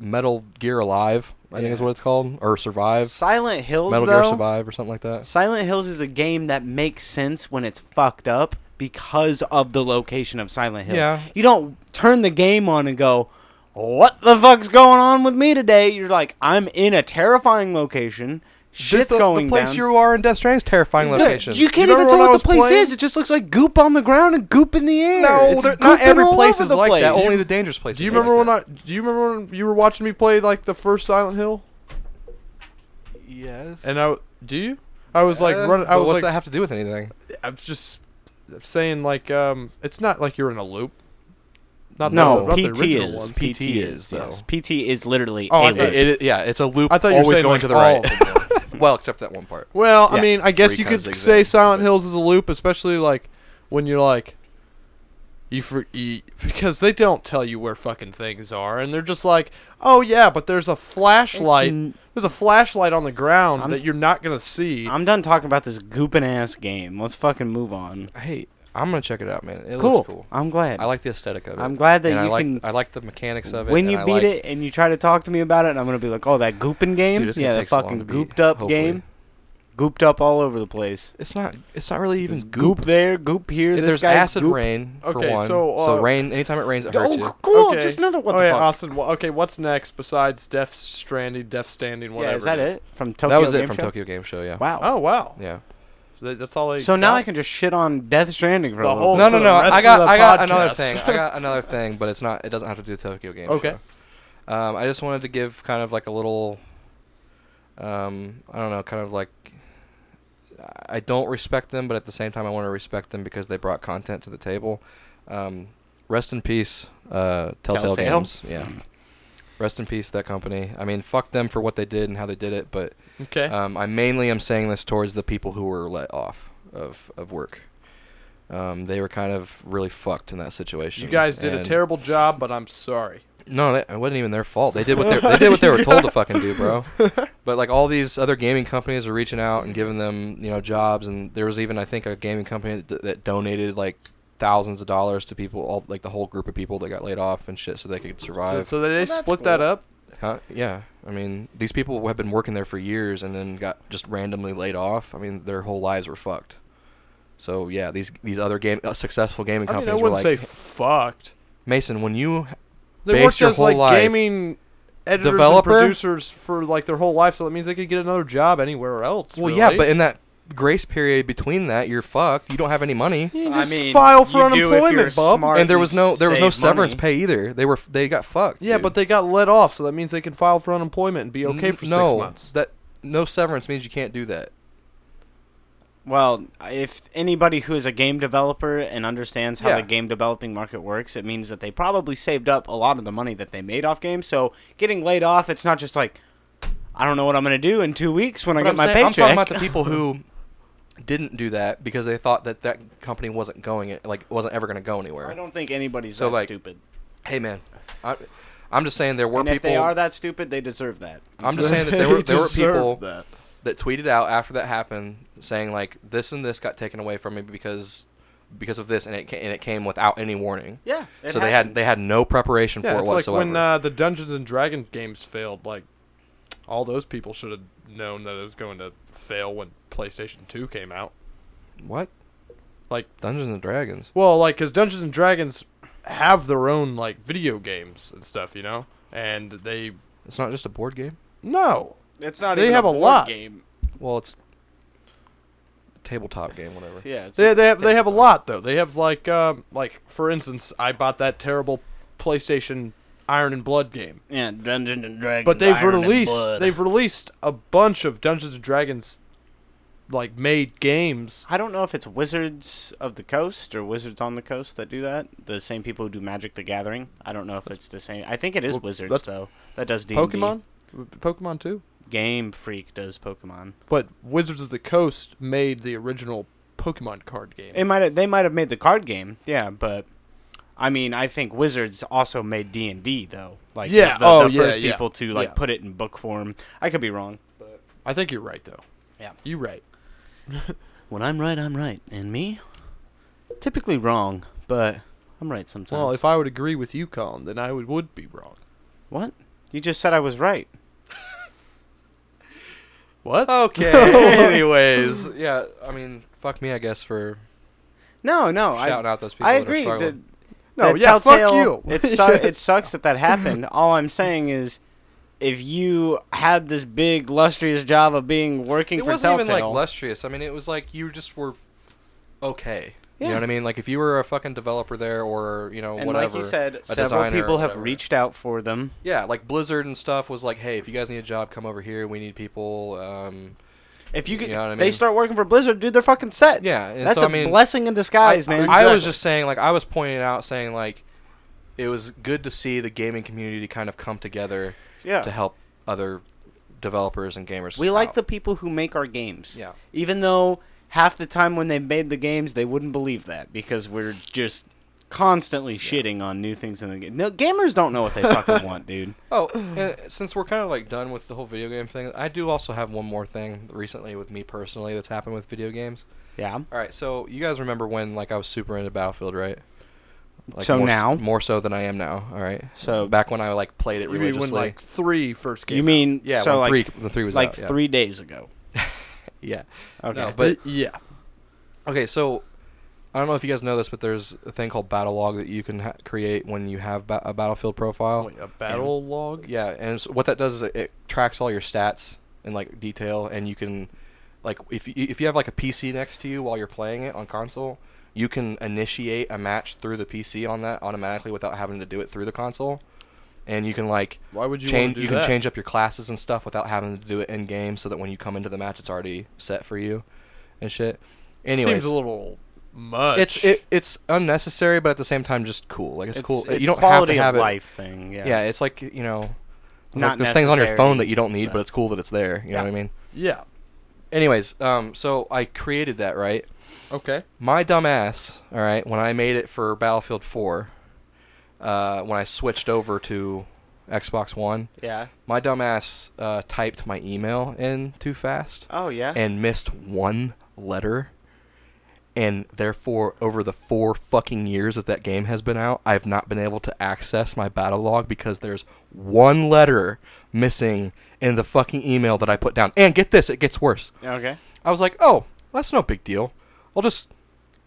Speaker 3: Metal Gear Alive, I think is
Speaker 1: Yeah.
Speaker 3: what it's called, or Survive.
Speaker 1: Silent Hills
Speaker 3: Metal Gear
Speaker 1: though.
Speaker 3: Survive or something like that.
Speaker 1: Silent Hills is a game that makes sense when it's fucked up because of the location of Silent Hills.
Speaker 3: Yeah.
Speaker 1: You don't turn the game on and go, "What the fuck's going on with me today?" You're like, "I'm in a terrifying location. Shit's
Speaker 3: the,
Speaker 1: going
Speaker 3: the place
Speaker 1: down.
Speaker 3: you are in Death Stranding's terrifying
Speaker 1: Look,
Speaker 3: location.
Speaker 1: You can't
Speaker 2: You
Speaker 1: even
Speaker 2: remember
Speaker 1: tell
Speaker 2: when I
Speaker 1: what the
Speaker 2: was
Speaker 1: place
Speaker 2: playing?
Speaker 1: is. It just looks like goop on the ground and goop in the air.
Speaker 3: no,
Speaker 1: It's
Speaker 3: there- not
Speaker 1: gooping
Speaker 3: every
Speaker 1: all
Speaker 3: place
Speaker 1: over
Speaker 3: is
Speaker 1: the
Speaker 3: like that.
Speaker 1: place.
Speaker 3: Only the dangerous places.
Speaker 2: Do you
Speaker 3: are like
Speaker 2: remember when
Speaker 3: that.
Speaker 2: I? Do you remember when you were watching me play like the first Silent Hill?
Speaker 3: Yes.
Speaker 2: And I do you? I was like
Speaker 3: Uh,
Speaker 2: running. I
Speaker 3: but
Speaker 2: was
Speaker 3: what's
Speaker 2: like,
Speaker 3: that have to do with anything?
Speaker 2: I'm just saying like um, it's not like you're in a loop. Not
Speaker 1: No,
Speaker 2: the, not the
Speaker 1: PT
Speaker 2: original
Speaker 1: is.
Speaker 2: ones.
Speaker 1: PT is,
Speaker 3: though.
Speaker 1: yes. PT is literally
Speaker 2: Oh, I
Speaker 1: a
Speaker 2: thought-
Speaker 1: loop.
Speaker 3: It, it- yeah, it's a loop.
Speaker 2: I thought you were
Speaker 3: always
Speaker 2: saying like
Speaker 3: going to the
Speaker 2: all
Speaker 3: right.
Speaker 2: of them were.
Speaker 3: well, except that one part.
Speaker 2: Well, I
Speaker 3: Yeah,
Speaker 2: mean, I guess you
Speaker 3: Rico
Speaker 2: could
Speaker 3: zigzag,
Speaker 2: say Silent
Speaker 3: but-
Speaker 2: Hills is a loop, especially like when you're like you, for, you because they don't tell you where fucking things are, and they're just like, oh yeah, but there's a flashlight.
Speaker 1: n-
Speaker 2: there's a flashlight on the ground
Speaker 1: I'm-
Speaker 2: that you're not gonna see.
Speaker 1: I'm done talking about this gooping ass game. Let's fucking move on.
Speaker 3: Hey, I'm gonna check it out, man. It
Speaker 1: Cool.
Speaker 3: looks cool.
Speaker 1: I'm glad.
Speaker 3: I like the aesthetic of it.
Speaker 1: I'm glad that
Speaker 3: and I
Speaker 1: you
Speaker 3: like,
Speaker 1: can-
Speaker 3: I like the mechanics of it.
Speaker 1: when
Speaker 3: and
Speaker 1: you
Speaker 3: I
Speaker 1: beat
Speaker 3: like-
Speaker 1: it and you try to talk to me about it, and I'm gonna be like, "Oh, that gooping game,
Speaker 3: Dude, it's gonna
Speaker 1: yeah, that
Speaker 3: take so long
Speaker 1: fucking
Speaker 3: to beat,
Speaker 1: gooped up
Speaker 3: hopefully.
Speaker 1: game, gooped up all over the place.
Speaker 3: it's not. It's not really even
Speaker 1: There's goop. there, goop here.
Speaker 3: Yeah,
Speaker 1: this
Speaker 3: There's
Speaker 1: guy's
Speaker 3: acid
Speaker 1: goop.
Speaker 3: rain for
Speaker 2: Okay,
Speaker 3: one.
Speaker 2: so, uh,
Speaker 3: rain. Anytime it rains, it hurts you.
Speaker 1: Oh, cool.
Speaker 2: Okay.
Speaker 1: Just another what
Speaker 2: oh
Speaker 1: the
Speaker 2: yeah,
Speaker 1: fuck?
Speaker 2: Austin. wha- okay, what's next besides Death Stranding, Death Standing, whatever?
Speaker 1: yeah, is that
Speaker 2: it
Speaker 1: it,
Speaker 2: is?
Speaker 1: from Tokyo?
Speaker 3: that was
Speaker 1: game
Speaker 3: it from
Speaker 1: Show?
Speaker 3: Tokyo Game Show. Yeah.
Speaker 1: Wow.
Speaker 2: Oh wow,
Speaker 3: Yeah.
Speaker 2: Th- that's all they.
Speaker 1: So now
Speaker 2: got?
Speaker 1: I can just shit on Death Stranding for a
Speaker 2: The
Speaker 1: little
Speaker 2: whole-
Speaker 1: bit.
Speaker 3: No, no,
Speaker 2: Oh, for the
Speaker 3: no.
Speaker 2: rest
Speaker 3: I
Speaker 2: of
Speaker 3: got,
Speaker 2: the
Speaker 3: I got another
Speaker 2: podcast.
Speaker 3: thing. I got another thing, but it's not. It doesn't have to do with Tokyo Game
Speaker 2: Okay.
Speaker 3: Show. Um, I just wanted to give kind of like a little. Um, I don't know, kind of like. I don't respect them, but at the same time, I want to respect them because they brought content to the table. Um, rest in peace, uh, Telltale,
Speaker 1: Telltale?
Speaker 3: Games. Yeah. Rest in peace, that company. I mean, fuck them for what they did and how they did it, but
Speaker 2: Okay.
Speaker 3: um, I mainly am saying this towards the people who were let off of, of work. Um, they were kind of really fucked in that situation.
Speaker 2: you guys did a
Speaker 3: and-
Speaker 2: terrible job, but I'm sorry.
Speaker 3: No, that, it wasn't even their fault. They did what they, they did what they were told to fucking do, bro. But like all these other gaming companies are reaching out and giving them you know jobs, and there was even I think a gaming company that, that donated like thousands of dollars to people, all like the whole group of people that got laid off and shit, so they could
Speaker 2: So,
Speaker 3: survive.
Speaker 2: so they
Speaker 1: that's
Speaker 2: split that
Speaker 1: cool.
Speaker 2: up.
Speaker 3: Huh? Yeah, I mean, these people have been working there for years and then got just randomly laid off. I mean, their whole lives were fucked. So yeah, these these other game uh, successful gaming
Speaker 2: I mean,
Speaker 3: companies
Speaker 2: I
Speaker 3: were
Speaker 2: wouldn't
Speaker 3: like,
Speaker 2: say fucked.
Speaker 3: Mason, when you
Speaker 2: They
Speaker 3: Base
Speaker 2: worked
Speaker 3: your
Speaker 2: as
Speaker 3: whole
Speaker 2: like
Speaker 3: life.
Speaker 2: gaming editors
Speaker 3: Developer?
Speaker 2: and producers for like their whole life, so that means they could get another job anywhere else.
Speaker 3: well, yeah,
Speaker 2: really.
Speaker 3: but in that grace period between that, you're fucked. You don't have any money,
Speaker 2: you
Speaker 1: I
Speaker 2: just
Speaker 1: mean,
Speaker 2: file for
Speaker 1: you do if you're
Speaker 2: unemployment, bub.
Speaker 1: smart
Speaker 3: and there was no there was no
Speaker 1: save
Speaker 3: severance
Speaker 1: money.
Speaker 3: pay either. They were f- they got fucked.
Speaker 2: Yeah,
Speaker 3: dude.
Speaker 2: but they got let off, so that means they can file for unemployment and be okay
Speaker 3: N-
Speaker 2: for
Speaker 3: no,
Speaker 2: six months.
Speaker 3: That no severance means you can't do that.
Speaker 1: Well, if anybody who is a game developer and understands how
Speaker 3: Yeah.
Speaker 1: the game developing market works, it means that they probably saved up a lot of the money that they made off games. So getting laid off, it's not just like, I don't know what I'm going to do in two weeks when I
Speaker 3: But
Speaker 1: get
Speaker 3: I'm
Speaker 1: my
Speaker 3: saying- I'm
Speaker 1: paycheck.
Speaker 3: talking about the people who didn't do that because they thought that that company wasn't going it like wasn't ever going to go anywhere.
Speaker 1: I don't think anybody's
Speaker 3: So,
Speaker 1: that
Speaker 3: like,
Speaker 1: stupid.
Speaker 3: Hey man, I, I'm just saying there were
Speaker 1: And if
Speaker 3: people.
Speaker 1: they are that stupid, they deserve that.
Speaker 3: I'm just saying that there were
Speaker 2: They
Speaker 3: there were
Speaker 2: deserve
Speaker 3: people that.
Speaker 2: that.
Speaker 3: tweeted out after that happened saying like this and this got taken away from me because because of this and it ca- and it came without any warning.
Speaker 1: Yeah. it
Speaker 3: so they had
Speaker 1: happens.
Speaker 3: they had no preparation
Speaker 2: Yeah,
Speaker 3: for
Speaker 2: it's
Speaker 3: it
Speaker 2: like
Speaker 3: whatsoever.
Speaker 2: when uh, the Dungeons and Dragon games failed. Like all those people should have known that it was going to fail when PlayStation Two came out.
Speaker 3: what
Speaker 2: Like
Speaker 3: Dungeons and Dragons?
Speaker 2: Well, like, because Dungeons and Dragons have their own like video games and stuff, you know, and they
Speaker 3: It's not just a board game.
Speaker 2: no,
Speaker 1: It's not
Speaker 2: they
Speaker 1: even
Speaker 2: have
Speaker 1: a,
Speaker 2: a
Speaker 1: board
Speaker 2: lot.
Speaker 1: game.
Speaker 3: Well, it's tabletop game, whatever.
Speaker 1: Yeah. It's
Speaker 2: they they have they have a lot though. They have like um like for instance, I bought that terrible PlayStation Iron and Blood game,
Speaker 1: yeah, Dungeons and Dragons.
Speaker 2: but they've
Speaker 1: Iron and
Speaker 2: released
Speaker 1: Blood.
Speaker 2: they've released a bunch of Dungeons and Dragons like made games.
Speaker 1: I don't know if it's Wizards of the Coast or Wizards on the Coast that do that. The same people who do Magic the Gathering. I don't know if it's the same. I think it is
Speaker 2: Well,
Speaker 1: Wizards
Speaker 2: that's-
Speaker 1: though. That does d
Speaker 2: Pokemon, Pokemon too,
Speaker 1: Game Freak does Pokemon.
Speaker 2: but Wizards of the Coast made the original Pokemon card game.
Speaker 1: It might have, they might have made the card game. Yeah, but I mean, I think Wizards also made D and D though. Like
Speaker 2: Yeah,
Speaker 1: was the,
Speaker 2: oh,
Speaker 1: the
Speaker 2: yeah,
Speaker 1: first
Speaker 2: yeah,
Speaker 1: people to like
Speaker 2: yeah.
Speaker 1: put it in book form. I could be wrong.
Speaker 2: I think you're right though.
Speaker 1: Yeah.
Speaker 2: you're right.
Speaker 1: When I'm right, I'm right, and me, typically wrong, but I'm right sometimes.
Speaker 2: Well, if I would agree with you, Colin, then I would, would be wrong.
Speaker 1: what you just said, I was right.
Speaker 2: What?
Speaker 3: Okay. Anyways, yeah. I mean, fuck me, I guess for
Speaker 1: No, no, I
Speaker 3: shouting out those people.
Speaker 1: I
Speaker 3: that are
Speaker 1: agree.
Speaker 3: struggling.
Speaker 1: that-
Speaker 2: no,
Speaker 1: that
Speaker 2: yeah, fuck
Speaker 1: Telltale-
Speaker 2: you.
Speaker 1: It, su- it sucks that that happened. All I'm saying is, if you had this big lustrous job of being working
Speaker 3: It
Speaker 1: for
Speaker 3: wasn't
Speaker 1: Telltale,
Speaker 3: even like lustrous. I mean, it was like you just were okay. You
Speaker 1: Yeah.
Speaker 3: know what I mean? Like if you were a fucking developer there, or you know
Speaker 1: and
Speaker 3: whatever.
Speaker 1: like you said,
Speaker 3: a
Speaker 1: several
Speaker 3: designer or
Speaker 1: people have
Speaker 3: whatever.
Speaker 1: reached out for them.
Speaker 3: Yeah, like Blizzard and stuff was like, hey, if you guys need a job, come over here. We need people. Um,
Speaker 1: If you,
Speaker 3: You
Speaker 1: could,
Speaker 3: know what I
Speaker 1: they
Speaker 3: mean?
Speaker 1: start working for Blizzard, dude, they're fucking set.
Speaker 3: yeah, and
Speaker 1: that's
Speaker 3: so,
Speaker 1: a
Speaker 3: I mean,
Speaker 1: blessing in disguise,
Speaker 3: I,
Speaker 1: man.
Speaker 3: I was
Speaker 2: Exactly.
Speaker 3: just saying, like, I was pointing out, saying like, it was good to see the gaming community kind of come together
Speaker 1: yeah.
Speaker 3: to help other developers and gamers.
Speaker 1: We like
Speaker 3: out.
Speaker 1: the people who make our games.
Speaker 3: yeah.
Speaker 1: Even though half the time when they made the games, they wouldn't believe that because we're just constantly shitting on new things in the game. No, gamers don't know what they fucking want, dude.
Speaker 3: Oh, uh, since we're kind of like done with the whole video game thing, I do also have one more thing recently with me personally that's happened with video games.
Speaker 1: Yeah.
Speaker 3: All right, so you guys remember when like I was super into Battlefield, right?
Speaker 1: So
Speaker 3: more s-
Speaker 1: now?
Speaker 3: more so than I am now. All right,
Speaker 1: So
Speaker 3: back when I like played it
Speaker 2: You mean
Speaker 3: religiously.
Speaker 2: when like three first came
Speaker 1: you
Speaker 2: out?
Speaker 1: mean
Speaker 3: yeah,
Speaker 1: so
Speaker 3: when
Speaker 1: like
Speaker 3: three, the three was
Speaker 1: like
Speaker 3: out, yeah.
Speaker 1: three days ago?
Speaker 3: Yeah.
Speaker 1: Okay.
Speaker 3: No, but
Speaker 2: Y- yeah,
Speaker 3: okay, so I don't know if you guys know this, but there's a thing called battle log that you can ha- create when you have ba- a Battlefield profile.
Speaker 2: Wait, a Oh, battle log.
Speaker 3: Yeah, and so what that does is it, it tracks all your stats in like detail, and you can, like, if you, if you have like a PC next to you while you're playing it on console, you can initiate a match through the PC on that automatically without having to do it through the console, and you can like
Speaker 2: Why would you
Speaker 3: change.
Speaker 2: want to do
Speaker 3: You
Speaker 2: that?
Speaker 3: can change up your classes and stuff without having to do it in game, so that when you come into the match, it's already set for you, and shit. Anyways,
Speaker 2: seems a little much.
Speaker 3: it's it, it's unnecessary, but at the same time, just cool. Like it's, cool. you don't have
Speaker 1: quality
Speaker 3: to have
Speaker 1: of
Speaker 3: it.
Speaker 1: life thing. Yeah.
Speaker 3: Yeah, it's like you know, it's
Speaker 1: Not
Speaker 3: like there's things on your
Speaker 1: necessary,
Speaker 3: phone that you don't need,
Speaker 1: but-
Speaker 3: but it's cool that it's there. You know
Speaker 1: Yeah.
Speaker 3: what I mean?
Speaker 2: yeah.
Speaker 3: Anyways, um, so I created that right.
Speaker 2: Okay.
Speaker 3: My dumb ass, all right, when I made it for Battlefield 4, uh, when I switched over to Xbox One,
Speaker 1: yeah.
Speaker 3: my dumb ass uh, typed my email in too fast
Speaker 1: Oh yeah.
Speaker 3: and missed one letter. And therefore, over the four fucking years that that game has been out, I've not been able to access my battle log because there's one letter missing in the fucking email that I put down. And get this, it gets worse.
Speaker 1: okay.
Speaker 3: I was like, oh, that's no big deal. I'll just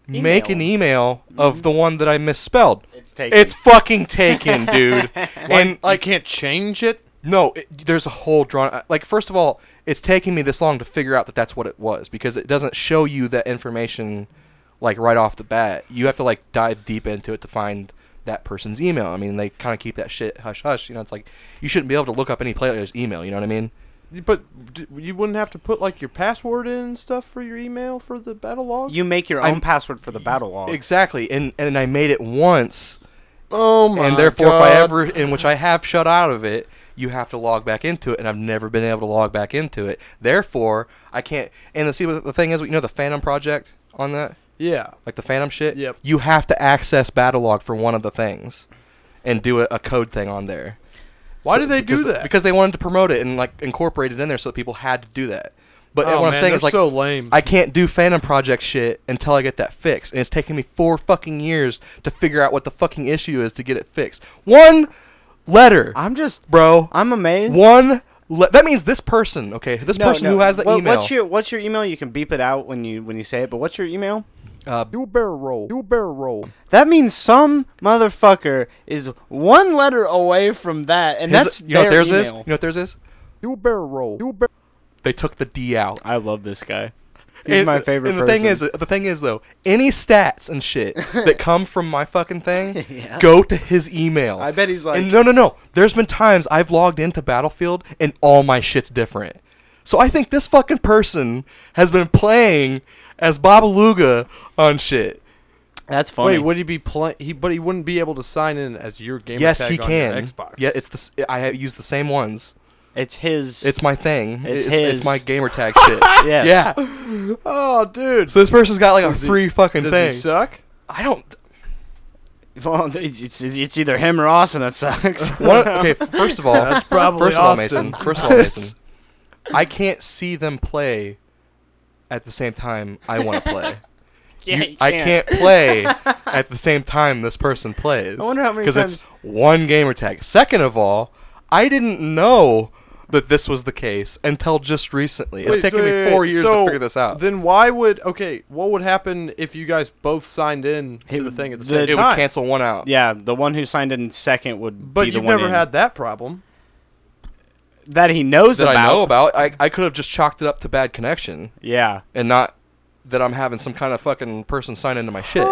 Speaker 3: make an
Speaker 1: Email.
Speaker 3: email of the one that I misspelled.
Speaker 1: Mm-hmm. It's taken.
Speaker 3: It's fucking taken, dude. and
Speaker 2: I
Speaker 3: like,
Speaker 2: can't change it.
Speaker 3: no, it, there's a whole drawn. Like, first of all, it's taking me this long to figure out that that's what it was because it doesn't show you that information, like right off the bat. You have to like dive deep into it to find that person's email. I mean, they kind of keep that shit hush hush. You know, it's like you shouldn't be able to look up any player's email. You know what I mean?
Speaker 2: But d- you wouldn't have to put like your password in and stuff for your email for the battle log.
Speaker 1: you make your own
Speaker 3: I'm-
Speaker 1: password for the battle log.
Speaker 3: Exactly. And and I made it once,
Speaker 2: oh my
Speaker 3: and therefore, if I
Speaker 2: God.
Speaker 3: ever in which I have shut out of it. You have to log back into it, and I've never been able to log back into it. Therefore, I can't. And the see, what the thing is, you know, the Phantom Project on that.
Speaker 2: yeah,
Speaker 3: like the Phantom shit.
Speaker 2: Yep.
Speaker 3: You have to access Battlelog for one of the things, and do a, a code thing on there.
Speaker 2: Why do they do
Speaker 3: because-
Speaker 2: that?
Speaker 3: Because they wanted to promote it and like incorporate it in there, so that people had to do that. But
Speaker 2: oh,
Speaker 3: what
Speaker 2: man,
Speaker 3: I'm saying
Speaker 2: they're
Speaker 3: is like
Speaker 2: so lame.
Speaker 3: I can't do Phantom Project shit until I get that fixed, and it's taking me four fucking years to figure out what the fucking issue is to get it fixed. One letter,
Speaker 1: I'm just.
Speaker 3: bro.
Speaker 1: I'm amazed.
Speaker 3: One. Le- that means this person, okay? This
Speaker 1: No,
Speaker 3: person
Speaker 1: no.
Speaker 3: who has that
Speaker 1: What-
Speaker 3: email.
Speaker 1: What's your What's your email? You can beep it out when you when you say it. But what's your email?
Speaker 3: uh,
Speaker 2: do a barrel roll. Do a barrel roll.
Speaker 1: That means some motherfucker is one letter away from that, and
Speaker 3: his-
Speaker 1: that's
Speaker 3: you know what
Speaker 1: their
Speaker 3: theirs is. You
Speaker 1: email.
Speaker 3: know what theirs is.
Speaker 2: Do a barrel roll. Do a barrel.
Speaker 3: They took the D out.
Speaker 1: I love this guy. He's
Speaker 3: And-
Speaker 1: my favorite.
Speaker 3: And the thing is,
Speaker 1: person.
Speaker 3: the thing is though, any stats and shit that come from my fucking thing go to his email.
Speaker 1: I bet he's like-
Speaker 3: and no, no, no. There's been times I've logged into Battlefield and all my shit's different. So I think this fucking person has been playing as Babaluga on shit.
Speaker 1: that's funny.
Speaker 2: Wait, would he be playing? He but he wouldn't be able to sign in as your gamer
Speaker 3: yes,
Speaker 2: tag
Speaker 3: he
Speaker 2: on
Speaker 3: can.
Speaker 2: your Xbox.
Speaker 3: Yeah, it's the s- I have used the same ones.
Speaker 1: it's his.
Speaker 3: It's my thing.
Speaker 1: It's his.
Speaker 3: my gamer tag shit.
Speaker 1: yes.
Speaker 3: Yeah.
Speaker 2: oh, dude.
Speaker 3: So this person's got like a
Speaker 2: Does he-
Speaker 3: free fucking
Speaker 2: Does
Speaker 3: thing.
Speaker 2: he suck?
Speaker 3: I don't.
Speaker 1: Well, it's, it's, it's either him or Austin that sucks.
Speaker 3: One, okay, first of all,
Speaker 2: That's probably
Speaker 3: first of all,
Speaker 2: Austin.
Speaker 3: Mason. First of all, Mason. I can't see them play at the same time I want to play.
Speaker 1: Yeah,
Speaker 3: You-
Speaker 1: you
Speaker 3: I can't play at the same time this person plays.
Speaker 1: I wonder how many
Speaker 3: it's one gamer tag. Second of all, I didn't know that this was the case until just recently. It's
Speaker 2: Wait,
Speaker 3: taken
Speaker 2: so-
Speaker 3: me four years
Speaker 2: so
Speaker 3: to figure this out.
Speaker 2: Then why would okay? What would happen if you guys both signed in
Speaker 1: It-
Speaker 2: to the thing at the
Speaker 1: the-
Speaker 2: same time?
Speaker 3: it would cancel one out.
Speaker 1: Yeah, the one who signed in second would.
Speaker 2: but
Speaker 1: be the
Speaker 2: you've
Speaker 1: one
Speaker 2: never
Speaker 1: in.
Speaker 2: had that problem.
Speaker 1: that he knows
Speaker 3: that
Speaker 1: about.
Speaker 3: I know about. I, I could have just chalked it up to bad connection
Speaker 1: Yeah.
Speaker 3: and not that I'm having some kind of fucking person sign into my shit.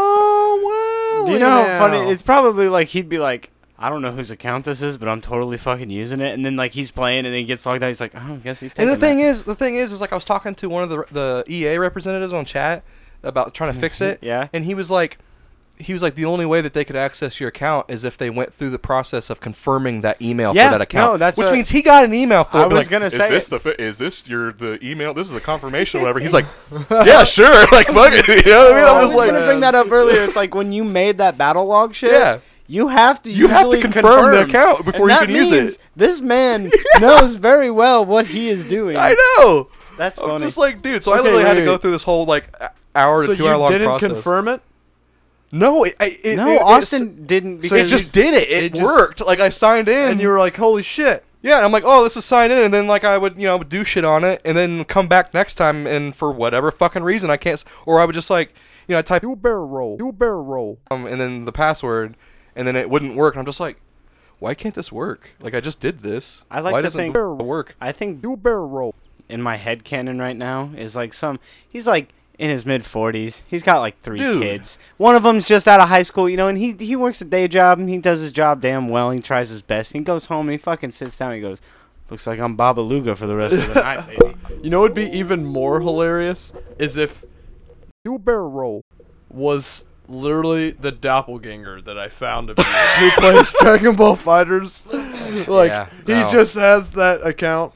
Speaker 2: Oh wow!
Speaker 1: Do you know how funny? It's probably like he'd be like, I don't know whose account this is, but I'm totally fucking using it. And then like he's playing, and then he gets logged out. He's like, oh, I guess he's.
Speaker 3: And
Speaker 1: Taking
Speaker 3: the thing
Speaker 1: that.
Speaker 3: is, the thing is, is like I was talking to one of the the EA representatives on chat about trying to fix it.
Speaker 1: Mm-hmm. Yeah.
Speaker 3: And he was like, he was like, the only way that they could access your account is if they went through the process of confirming that email
Speaker 1: Yeah,
Speaker 3: for that account.
Speaker 1: no, that's
Speaker 3: which
Speaker 1: what-
Speaker 3: means he got an email for
Speaker 1: I
Speaker 3: it. but
Speaker 1: was
Speaker 3: like,
Speaker 1: gonna
Speaker 4: Is
Speaker 1: say
Speaker 4: this
Speaker 1: it.
Speaker 4: the fi- is this your the email? This is the confirmation, or whatever.
Speaker 3: he's like, yeah, sure, like fuck it. You know what I mean?
Speaker 1: I
Speaker 3: I'm
Speaker 1: was
Speaker 3: just like,
Speaker 1: gonna bring that up earlier. It's like when you made that battle log shit.
Speaker 3: Yeah.
Speaker 1: You have to.
Speaker 3: You have to
Speaker 1: usually
Speaker 3: confirm the account before
Speaker 1: And
Speaker 3: you
Speaker 1: that
Speaker 3: can use
Speaker 1: means
Speaker 3: it.
Speaker 1: This man knows very well what he is doing.
Speaker 3: I know.
Speaker 1: That's
Speaker 3: I'm
Speaker 1: funny.
Speaker 3: just like, dude. So I
Speaker 2: Okay,
Speaker 3: literally had to
Speaker 2: wait.
Speaker 3: go through this whole like a- hour to
Speaker 2: so
Speaker 3: two hour
Speaker 2: you
Speaker 3: long
Speaker 2: didn't
Speaker 3: process.
Speaker 2: confirm it?
Speaker 3: No, it, I- it,
Speaker 1: no,
Speaker 3: it- it's-
Speaker 1: Austin didn't. Because
Speaker 3: So it just did it. It,
Speaker 2: it just-
Speaker 3: worked. Like I signed in,
Speaker 2: And you were like, "Holy shit!"
Speaker 3: Yeah, and I'm like, oh, this is signed in, and then like I would, you know, I would do shit on it, and then come back next time, and for whatever fucking reason, I can't, s- or I would just like, you know, I type,
Speaker 2: You barrel roll. You barrel roll.
Speaker 3: um, and then the password, and then it wouldn't work, and I'm just like, why can't this work? Like I just did this.
Speaker 1: I like
Speaker 3: why
Speaker 1: to
Speaker 3: doesn't
Speaker 1: think-
Speaker 3: it work?
Speaker 1: I think
Speaker 2: You barrel roll.
Speaker 1: in my head canon right now is like some. He's like in his mid forties. He's got like three
Speaker 3: Dude.
Speaker 1: kids. One of them's just out of high school, you know, and he he works a day job and he does his job damn well. He tries his best. He goes home and he fucking sits down. and He goes, "Looks like I'm Baba Luga for the rest of the night, baby."
Speaker 2: You know what'd be even more hilarious is if you barrel roll was literally the doppelganger that I found of you who plays Dragon Ball Fighters. Like
Speaker 3: Yeah,
Speaker 2: he
Speaker 3: no.
Speaker 2: just has that account.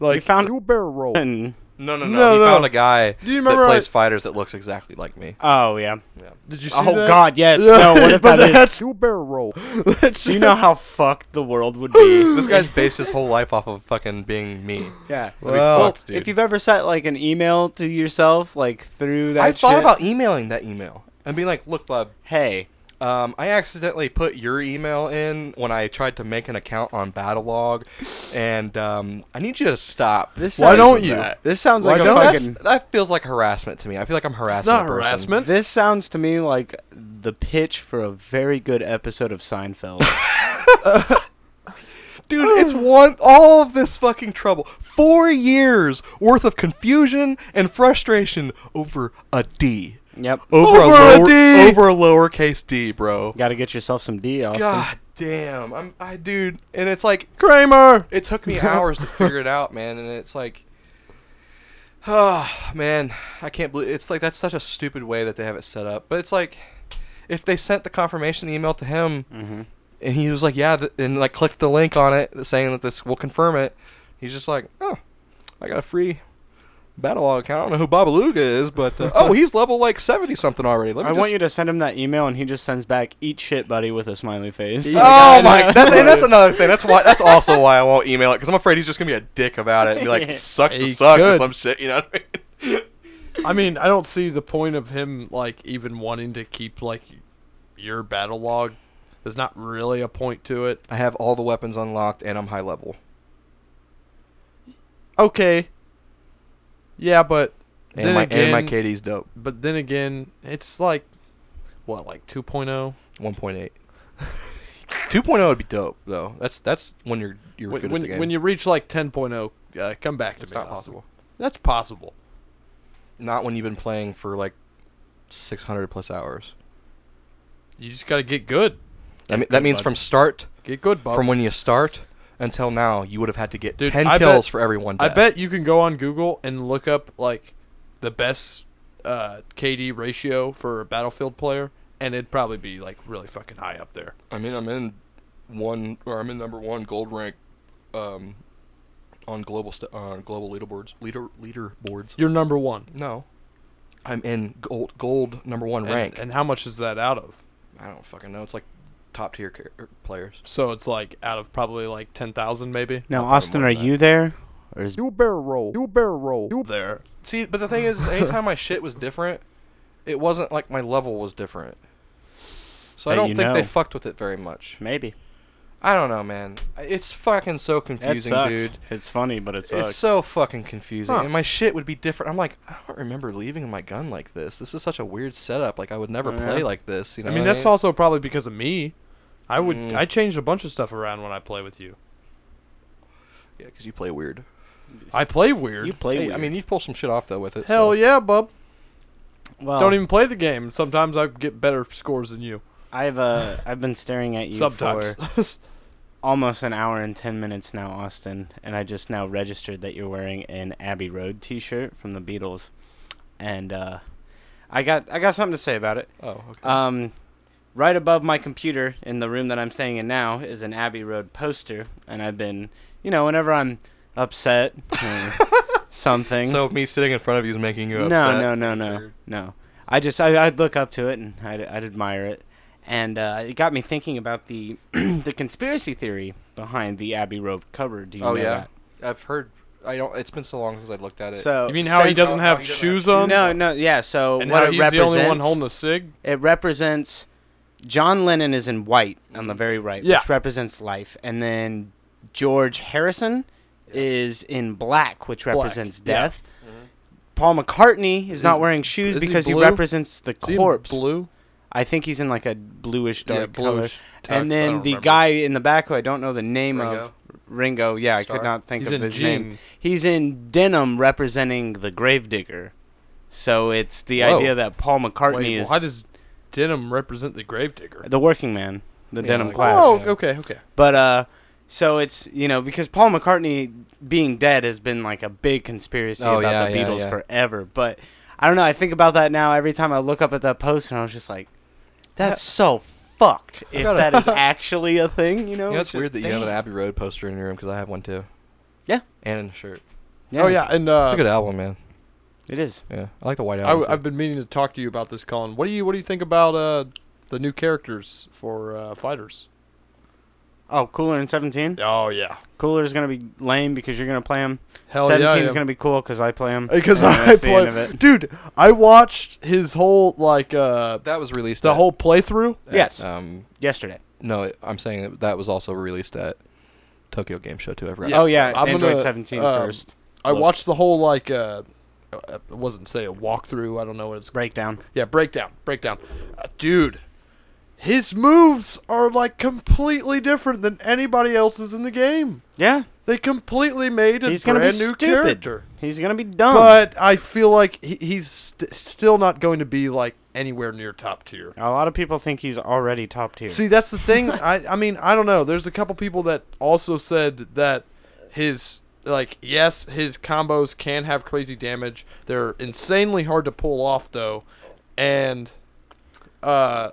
Speaker 2: Like
Speaker 1: found-
Speaker 2: you barrel roll.
Speaker 1: And
Speaker 3: No, no, no.
Speaker 2: No,
Speaker 3: he
Speaker 2: no.
Speaker 3: found a guy
Speaker 2: Do you
Speaker 3: that
Speaker 2: remember
Speaker 3: plays
Speaker 2: I-
Speaker 3: fighters that looks exactly like me.
Speaker 1: oh yeah.
Speaker 2: Did you see
Speaker 1: Oh
Speaker 2: that?
Speaker 1: God, yes.
Speaker 2: Yeah,
Speaker 1: No, what if
Speaker 2: but
Speaker 1: that is?
Speaker 2: that's you barrel roll. That's
Speaker 1: Do you know how fucked the world would be?
Speaker 3: This guy's based his whole life off of fucking being me.
Speaker 1: yeah.
Speaker 2: Well,
Speaker 1: Well,
Speaker 3: fucked, dude.
Speaker 1: if you've ever sent like an email to yourself, like through that,
Speaker 3: I thought
Speaker 1: shit,
Speaker 3: about emailing that email and being like, look, bub,
Speaker 1: hey,
Speaker 3: Um, I accidentally put your email in when I tried to make an account on Battlelog, and um, I need you to stop.
Speaker 1: this.
Speaker 2: Why
Speaker 1: sounds-
Speaker 2: don't you?
Speaker 1: This sounds
Speaker 2: Why
Speaker 1: like a
Speaker 3: No, that's-
Speaker 1: fucking.
Speaker 3: that feels like harassment to me. I feel like I'm harassing.
Speaker 2: It's not
Speaker 3: a person.
Speaker 2: harassment.
Speaker 1: This sounds to me like the pitch for a very good episode of Seinfeld.
Speaker 3: dude. It's one all of this fucking trouble, four years worth of confusion and frustration over a D,
Speaker 1: yep.
Speaker 3: over,
Speaker 2: Over a
Speaker 3: lower-
Speaker 2: D!
Speaker 3: over a lowercase D, bro.
Speaker 1: Got to get yourself some D, Austin.
Speaker 3: God damn, I'm I dude, and it's like
Speaker 2: Kramer.
Speaker 3: it took me hours to figure it out, man. And it's like, oh man, I can't believe it's like that's such a stupid way that they have it set up. But it's like, if they sent the confirmation email to him,
Speaker 1: Mm-hmm.
Speaker 3: and he was like, yeah, th- and like clicked the link on it saying that this will confirm it, he's just like, oh, I got a free. Battle log account. I don't know who Babaluga is, but uh, oh, he's level like seventy something already. Let me
Speaker 1: I want
Speaker 3: just-
Speaker 1: you to send him that email, and he just sends back "eat shit, buddy" with a smiley face.
Speaker 2: Yeah.
Speaker 3: Oh
Speaker 2: God.
Speaker 3: my! That's, and that's another thing. That's why. That's also why I won't email it because I'm afraid he's just gonna be a dick about it and be like, "It sucks to
Speaker 2: He
Speaker 3: suck" or
Speaker 2: could.
Speaker 3: some shit. You know what I mean?
Speaker 2: I mean, I don't see the point of him like even wanting to keep like your battle log. There's not really a point to it.
Speaker 3: I have all the weapons unlocked and I'm high level.
Speaker 2: Okay. Yeah, but
Speaker 3: And
Speaker 2: then
Speaker 3: my
Speaker 2: again,
Speaker 3: and my KD's dope.
Speaker 2: but then again, it's like what, like oh? 2.0?
Speaker 3: 1.8. 2.0 would be dope though. That's that's when you're you're
Speaker 2: When,
Speaker 3: good at the
Speaker 2: when,
Speaker 3: game.
Speaker 2: when you reach like 10.0, uh, come back to
Speaker 3: it's
Speaker 2: me.
Speaker 3: not
Speaker 2: Austin.
Speaker 3: possible.
Speaker 2: That's possible.
Speaker 3: Not when you've been playing for like 600 plus hours.
Speaker 2: You just got to get good.
Speaker 3: That, me- that means
Speaker 2: bud.
Speaker 3: from start,
Speaker 2: Get good, bub.
Speaker 3: from when you start until now, you would have had to get
Speaker 2: Dude,
Speaker 3: 10
Speaker 2: I bet-
Speaker 3: kills for every one
Speaker 2: I
Speaker 3: death.
Speaker 2: bet you can go on Google and look up like the best uh, KD ratio for a Battlefield player, and it'd probably be like really fucking high up there.
Speaker 3: I mean, I'm in one or I'm in number one gold rank, um, on global st- on global leaderboards leader leaderboards.
Speaker 2: You're number one.
Speaker 3: No, I'm in gold gold number one
Speaker 2: And-
Speaker 3: rank.
Speaker 2: And how much is that out of?
Speaker 3: I don't fucking know. It's like top tier car- players.
Speaker 2: So it's like out of probably like 10,000 maybe?
Speaker 1: now,
Speaker 3: I'll put him
Speaker 1: Austin,
Speaker 3: on
Speaker 1: are
Speaker 3: that.
Speaker 1: you there? Or is
Speaker 2: You bear roll. You bear roll. You there.
Speaker 3: See, but the thing is, is anytime my shit was different, it wasn't like my level was different. So I
Speaker 1: That
Speaker 3: don't
Speaker 1: you
Speaker 3: think they
Speaker 1: know.
Speaker 3: fucked with it very much.
Speaker 1: maybe
Speaker 3: I don't know, man. It's fucking so
Speaker 1: that
Speaker 3: confusing,
Speaker 1: sucks.
Speaker 3: dude.
Speaker 1: It's funny, but it sucks.
Speaker 3: It's so fucking confusing,
Speaker 2: Huh.
Speaker 3: and my shit would be different. I'm like, I don't remember leaving my gun like this. This is such a weird setup. Like I would never
Speaker 1: Yeah.
Speaker 3: play like this. You know,
Speaker 2: I mean,
Speaker 3: what
Speaker 2: that's also probably because of me. I would
Speaker 3: Mm.
Speaker 2: I changed a bunch of stuff around when I play with you.
Speaker 3: Yeah, because you play weird.
Speaker 2: I play weird.
Speaker 1: You play.
Speaker 3: Hey,
Speaker 1: weird.
Speaker 3: I mean, you pull some shit off though with it.
Speaker 2: Hell
Speaker 3: so.
Speaker 2: yeah, bub.
Speaker 1: well,
Speaker 2: Don't even play the game. Sometimes I get better scores than you.
Speaker 1: I've uh, I've been staring
Speaker 3: E
Speaker 1: at you
Speaker 2: Sometimes.
Speaker 1: for almost an hour and ten minutes now, Austin, and I just now registered that you're wearing an Abbey Road T-shirt from the Beatles, and uh, I got I got something to say about it.
Speaker 3: Oh, okay.
Speaker 1: Um, right above my computer in the room that I'm staying in now is an Abbey Road poster, and I've been, you know, whenever I'm upset or something.
Speaker 3: so me sitting in front of you is making you
Speaker 1: no,
Speaker 3: upset.
Speaker 1: no, no, no, no. I just I, I'd look up to it and I'd, I'd admire it, and uh, it got me thinking about the the conspiracy theory behind the Abbey Road cover. Do you
Speaker 3: Oh
Speaker 1: know
Speaker 3: yeah,
Speaker 1: that?
Speaker 3: I've heard. I don't. It's been so long since I looked at it.
Speaker 1: So
Speaker 2: You mean how he
Speaker 1: since-
Speaker 2: doesn't have
Speaker 3: Oh, he doesn't
Speaker 2: shoes
Speaker 3: have
Speaker 2: on?
Speaker 1: No, no, yeah. So
Speaker 2: And
Speaker 1: what
Speaker 2: how
Speaker 1: it
Speaker 2: he's
Speaker 1: represents,
Speaker 2: the only one holding a cig?
Speaker 1: it represents John Lennon is in white on the very right,
Speaker 2: Mm. Yeah.
Speaker 1: which represents life, and then George Harrison is in black, which
Speaker 2: Black,
Speaker 1: represents
Speaker 2: yeah.
Speaker 1: death. Paul McCartney is
Speaker 2: Is-
Speaker 1: not wearing shoes
Speaker 2: is he
Speaker 1: because he,
Speaker 2: blue?
Speaker 1: represents the
Speaker 2: Is he
Speaker 1: corpse.
Speaker 2: Blue?
Speaker 1: I think he's in like a bluish dark
Speaker 2: yeah,
Speaker 1: color.
Speaker 2: bluish. tux,
Speaker 1: And
Speaker 2: I
Speaker 1: then
Speaker 2: don't
Speaker 1: the
Speaker 2: remember.
Speaker 1: guy in the back who I don't know the name of
Speaker 3: Ringo?
Speaker 1: Ringo. Yeah, I
Speaker 3: Starr?
Speaker 1: could not think
Speaker 2: He's
Speaker 1: of
Speaker 2: in
Speaker 1: his name.
Speaker 2: jean.
Speaker 1: He's in denim representing the gravedigger. So it's the
Speaker 3: Whoa.
Speaker 1: idea that Paul McCartney
Speaker 2: Wait,
Speaker 1: is
Speaker 2: why does denim represent the gravedigger?
Speaker 1: the working man, the
Speaker 3: Yeah,
Speaker 1: denim
Speaker 3: like-
Speaker 1: class.
Speaker 2: Oh,
Speaker 3: yeah.
Speaker 2: okay, okay.
Speaker 1: But uh, so it's you know because Paul McCartney being dead has been like a big conspiracy
Speaker 3: Oh,
Speaker 1: about
Speaker 3: yeah,
Speaker 1: the
Speaker 3: yeah,
Speaker 1: Beatles
Speaker 3: yeah.
Speaker 1: forever. But I don't know. I think about that now every time I look up at that post, and I was just like, that's so fucked. If
Speaker 3: gotta-
Speaker 1: that is actually a thing, you know.
Speaker 3: you know, it's
Speaker 1: It's just-
Speaker 3: weird that you have
Speaker 1: damn.
Speaker 3: an Abbey Road poster in your room because I have one too.
Speaker 1: Yeah.
Speaker 3: And in a shirt.
Speaker 2: Oh yeah, and uh,
Speaker 3: It's a good album, man.
Speaker 1: it is.
Speaker 3: Yeah, I like the white
Speaker 2: I,
Speaker 3: album.
Speaker 2: w- I've been meaning to talk to you about this, Colin. What do you What do you think about uh, the new characters for uh, fighters?
Speaker 1: Oh, cooler in seventeen.
Speaker 2: Oh yeah,
Speaker 1: Cooler is gonna be lame because you're gonna play him.
Speaker 2: hell yeah,
Speaker 1: Seventeen's
Speaker 2: yeah.
Speaker 1: gonna be cool because I play him.
Speaker 2: because
Speaker 1: And
Speaker 2: I
Speaker 1: that's the end of
Speaker 2: play,
Speaker 1: it.
Speaker 2: dude. I watched his whole like uh,
Speaker 3: that was released.
Speaker 2: the
Speaker 3: at-
Speaker 2: whole playthrough.
Speaker 3: at,
Speaker 1: Yes.
Speaker 3: Um.
Speaker 1: yesterday.
Speaker 3: No, it- I'm saying that, that was also released at Tokyo Game Show too. I've read.
Speaker 2: Yeah.
Speaker 1: Oh yeah,
Speaker 2: I'm
Speaker 1: Android
Speaker 2: gonna,
Speaker 1: 17
Speaker 2: um,
Speaker 1: first
Speaker 2: I
Speaker 1: Look.
Speaker 2: watched the whole like uh, I wasn't say a walkthrough. I don't know what it's
Speaker 1: breakdown.
Speaker 2: Yeah, breakdown, breakdown, uh, dude. His moves are like completely different than anybody else's in the game.
Speaker 1: Yeah,
Speaker 2: They completely made a
Speaker 1: he's gonna be
Speaker 2: brand new
Speaker 1: stupid.
Speaker 2: character.
Speaker 1: He's gonna be dumb.
Speaker 2: but I feel like he, he's st- still not going to be like anywhere near top tier.
Speaker 1: A lot of people think he's already top tier.
Speaker 2: See, that's the thing. I I mean, I don't know. There's a couple people that also said that his like yes, his combos can have crazy damage. They're insanely hard to pull off though, and uh,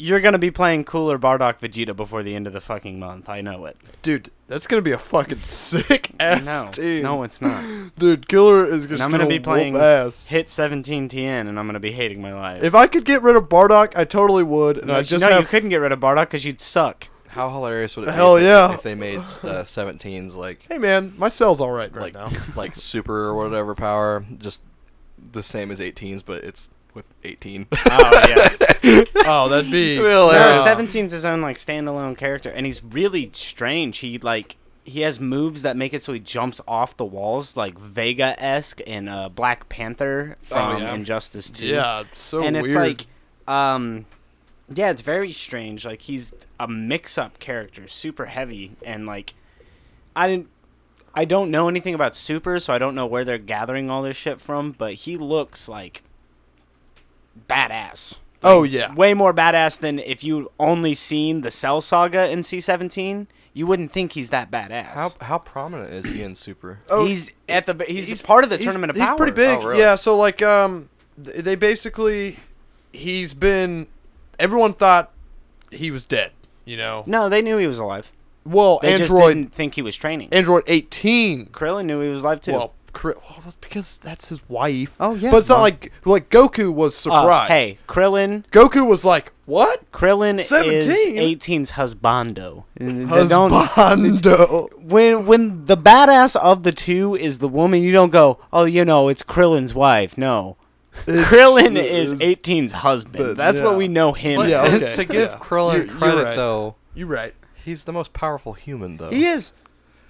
Speaker 1: You're gonna be playing cooler Bardock Vegeta before the end of the fucking month. I know it.
Speaker 2: dude, that's gonna be a fucking sick ass
Speaker 1: no,
Speaker 2: team.
Speaker 1: no, it's not.
Speaker 2: dude, Killer is just
Speaker 1: and I'm
Speaker 2: gonna,
Speaker 1: gonna be
Speaker 2: whoop
Speaker 1: playing
Speaker 2: ass.
Speaker 1: hit 17 TN, and I'm gonna be hating my life.
Speaker 2: If I could get rid of Bardock, I totally would, and I
Speaker 1: Actually,
Speaker 2: just
Speaker 1: no,
Speaker 2: have
Speaker 1: you couldn't get rid of Bardock because you'd suck.
Speaker 3: How hilarious would it
Speaker 2: Hell
Speaker 3: be if,
Speaker 2: yeah.
Speaker 3: if they made uh, 17s like
Speaker 2: Hey man, my cell's all right right
Speaker 3: like
Speaker 2: now.
Speaker 3: like super or whatever power, just the same as 18s, but it's with 18.
Speaker 1: Oh yeah,
Speaker 2: oh, that'd be
Speaker 1: no,
Speaker 3: Well, Yeah.
Speaker 1: 17's his own like standalone character, and he's really strange. He like he has moves that make it so he jumps off the walls, like Vega esque in uh, Black Panther from
Speaker 3: yeah.
Speaker 1: Injustice Two.
Speaker 2: Oh, yeah, so
Speaker 1: and
Speaker 2: weird.
Speaker 1: it's like um yeah it's very strange like he's a mix-up character super heavy and like i didn't i don't know anything about super so i don't know where they're gathering all this shit from but he looks like badass
Speaker 2: oh yeah,
Speaker 1: way more badass than if you only seen the cell saga in c17 you wouldn't think he's that badass
Speaker 3: how how prominent is he in Super?
Speaker 2: Oh,
Speaker 1: he's at the he's, part of the
Speaker 2: he's-
Speaker 1: tournament of
Speaker 2: he's
Speaker 1: power
Speaker 2: pretty big.
Speaker 3: Oh, really?
Speaker 2: Yeah, so like um th- they basically he's been everyone thought he was dead, you know.
Speaker 1: no they knew he was alive
Speaker 2: Well,
Speaker 1: they just
Speaker 2: Android
Speaker 1: didn't think he was training
Speaker 2: Android 18
Speaker 1: krillin knew he was alive too
Speaker 2: well, cri- well, that's because that's his wife.
Speaker 1: Oh, yeah.
Speaker 2: But it's not
Speaker 1: Well-
Speaker 2: like like Goku was
Speaker 1: Uh,
Speaker 2: surprised.
Speaker 1: hey, Krillin.
Speaker 2: Goku was like, "What?
Speaker 1: Krillin
Speaker 2: 17?
Speaker 1: is 18's husbando. Uh, Don't,
Speaker 2: Husbando."
Speaker 1: when when the badass of the two is the woman, you don't go, oh, you know, it's Krillin's wife. No,
Speaker 2: It's-
Speaker 1: Krillin
Speaker 2: it
Speaker 1: is 18's husband.
Speaker 2: but,
Speaker 1: That's
Speaker 2: yeah.
Speaker 1: what we know him.
Speaker 3: But
Speaker 2: Yeah,
Speaker 1: as.
Speaker 3: to,
Speaker 2: okay.
Speaker 3: to give
Speaker 2: Yeah. You're-
Speaker 3: Krillin
Speaker 2: you're
Speaker 3: credit
Speaker 2: right.
Speaker 3: though,
Speaker 2: You're right.
Speaker 3: he's the most powerful human though.
Speaker 1: He is,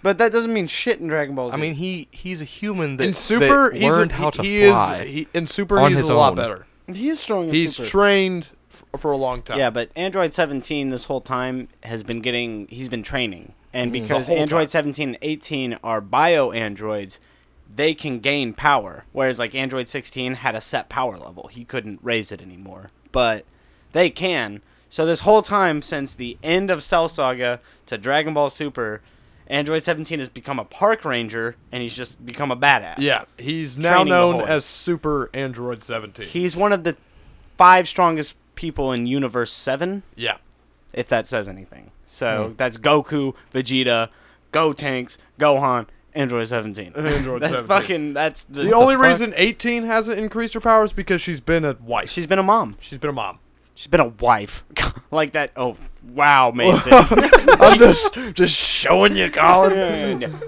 Speaker 1: but that doesn't mean shit in Dragon Ball Z.
Speaker 3: I mean, he he's a human that,
Speaker 2: in Super,
Speaker 3: that
Speaker 2: he's
Speaker 3: learned
Speaker 2: a,
Speaker 3: how to
Speaker 2: he
Speaker 3: fly.
Speaker 2: is he, in Super
Speaker 3: on
Speaker 2: he's
Speaker 3: his
Speaker 2: a lot
Speaker 3: own.
Speaker 2: better.
Speaker 1: he is strong. in
Speaker 2: He's
Speaker 1: Super.
Speaker 2: trained f- for a long time.
Speaker 1: Yeah, but Android 17 this whole time has been getting. He's been training. And
Speaker 3: Mm.
Speaker 1: because
Speaker 2: Mm-hmm. The whole
Speaker 1: Android
Speaker 2: time.
Speaker 1: 17 and 18 are bio androids, they can gain power. Whereas like Android 16 had a set power level. He couldn't raise it anymore. But they can. So this whole time since the end of Cell Saga to Dragon Ball Super, Android 17 has become a park ranger and he's just become a badass.
Speaker 2: Yeah, he's now
Speaker 1: Training the
Speaker 2: known
Speaker 1: whole-
Speaker 2: as Super Android 17.
Speaker 1: He's one of the five strongest people in Universe 7.
Speaker 2: yeah.
Speaker 1: if that says anything.
Speaker 2: Hmm.
Speaker 1: So that's Goku, Vegeta, Go Tanks, Gohan, Android 17.
Speaker 2: Android
Speaker 1: that's
Speaker 2: 17.
Speaker 1: fucking that's the,
Speaker 2: The only
Speaker 1: fuck-
Speaker 2: reason 18 hasn't increased her power is because she's been a wife.
Speaker 1: she's been a mom.
Speaker 2: she's been a mom.
Speaker 1: She's been a wife. like that. Oh, wow, Mason.
Speaker 2: I'm just just showing you, Colin.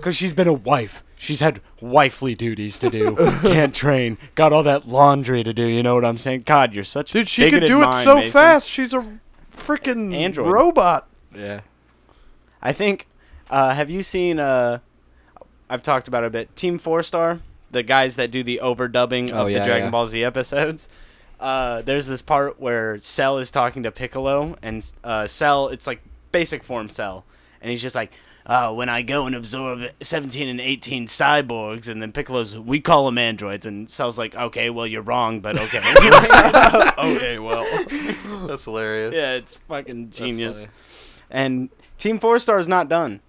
Speaker 1: Cuz she's been a wife. She's had wifely duties to do. Can't train. Got all that laundry to do, you know what I'm saying? God, you're such a
Speaker 2: Dude, she could
Speaker 1: bigoted
Speaker 2: do it
Speaker 1: mind,
Speaker 2: so
Speaker 1: Mason.
Speaker 2: fast. She's a freaking
Speaker 1: Android.
Speaker 2: robot.
Speaker 3: Yeah.
Speaker 1: I think. Uh, have you seen? Uh, I've talked about it a bit. Team Four Star, the guys that do the overdubbing
Speaker 3: Oh,
Speaker 1: of
Speaker 3: yeah,
Speaker 1: the Dragon
Speaker 3: yeah.
Speaker 1: Ball Z episodes. Uh, there's this part where Cell is talking to Piccolo, and uh, Cell, it's like basic form Cell, and he's just like, uh, "When I go and absorb 17 and 18 cyborgs," and then Piccolo's, "We call them androids," and Cell's like, "Okay, well you're wrong, but okay."
Speaker 2: okay, well.
Speaker 3: That's hilarious.
Speaker 1: yeah, it's fucking
Speaker 3: That's
Speaker 1: genius.
Speaker 3: funny.
Speaker 1: And Team Four Star is not done.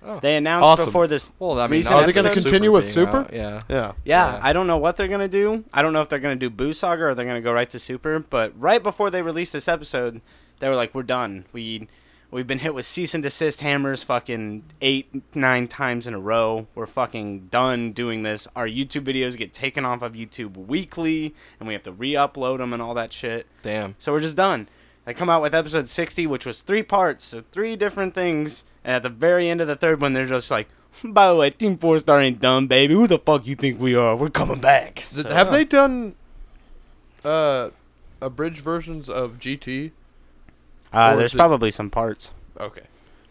Speaker 3: Oh.
Speaker 1: They announced
Speaker 3: Awesome.
Speaker 1: before this
Speaker 3: Well, I mean,
Speaker 1: Recent
Speaker 3: now
Speaker 1: Are they
Speaker 3: that
Speaker 1: gonna
Speaker 3: Super
Speaker 2: continue with
Speaker 3: being
Speaker 2: Super?
Speaker 3: out, Yeah.
Speaker 2: Yeah.
Speaker 1: Yeah,
Speaker 3: Yeah.
Speaker 1: I don't know what they're gonna do. I don't know if they're gonna do Boo Saga or they're gonna go right to Super. But right before they released this episode, they were like, "We're done. We we've been hit with cease and desist hammers, fucking eight nine times in a row. We're fucking done doing this. Our YouTube videos get taken off of YouTube weekly, and we have to re-upload them and all that shit.
Speaker 3: Damn.
Speaker 1: So we're just done." They come out with episode sixty, which was three parts, so three different things. And at the very end of the third one, they're just like. By the way, Team Four Star ain't done, baby. Who the fuck you think we are? We're coming back.
Speaker 2: Th-
Speaker 1: So-
Speaker 2: Have they done uh abridged versions of GT?
Speaker 1: Uh,
Speaker 2: or
Speaker 1: there's
Speaker 2: is it-
Speaker 1: probably some parts.
Speaker 2: Okay.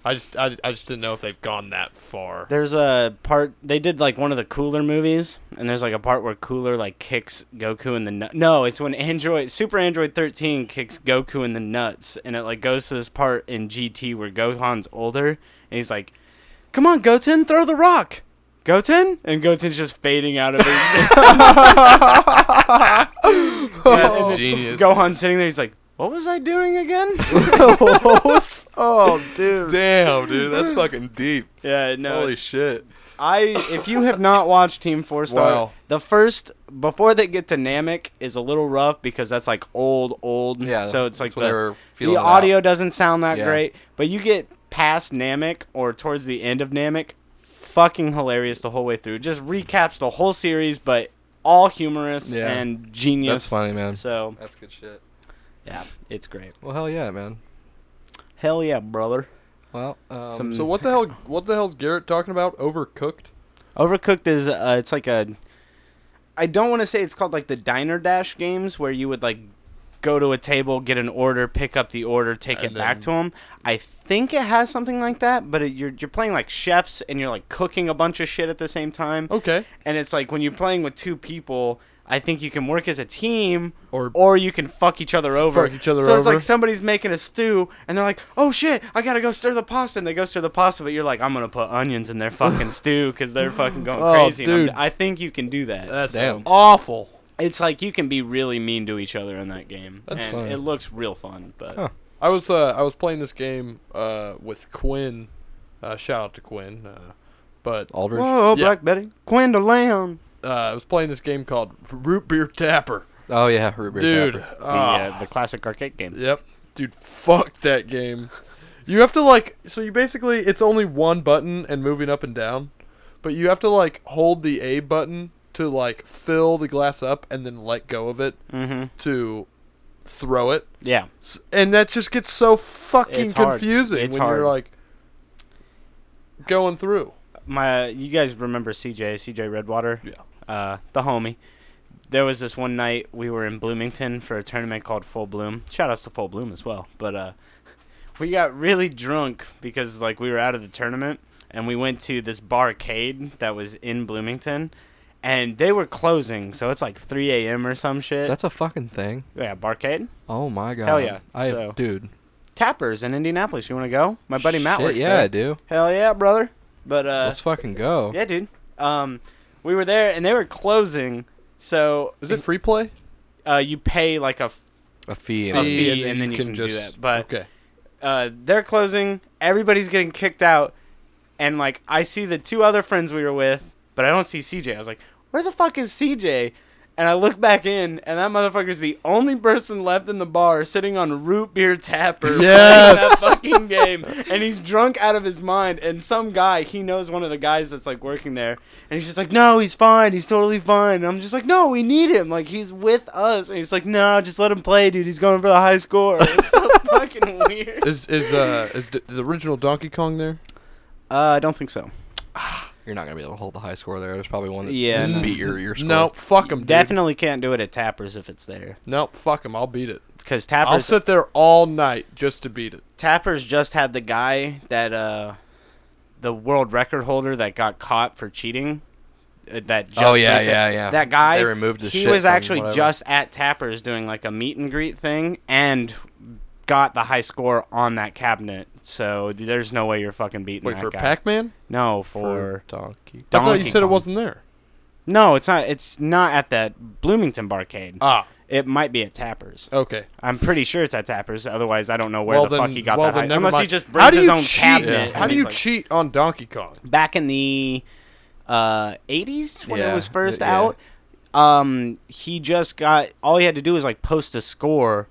Speaker 2: I just I, I just didn't know if they've gone that far.
Speaker 1: There's a part they did like one of the Cooler movies, and there's like a part where Cooler like kicks Goku in the nut. No, it's when Android Super Android 13 kicks Goku in the nuts, and it like goes to this part in GT where Gohan's older, and he's like, "Come on, Goten, throw the rock." Goten and Goten's just fading out of existence.
Speaker 3: That's genius.
Speaker 1: Gohan's sitting there. He's like, "What was I doing again?"
Speaker 2: oh, dude.
Speaker 3: Damn, dude. That's fucking deep.
Speaker 1: yeah, no,
Speaker 3: Holy shit.
Speaker 1: I if you have not watched Team Four Star,
Speaker 2: Wow.
Speaker 1: the first before they get to Namek is a little rough because that's like old, old.
Speaker 3: Yeah.
Speaker 1: So it's like
Speaker 3: that's what they
Speaker 1: the,
Speaker 3: were feeling
Speaker 1: the
Speaker 3: out.
Speaker 1: audio doesn't sound that
Speaker 3: Yeah.
Speaker 1: great, but you get past Namek or towards the end of Namek, fucking hilarious the whole way through. Just recaps the whole series, but all humorous
Speaker 3: Yeah.
Speaker 1: and genius.
Speaker 3: That's funny, man.
Speaker 1: So
Speaker 3: That's good shit.
Speaker 1: yeah, it's great.
Speaker 3: Well, hell yeah, man.
Speaker 1: Hell yeah, brother.
Speaker 3: Well, um,
Speaker 1: Some-
Speaker 2: So what the hell what the hell's Garrett talking about? Overcooked?
Speaker 1: Overcooked is uh, it's like a. I don't want to say it's called like the diner dash games where you would like go to a table, get an order, pick up the order, take it
Speaker 2: And
Speaker 1: back
Speaker 2: then-
Speaker 1: to them. I think it has something like that, but it, you're you're playing like chefs and you're like cooking a bunch of shit at the same time.
Speaker 2: Okay.
Speaker 1: And it's like when you're playing with two people, I think you can work as a team
Speaker 2: Or
Speaker 1: or you can fuck each other over.
Speaker 2: Fuck each other
Speaker 1: so it's
Speaker 2: over.
Speaker 1: like somebody's making a stew and they're like, "Oh shit, I gotta go stir the pasta." And they go stir the pasta, but you're like, "I'm gonna put onions in their fucking stew because they're fucking going
Speaker 2: Oh,
Speaker 1: crazy." And I'm-
Speaker 2: dude.
Speaker 1: I think you can do that.
Speaker 2: that's
Speaker 3: Damn.
Speaker 2: awful.
Speaker 1: it's like you can be really mean to each other in that game,
Speaker 3: That's
Speaker 1: and
Speaker 3: fun.
Speaker 1: it looks real fun. But
Speaker 3: Huh.
Speaker 2: I was uh, I was playing this game uh, with Quinn. Uh, shout out to Quinn. Uh, but
Speaker 3: Aldridge.
Speaker 1: whoa,
Speaker 2: Yeah.
Speaker 1: Black Betty, Quinn the Lamb,
Speaker 2: uh, I was playing this game called Root Beer Tapper.
Speaker 3: Oh yeah, Ruby.
Speaker 2: Dude.
Speaker 1: the,
Speaker 2: ah,
Speaker 1: uh, the classic arcade game.
Speaker 2: Yep. Dude, fuck that game. You have to like so you basically it's only one button and moving up and down, but you have to like hold the A button to like fill the glass up and then let go of it
Speaker 1: Mm-hmm.
Speaker 2: to throw it.
Speaker 1: Yeah,
Speaker 2: S- and that just gets so fucking
Speaker 1: It's hard.
Speaker 2: confusing
Speaker 1: It's
Speaker 2: when
Speaker 1: hard.
Speaker 2: you're like going through.
Speaker 1: my you guys remember CJ CJ Redwater?
Speaker 2: Yeah.
Speaker 1: uh, the homie. There was this one night we were in Bloomington for a tournament called Full Bloom. Shout outs to Full Bloom as well. But uh, we got really drunk because like we were out of the tournament and we went to this barcade that was in Bloomington and they were closing, so it's like 3 a.m. or some shit.
Speaker 3: That's a fucking thing.
Speaker 1: yeah, barcade.
Speaker 3: Oh my god.
Speaker 1: Hell yeah.
Speaker 3: I
Speaker 1: So-
Speaker 3: dude.
Speaker 1: Tappers in Indianapolis. You want to go? My buddy Matt
Speaker 3: Shit,
Speaker 1: works
Speaker 3: yeah, I
Speaker 1: there.
Speaker 3: do.
Speaker 1: Hell yeah, brother. But uh,
Speaker 3: Let's fucking go.
Speaker 1: yeah, dude. Um, we were there and they were closing, so
Speaker 2: Is it free play?
Speaker 1: uh, you pay like a f-
Speaker 3: A fee.
Speaker 1: A
Speaker 3: and-
Speaker 1: fee, and then you can do that, but-
Speaker 2: okay.
Speaker 1: uh, they're closing. Everybody's getting kicked out, and like I see the two other friends we were with, but I don't see CJ. I was like, "Where the fuck is CJ?" And I look back in, and that motherfucker's the only person left in the bar sitting on root beer tapper. playing that
Speaker 2: Yes.
Speaker 1: fucking game, and he's drunk out of his mind. And some guy he knows one of the guys that's like working there, and he's just like, "No, he's fine. He's totally fine." And I'm just like, "No, we need him. Like he's with us." And he's like, "No, just let him play, dude. He's going for the high score." It's so fucking weird.
Speaker 2: Is is uh is the, the original Donkey Kong there?
Speaker 1: Uh, I don't think so.
Speaker 3: You're not gonna be able to hold the high score there. There's probably one that
Speaker 1: Yeah,
Speaker 3: just
Speaker 1: no.
Speaker 3: beat your your score.
Speaker 2: No, fuck him, dude.
Speaker 1: Definitely can't do it at Tappers if it's there,
Speaker 2: Nope, fuck him. I'll beat it.
Speaker 1: because
Speaker 2: I'll
Speaker 1: Tappers
Speaker 2: sit there all night just to beat it.
Speaker 1: Tappers just had the guy that uh, the world record holder that got caught for cheating. uh, That just
Speaker 3: Oh yeah,
Speaker 1: recent-
Speaker 3: yeah, yeah.
Speaker 1: That guy
Speaker 3: They removed the
Speaker 1: he
Speaker 3: shit
Speaker 1: was
Speaker 3: from
Speaker 1: actually
Speaker 3: whatever.
Speaker 1: just at Tappers doing like a meet and greet thing and got the high score on that cabinet. So there's no way you're fucking beating
Speaker 2: Wait
Speaker 1: that
Speaker 2: for
Speaker 1: guy.
Speaker 2: Pac-Man?
Speaker 1: no,
Speaker 3: for
Speaker 1: for,
Speaker 3: Donkey.
Speaker 2: I thought you
Speaker 1: Donkey
Speaker 2: said it
Speaker 1: Kong.
Speaker 2: wasn't there.
Speaker 1: No, it's not it's not at that Bloomington barcade.
Speaker 3: Uh,
Speaker 2: Ah,
Speaker 1: it might be at Tappers.
Speaker 2: okay.
Speaker 1: I'm pretty sure it's at Tappers. Otherwise, I don't know where
Speaker 2: well
Speaker 1: the
Speaker 2: then,
Speaker 1: fuck he got
Speaker 2: well,
Speaker 1: that.
Speaker 2: then
Speaker 1: high-
Speaker 2: never
Speaker 1: Unless he
Speaker 2: mind.
Speaker 1: just
Speaker 2: How
Speaker 1: brings
Speaker 2: do
Speaker 1: his
Speaker 2: you
Speaker 1: own
Speaker 2: cheat?
Speaker 1: cabinet.
Speaker 2: How
Speaker 1: and
Speaker 2: do you
Speaker 1: he's like-
Speaker 2: cheat on Donkey Kong?
Speaker 1: Back in the uh, 80s when
Speaker 3: Yeah,
Speaker 1: it was first
Speaker 3: yeah.
Speaker 1: out, um, he just got all he had to do was like post a score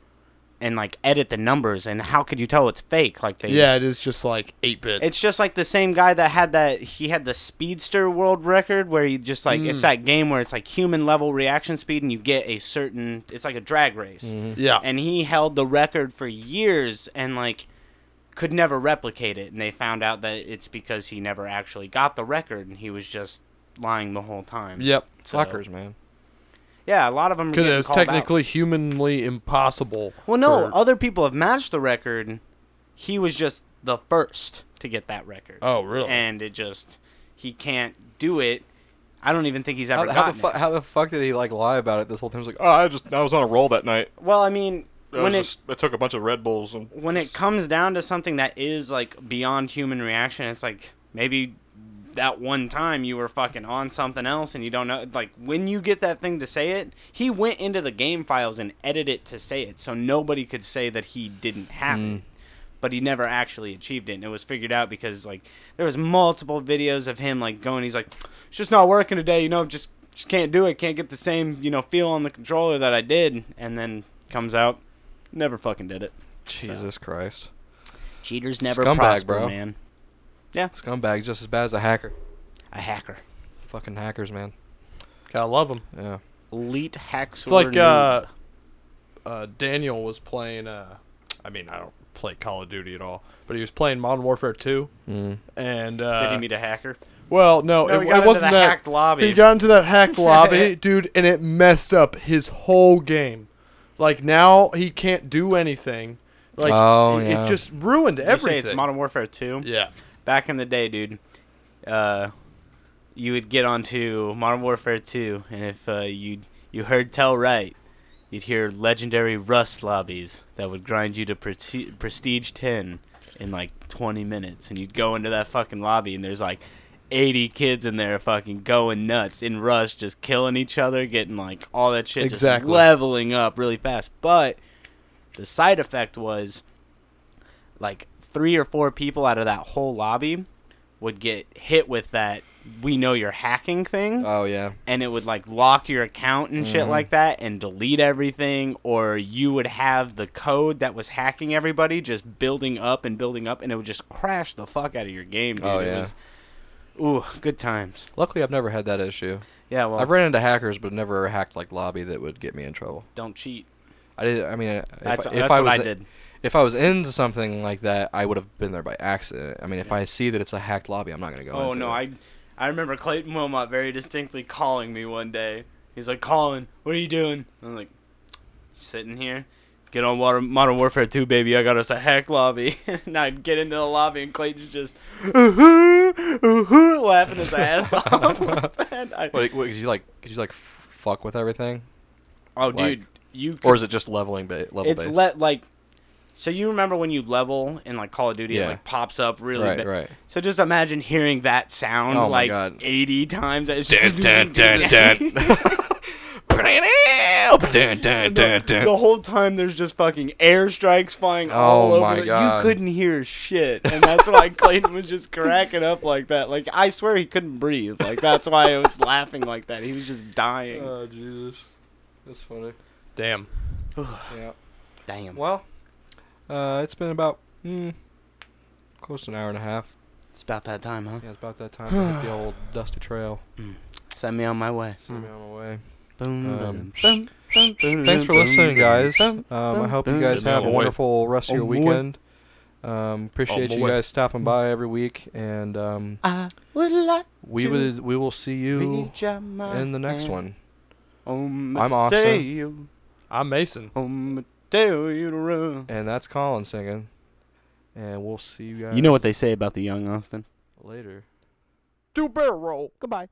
Speaker 1: and like edit the numbers. And how could you tell it's fake? Like they
Speaker 2: Yeah, it is just like eight bit.
Speaker 1: It's just like the same guy that had that. He had the speedster world record where you just like
Speaker 2: Mm.
Speaker 1: it's that game where it's like human level reaction speed, and you get a certain. It's like a drag race
Speaker 2: yeah,
Speaker 1: and he held the record for years and like could never replicate it and they found out that it's because he never actually got the record and he was just lying the whole time
Speaker 2: yep.
Speaker 1: So-
Speaker 3: Suckers, man.
Speaker 1: yeah a lot of them
Speaker 2: Because it was technically humanly impossible.
Speaker 1: well no
Speaker 2: for-
Speaker 1: other people have matched the record he was just the first to get that record
Speaker 2: oh really?
Speaker 1: and it just he can't do it i don't even think he's ever
Speaker 3: How, how
Speaker 1: gotten
Speaker 3: the fuck?
Speaker 1: it.
Speaker 3: How the fuck did he like lie about it this whole time? He's like,
Speaker 4: Oh, I just I was on a roll that night.
Speaker 1: well i mean
Speaker 4: I,
Speaker 1: when
Speaker 4: was
Speaker 1: it
Speaker 4: just, I took a bunch of Red Bulls and
Speaker 1: when it
Speaker 4: just,
Speaker 1: comes down to something that is like beyond human reaction, it's like maybe that one time you were fucking on something else and you don't know. Like when you get that thing to say it, he went into the game files and edited it to say it, so nobody could say that he didn't have it. But he never actually achieved it, and it was figured out because like there was multiple videos of him like going. He's like, it's just not working today, you know. Just just can't do it. Can't get the same you know feel on the controller that I did, and then comes out. Never fucking did it.
Speaker 3: Jesus Christ,
Speaker 1: Cheaters never
Speaker 3: Scumbag,
Speaker 1: prosper,
Speaker 3: bro.
Speaker 1: man.
Speaker 3: scumbag's just as bad as a hacker.
Speaker 1: A hacker.
Speaker 3: Fucking hackers, man.
Speaker 2: Gotta love him.
Speaker 3: Yeah.
Speaker 1: Elite hacks.
Speaker 2: It's like uh, uh, Daniel was playing. Uh, I mean, I don't play Call of Duty at all, but he was playing Modern Warfare 2,
Speaker 3: Mm.
Speaker 2: and uh,
Speaker 1: Did he meet a hacker?
Speaker 2: well, no,
Speaker 1: No,
Speaker 2: it,
Speaker 1: he
Speaker 2: it
Speaker 1: got into
Speaker 2: wasn't
Speaker 1: the
Speaker 2: that.
Speaker 1: hacked lobby.
Speaker 2: He got into that hacked lobby, dude, and it messed up his whole game. Like now he can't do anything. Like
Speaker 3: Oh,
Speaker 2: it, it
Speaker 3: yeah.
Speaker 2: just ruined
Speaker 1: Did you say
Speaker 2: everything.
Speaker 1: it's Modern Warfare 2.
Speaker 2: yeah.
Speaker 1: Back in the day, dude, uh, you would get onto Modern Warfare 2, and if uh, you you heard tell right, you'd hear legendary Rust lobbies that would grind you to presti- Prestige 10 in like 20 minutes, and you'd go into that fucking lobby, and there's like 80 kids in there fucking going nuts in Rust, just killing each other, getting like all that shit,
Speaker 2: Exactly.
Speaker 1: just leveling up really fast. But the side effect was like three or four people out of that whole lobby would get hit with that we know you're hacking thing
Speaker 3: Oh yeah.
Speaker 1: and it would like lock your account and
Speaker 3: Mm-hmm.
Speaker 1: shit like that and delete everything or you would have the code that was hacking everybody just building up and building up and it would just crash the fuck out of your game dude
Speaker 3: Oh, yeah.
Speaker 1: it was ooh good times
Speaker 3: Luckily, I've never had that issue.
Speaker 1: yeah well
Speaker 3: I've ran into hackers, but never hacked like lobby that would get me in trouble.
Speaker 1: don't cheat
Speaker 3: I did. I mean, if,
Speaker 1: that's,
Speaker 3: if
Speaker 1: that's
Speaker 3: I
Speaker 1: what
Speaker 3: was
Speaker 1: i did
Speaker 3: if I was into something like that, I would have been there by accident. I mean, if I see that it's a hacked lobby, I'm not gonna go.
Speaker 1: Oh
Speaker 3: into
Speaker 1: no,
Speaker 3: it.
Speaker 1: I I remember Clayton Wilmot very distinctly calling me one day. He's like, "Colin, what are you doing?" I'm like, "Sitting here." Get on water, Modern Warfare 2, baby. I got us a hack lobby. and I'd get into the lobby, and Clayton's just ooh-hoo, ooh-hoo, laughing his ass off. and I,
Speaker 3: Like, what, could you like, could you like f- fuck with everything,
Speaker 1: oh,
Speaker 3: like-
Speaker 1: dude, you. Could,
Speaker 3: or is it just leveling ba- level
Speaker 1: it's
Speaker 3: based?
Speaker 1: let like So you remember when you level in like Call of Duty,
Speaker 3: Yeah.
Speaker 1: it like pops up really
Speaker 3: Right,
Speaker 1: big.
Speaker 3: right.
Speaker 1: So just imagine hearing that sound
Speaker 3: Oh my
Speaker 1: like
Speaker 3: God.
Speaker 1: 80 times. It's
Speaker 3: Dun, dun, dun, dun. Dun, dun, dun, dun.
Speaker 1: The whole time there's just fucking airstrikes flying all
Speaker 3: Oh
Speaker 1: over.
Speaker 3: my
Speaker 1: the-
Speaker 3: God.
Speaker 1: You couldn't hear shit, and that's why Clayton was just cracking up like that. Like I swear he couldn't breathe. Like that's why I was laughing like that. He was just dying.
Speaker 3: Oh Jesus, that's funny.
Speaker 2: Damn.
Speaker 3: Yeah.
Speaker 1: Damn.
Speaker 3: Well, uh, it's been about mm, close to an hour and a half.
Speaker 1: It's about that time, huh?
Speaker 3: Yeah, it's about that time to hit the old dusty trail.
Speaker 1: Send me on my way.
Speaker 3: Send me on my way.
Speaker 1: Boom.
Speaker 3: Um,
Speaker 1: boom, boom, boom,
Speaker 3: Thanks for
Speaker 1: boom,
Speaker 3: listening,
Speaker 1: boom,
Speaker 3: guys.
Speaker 1: boom.
Speaker 3: Um, I hope you
Speaker 1: boom.
Speaker 3: guys
Speaker 1: Send me
Speaker 2: on
Speaker 3: have a
Speaker 2: my way.
Speaker 3: wonderful rest of your
Speaker 2: On my way.
Speaker 3: weekend. Um, appreciate
Speaker 2: my
Speaker 3: you
Speaker 2: way.
Speaker 3: guys stopping by every week, and um,
Speaker 1: I would like
Speaker 3: we
Speaker 1: to
Speaker 3: will we will see you
Speaker 1: reach out my
Speaker 3: in the next
Speaker 1: hand.
Speaker 3: one.
Speaker 1: Um,
Speaker 3: I'm Austin.
Speaker 1: say you,
Speaker 2: I'm Mason.
Speaker 1: um, tell you to run.
Speaker 3: And that's Colin singing. And we'll see you guys.
Speaker 1: You know what they say about the young Austin.
Speaker 3: later.
Speaker 2: Do barrel roll.
Speaker 1: Goodbye.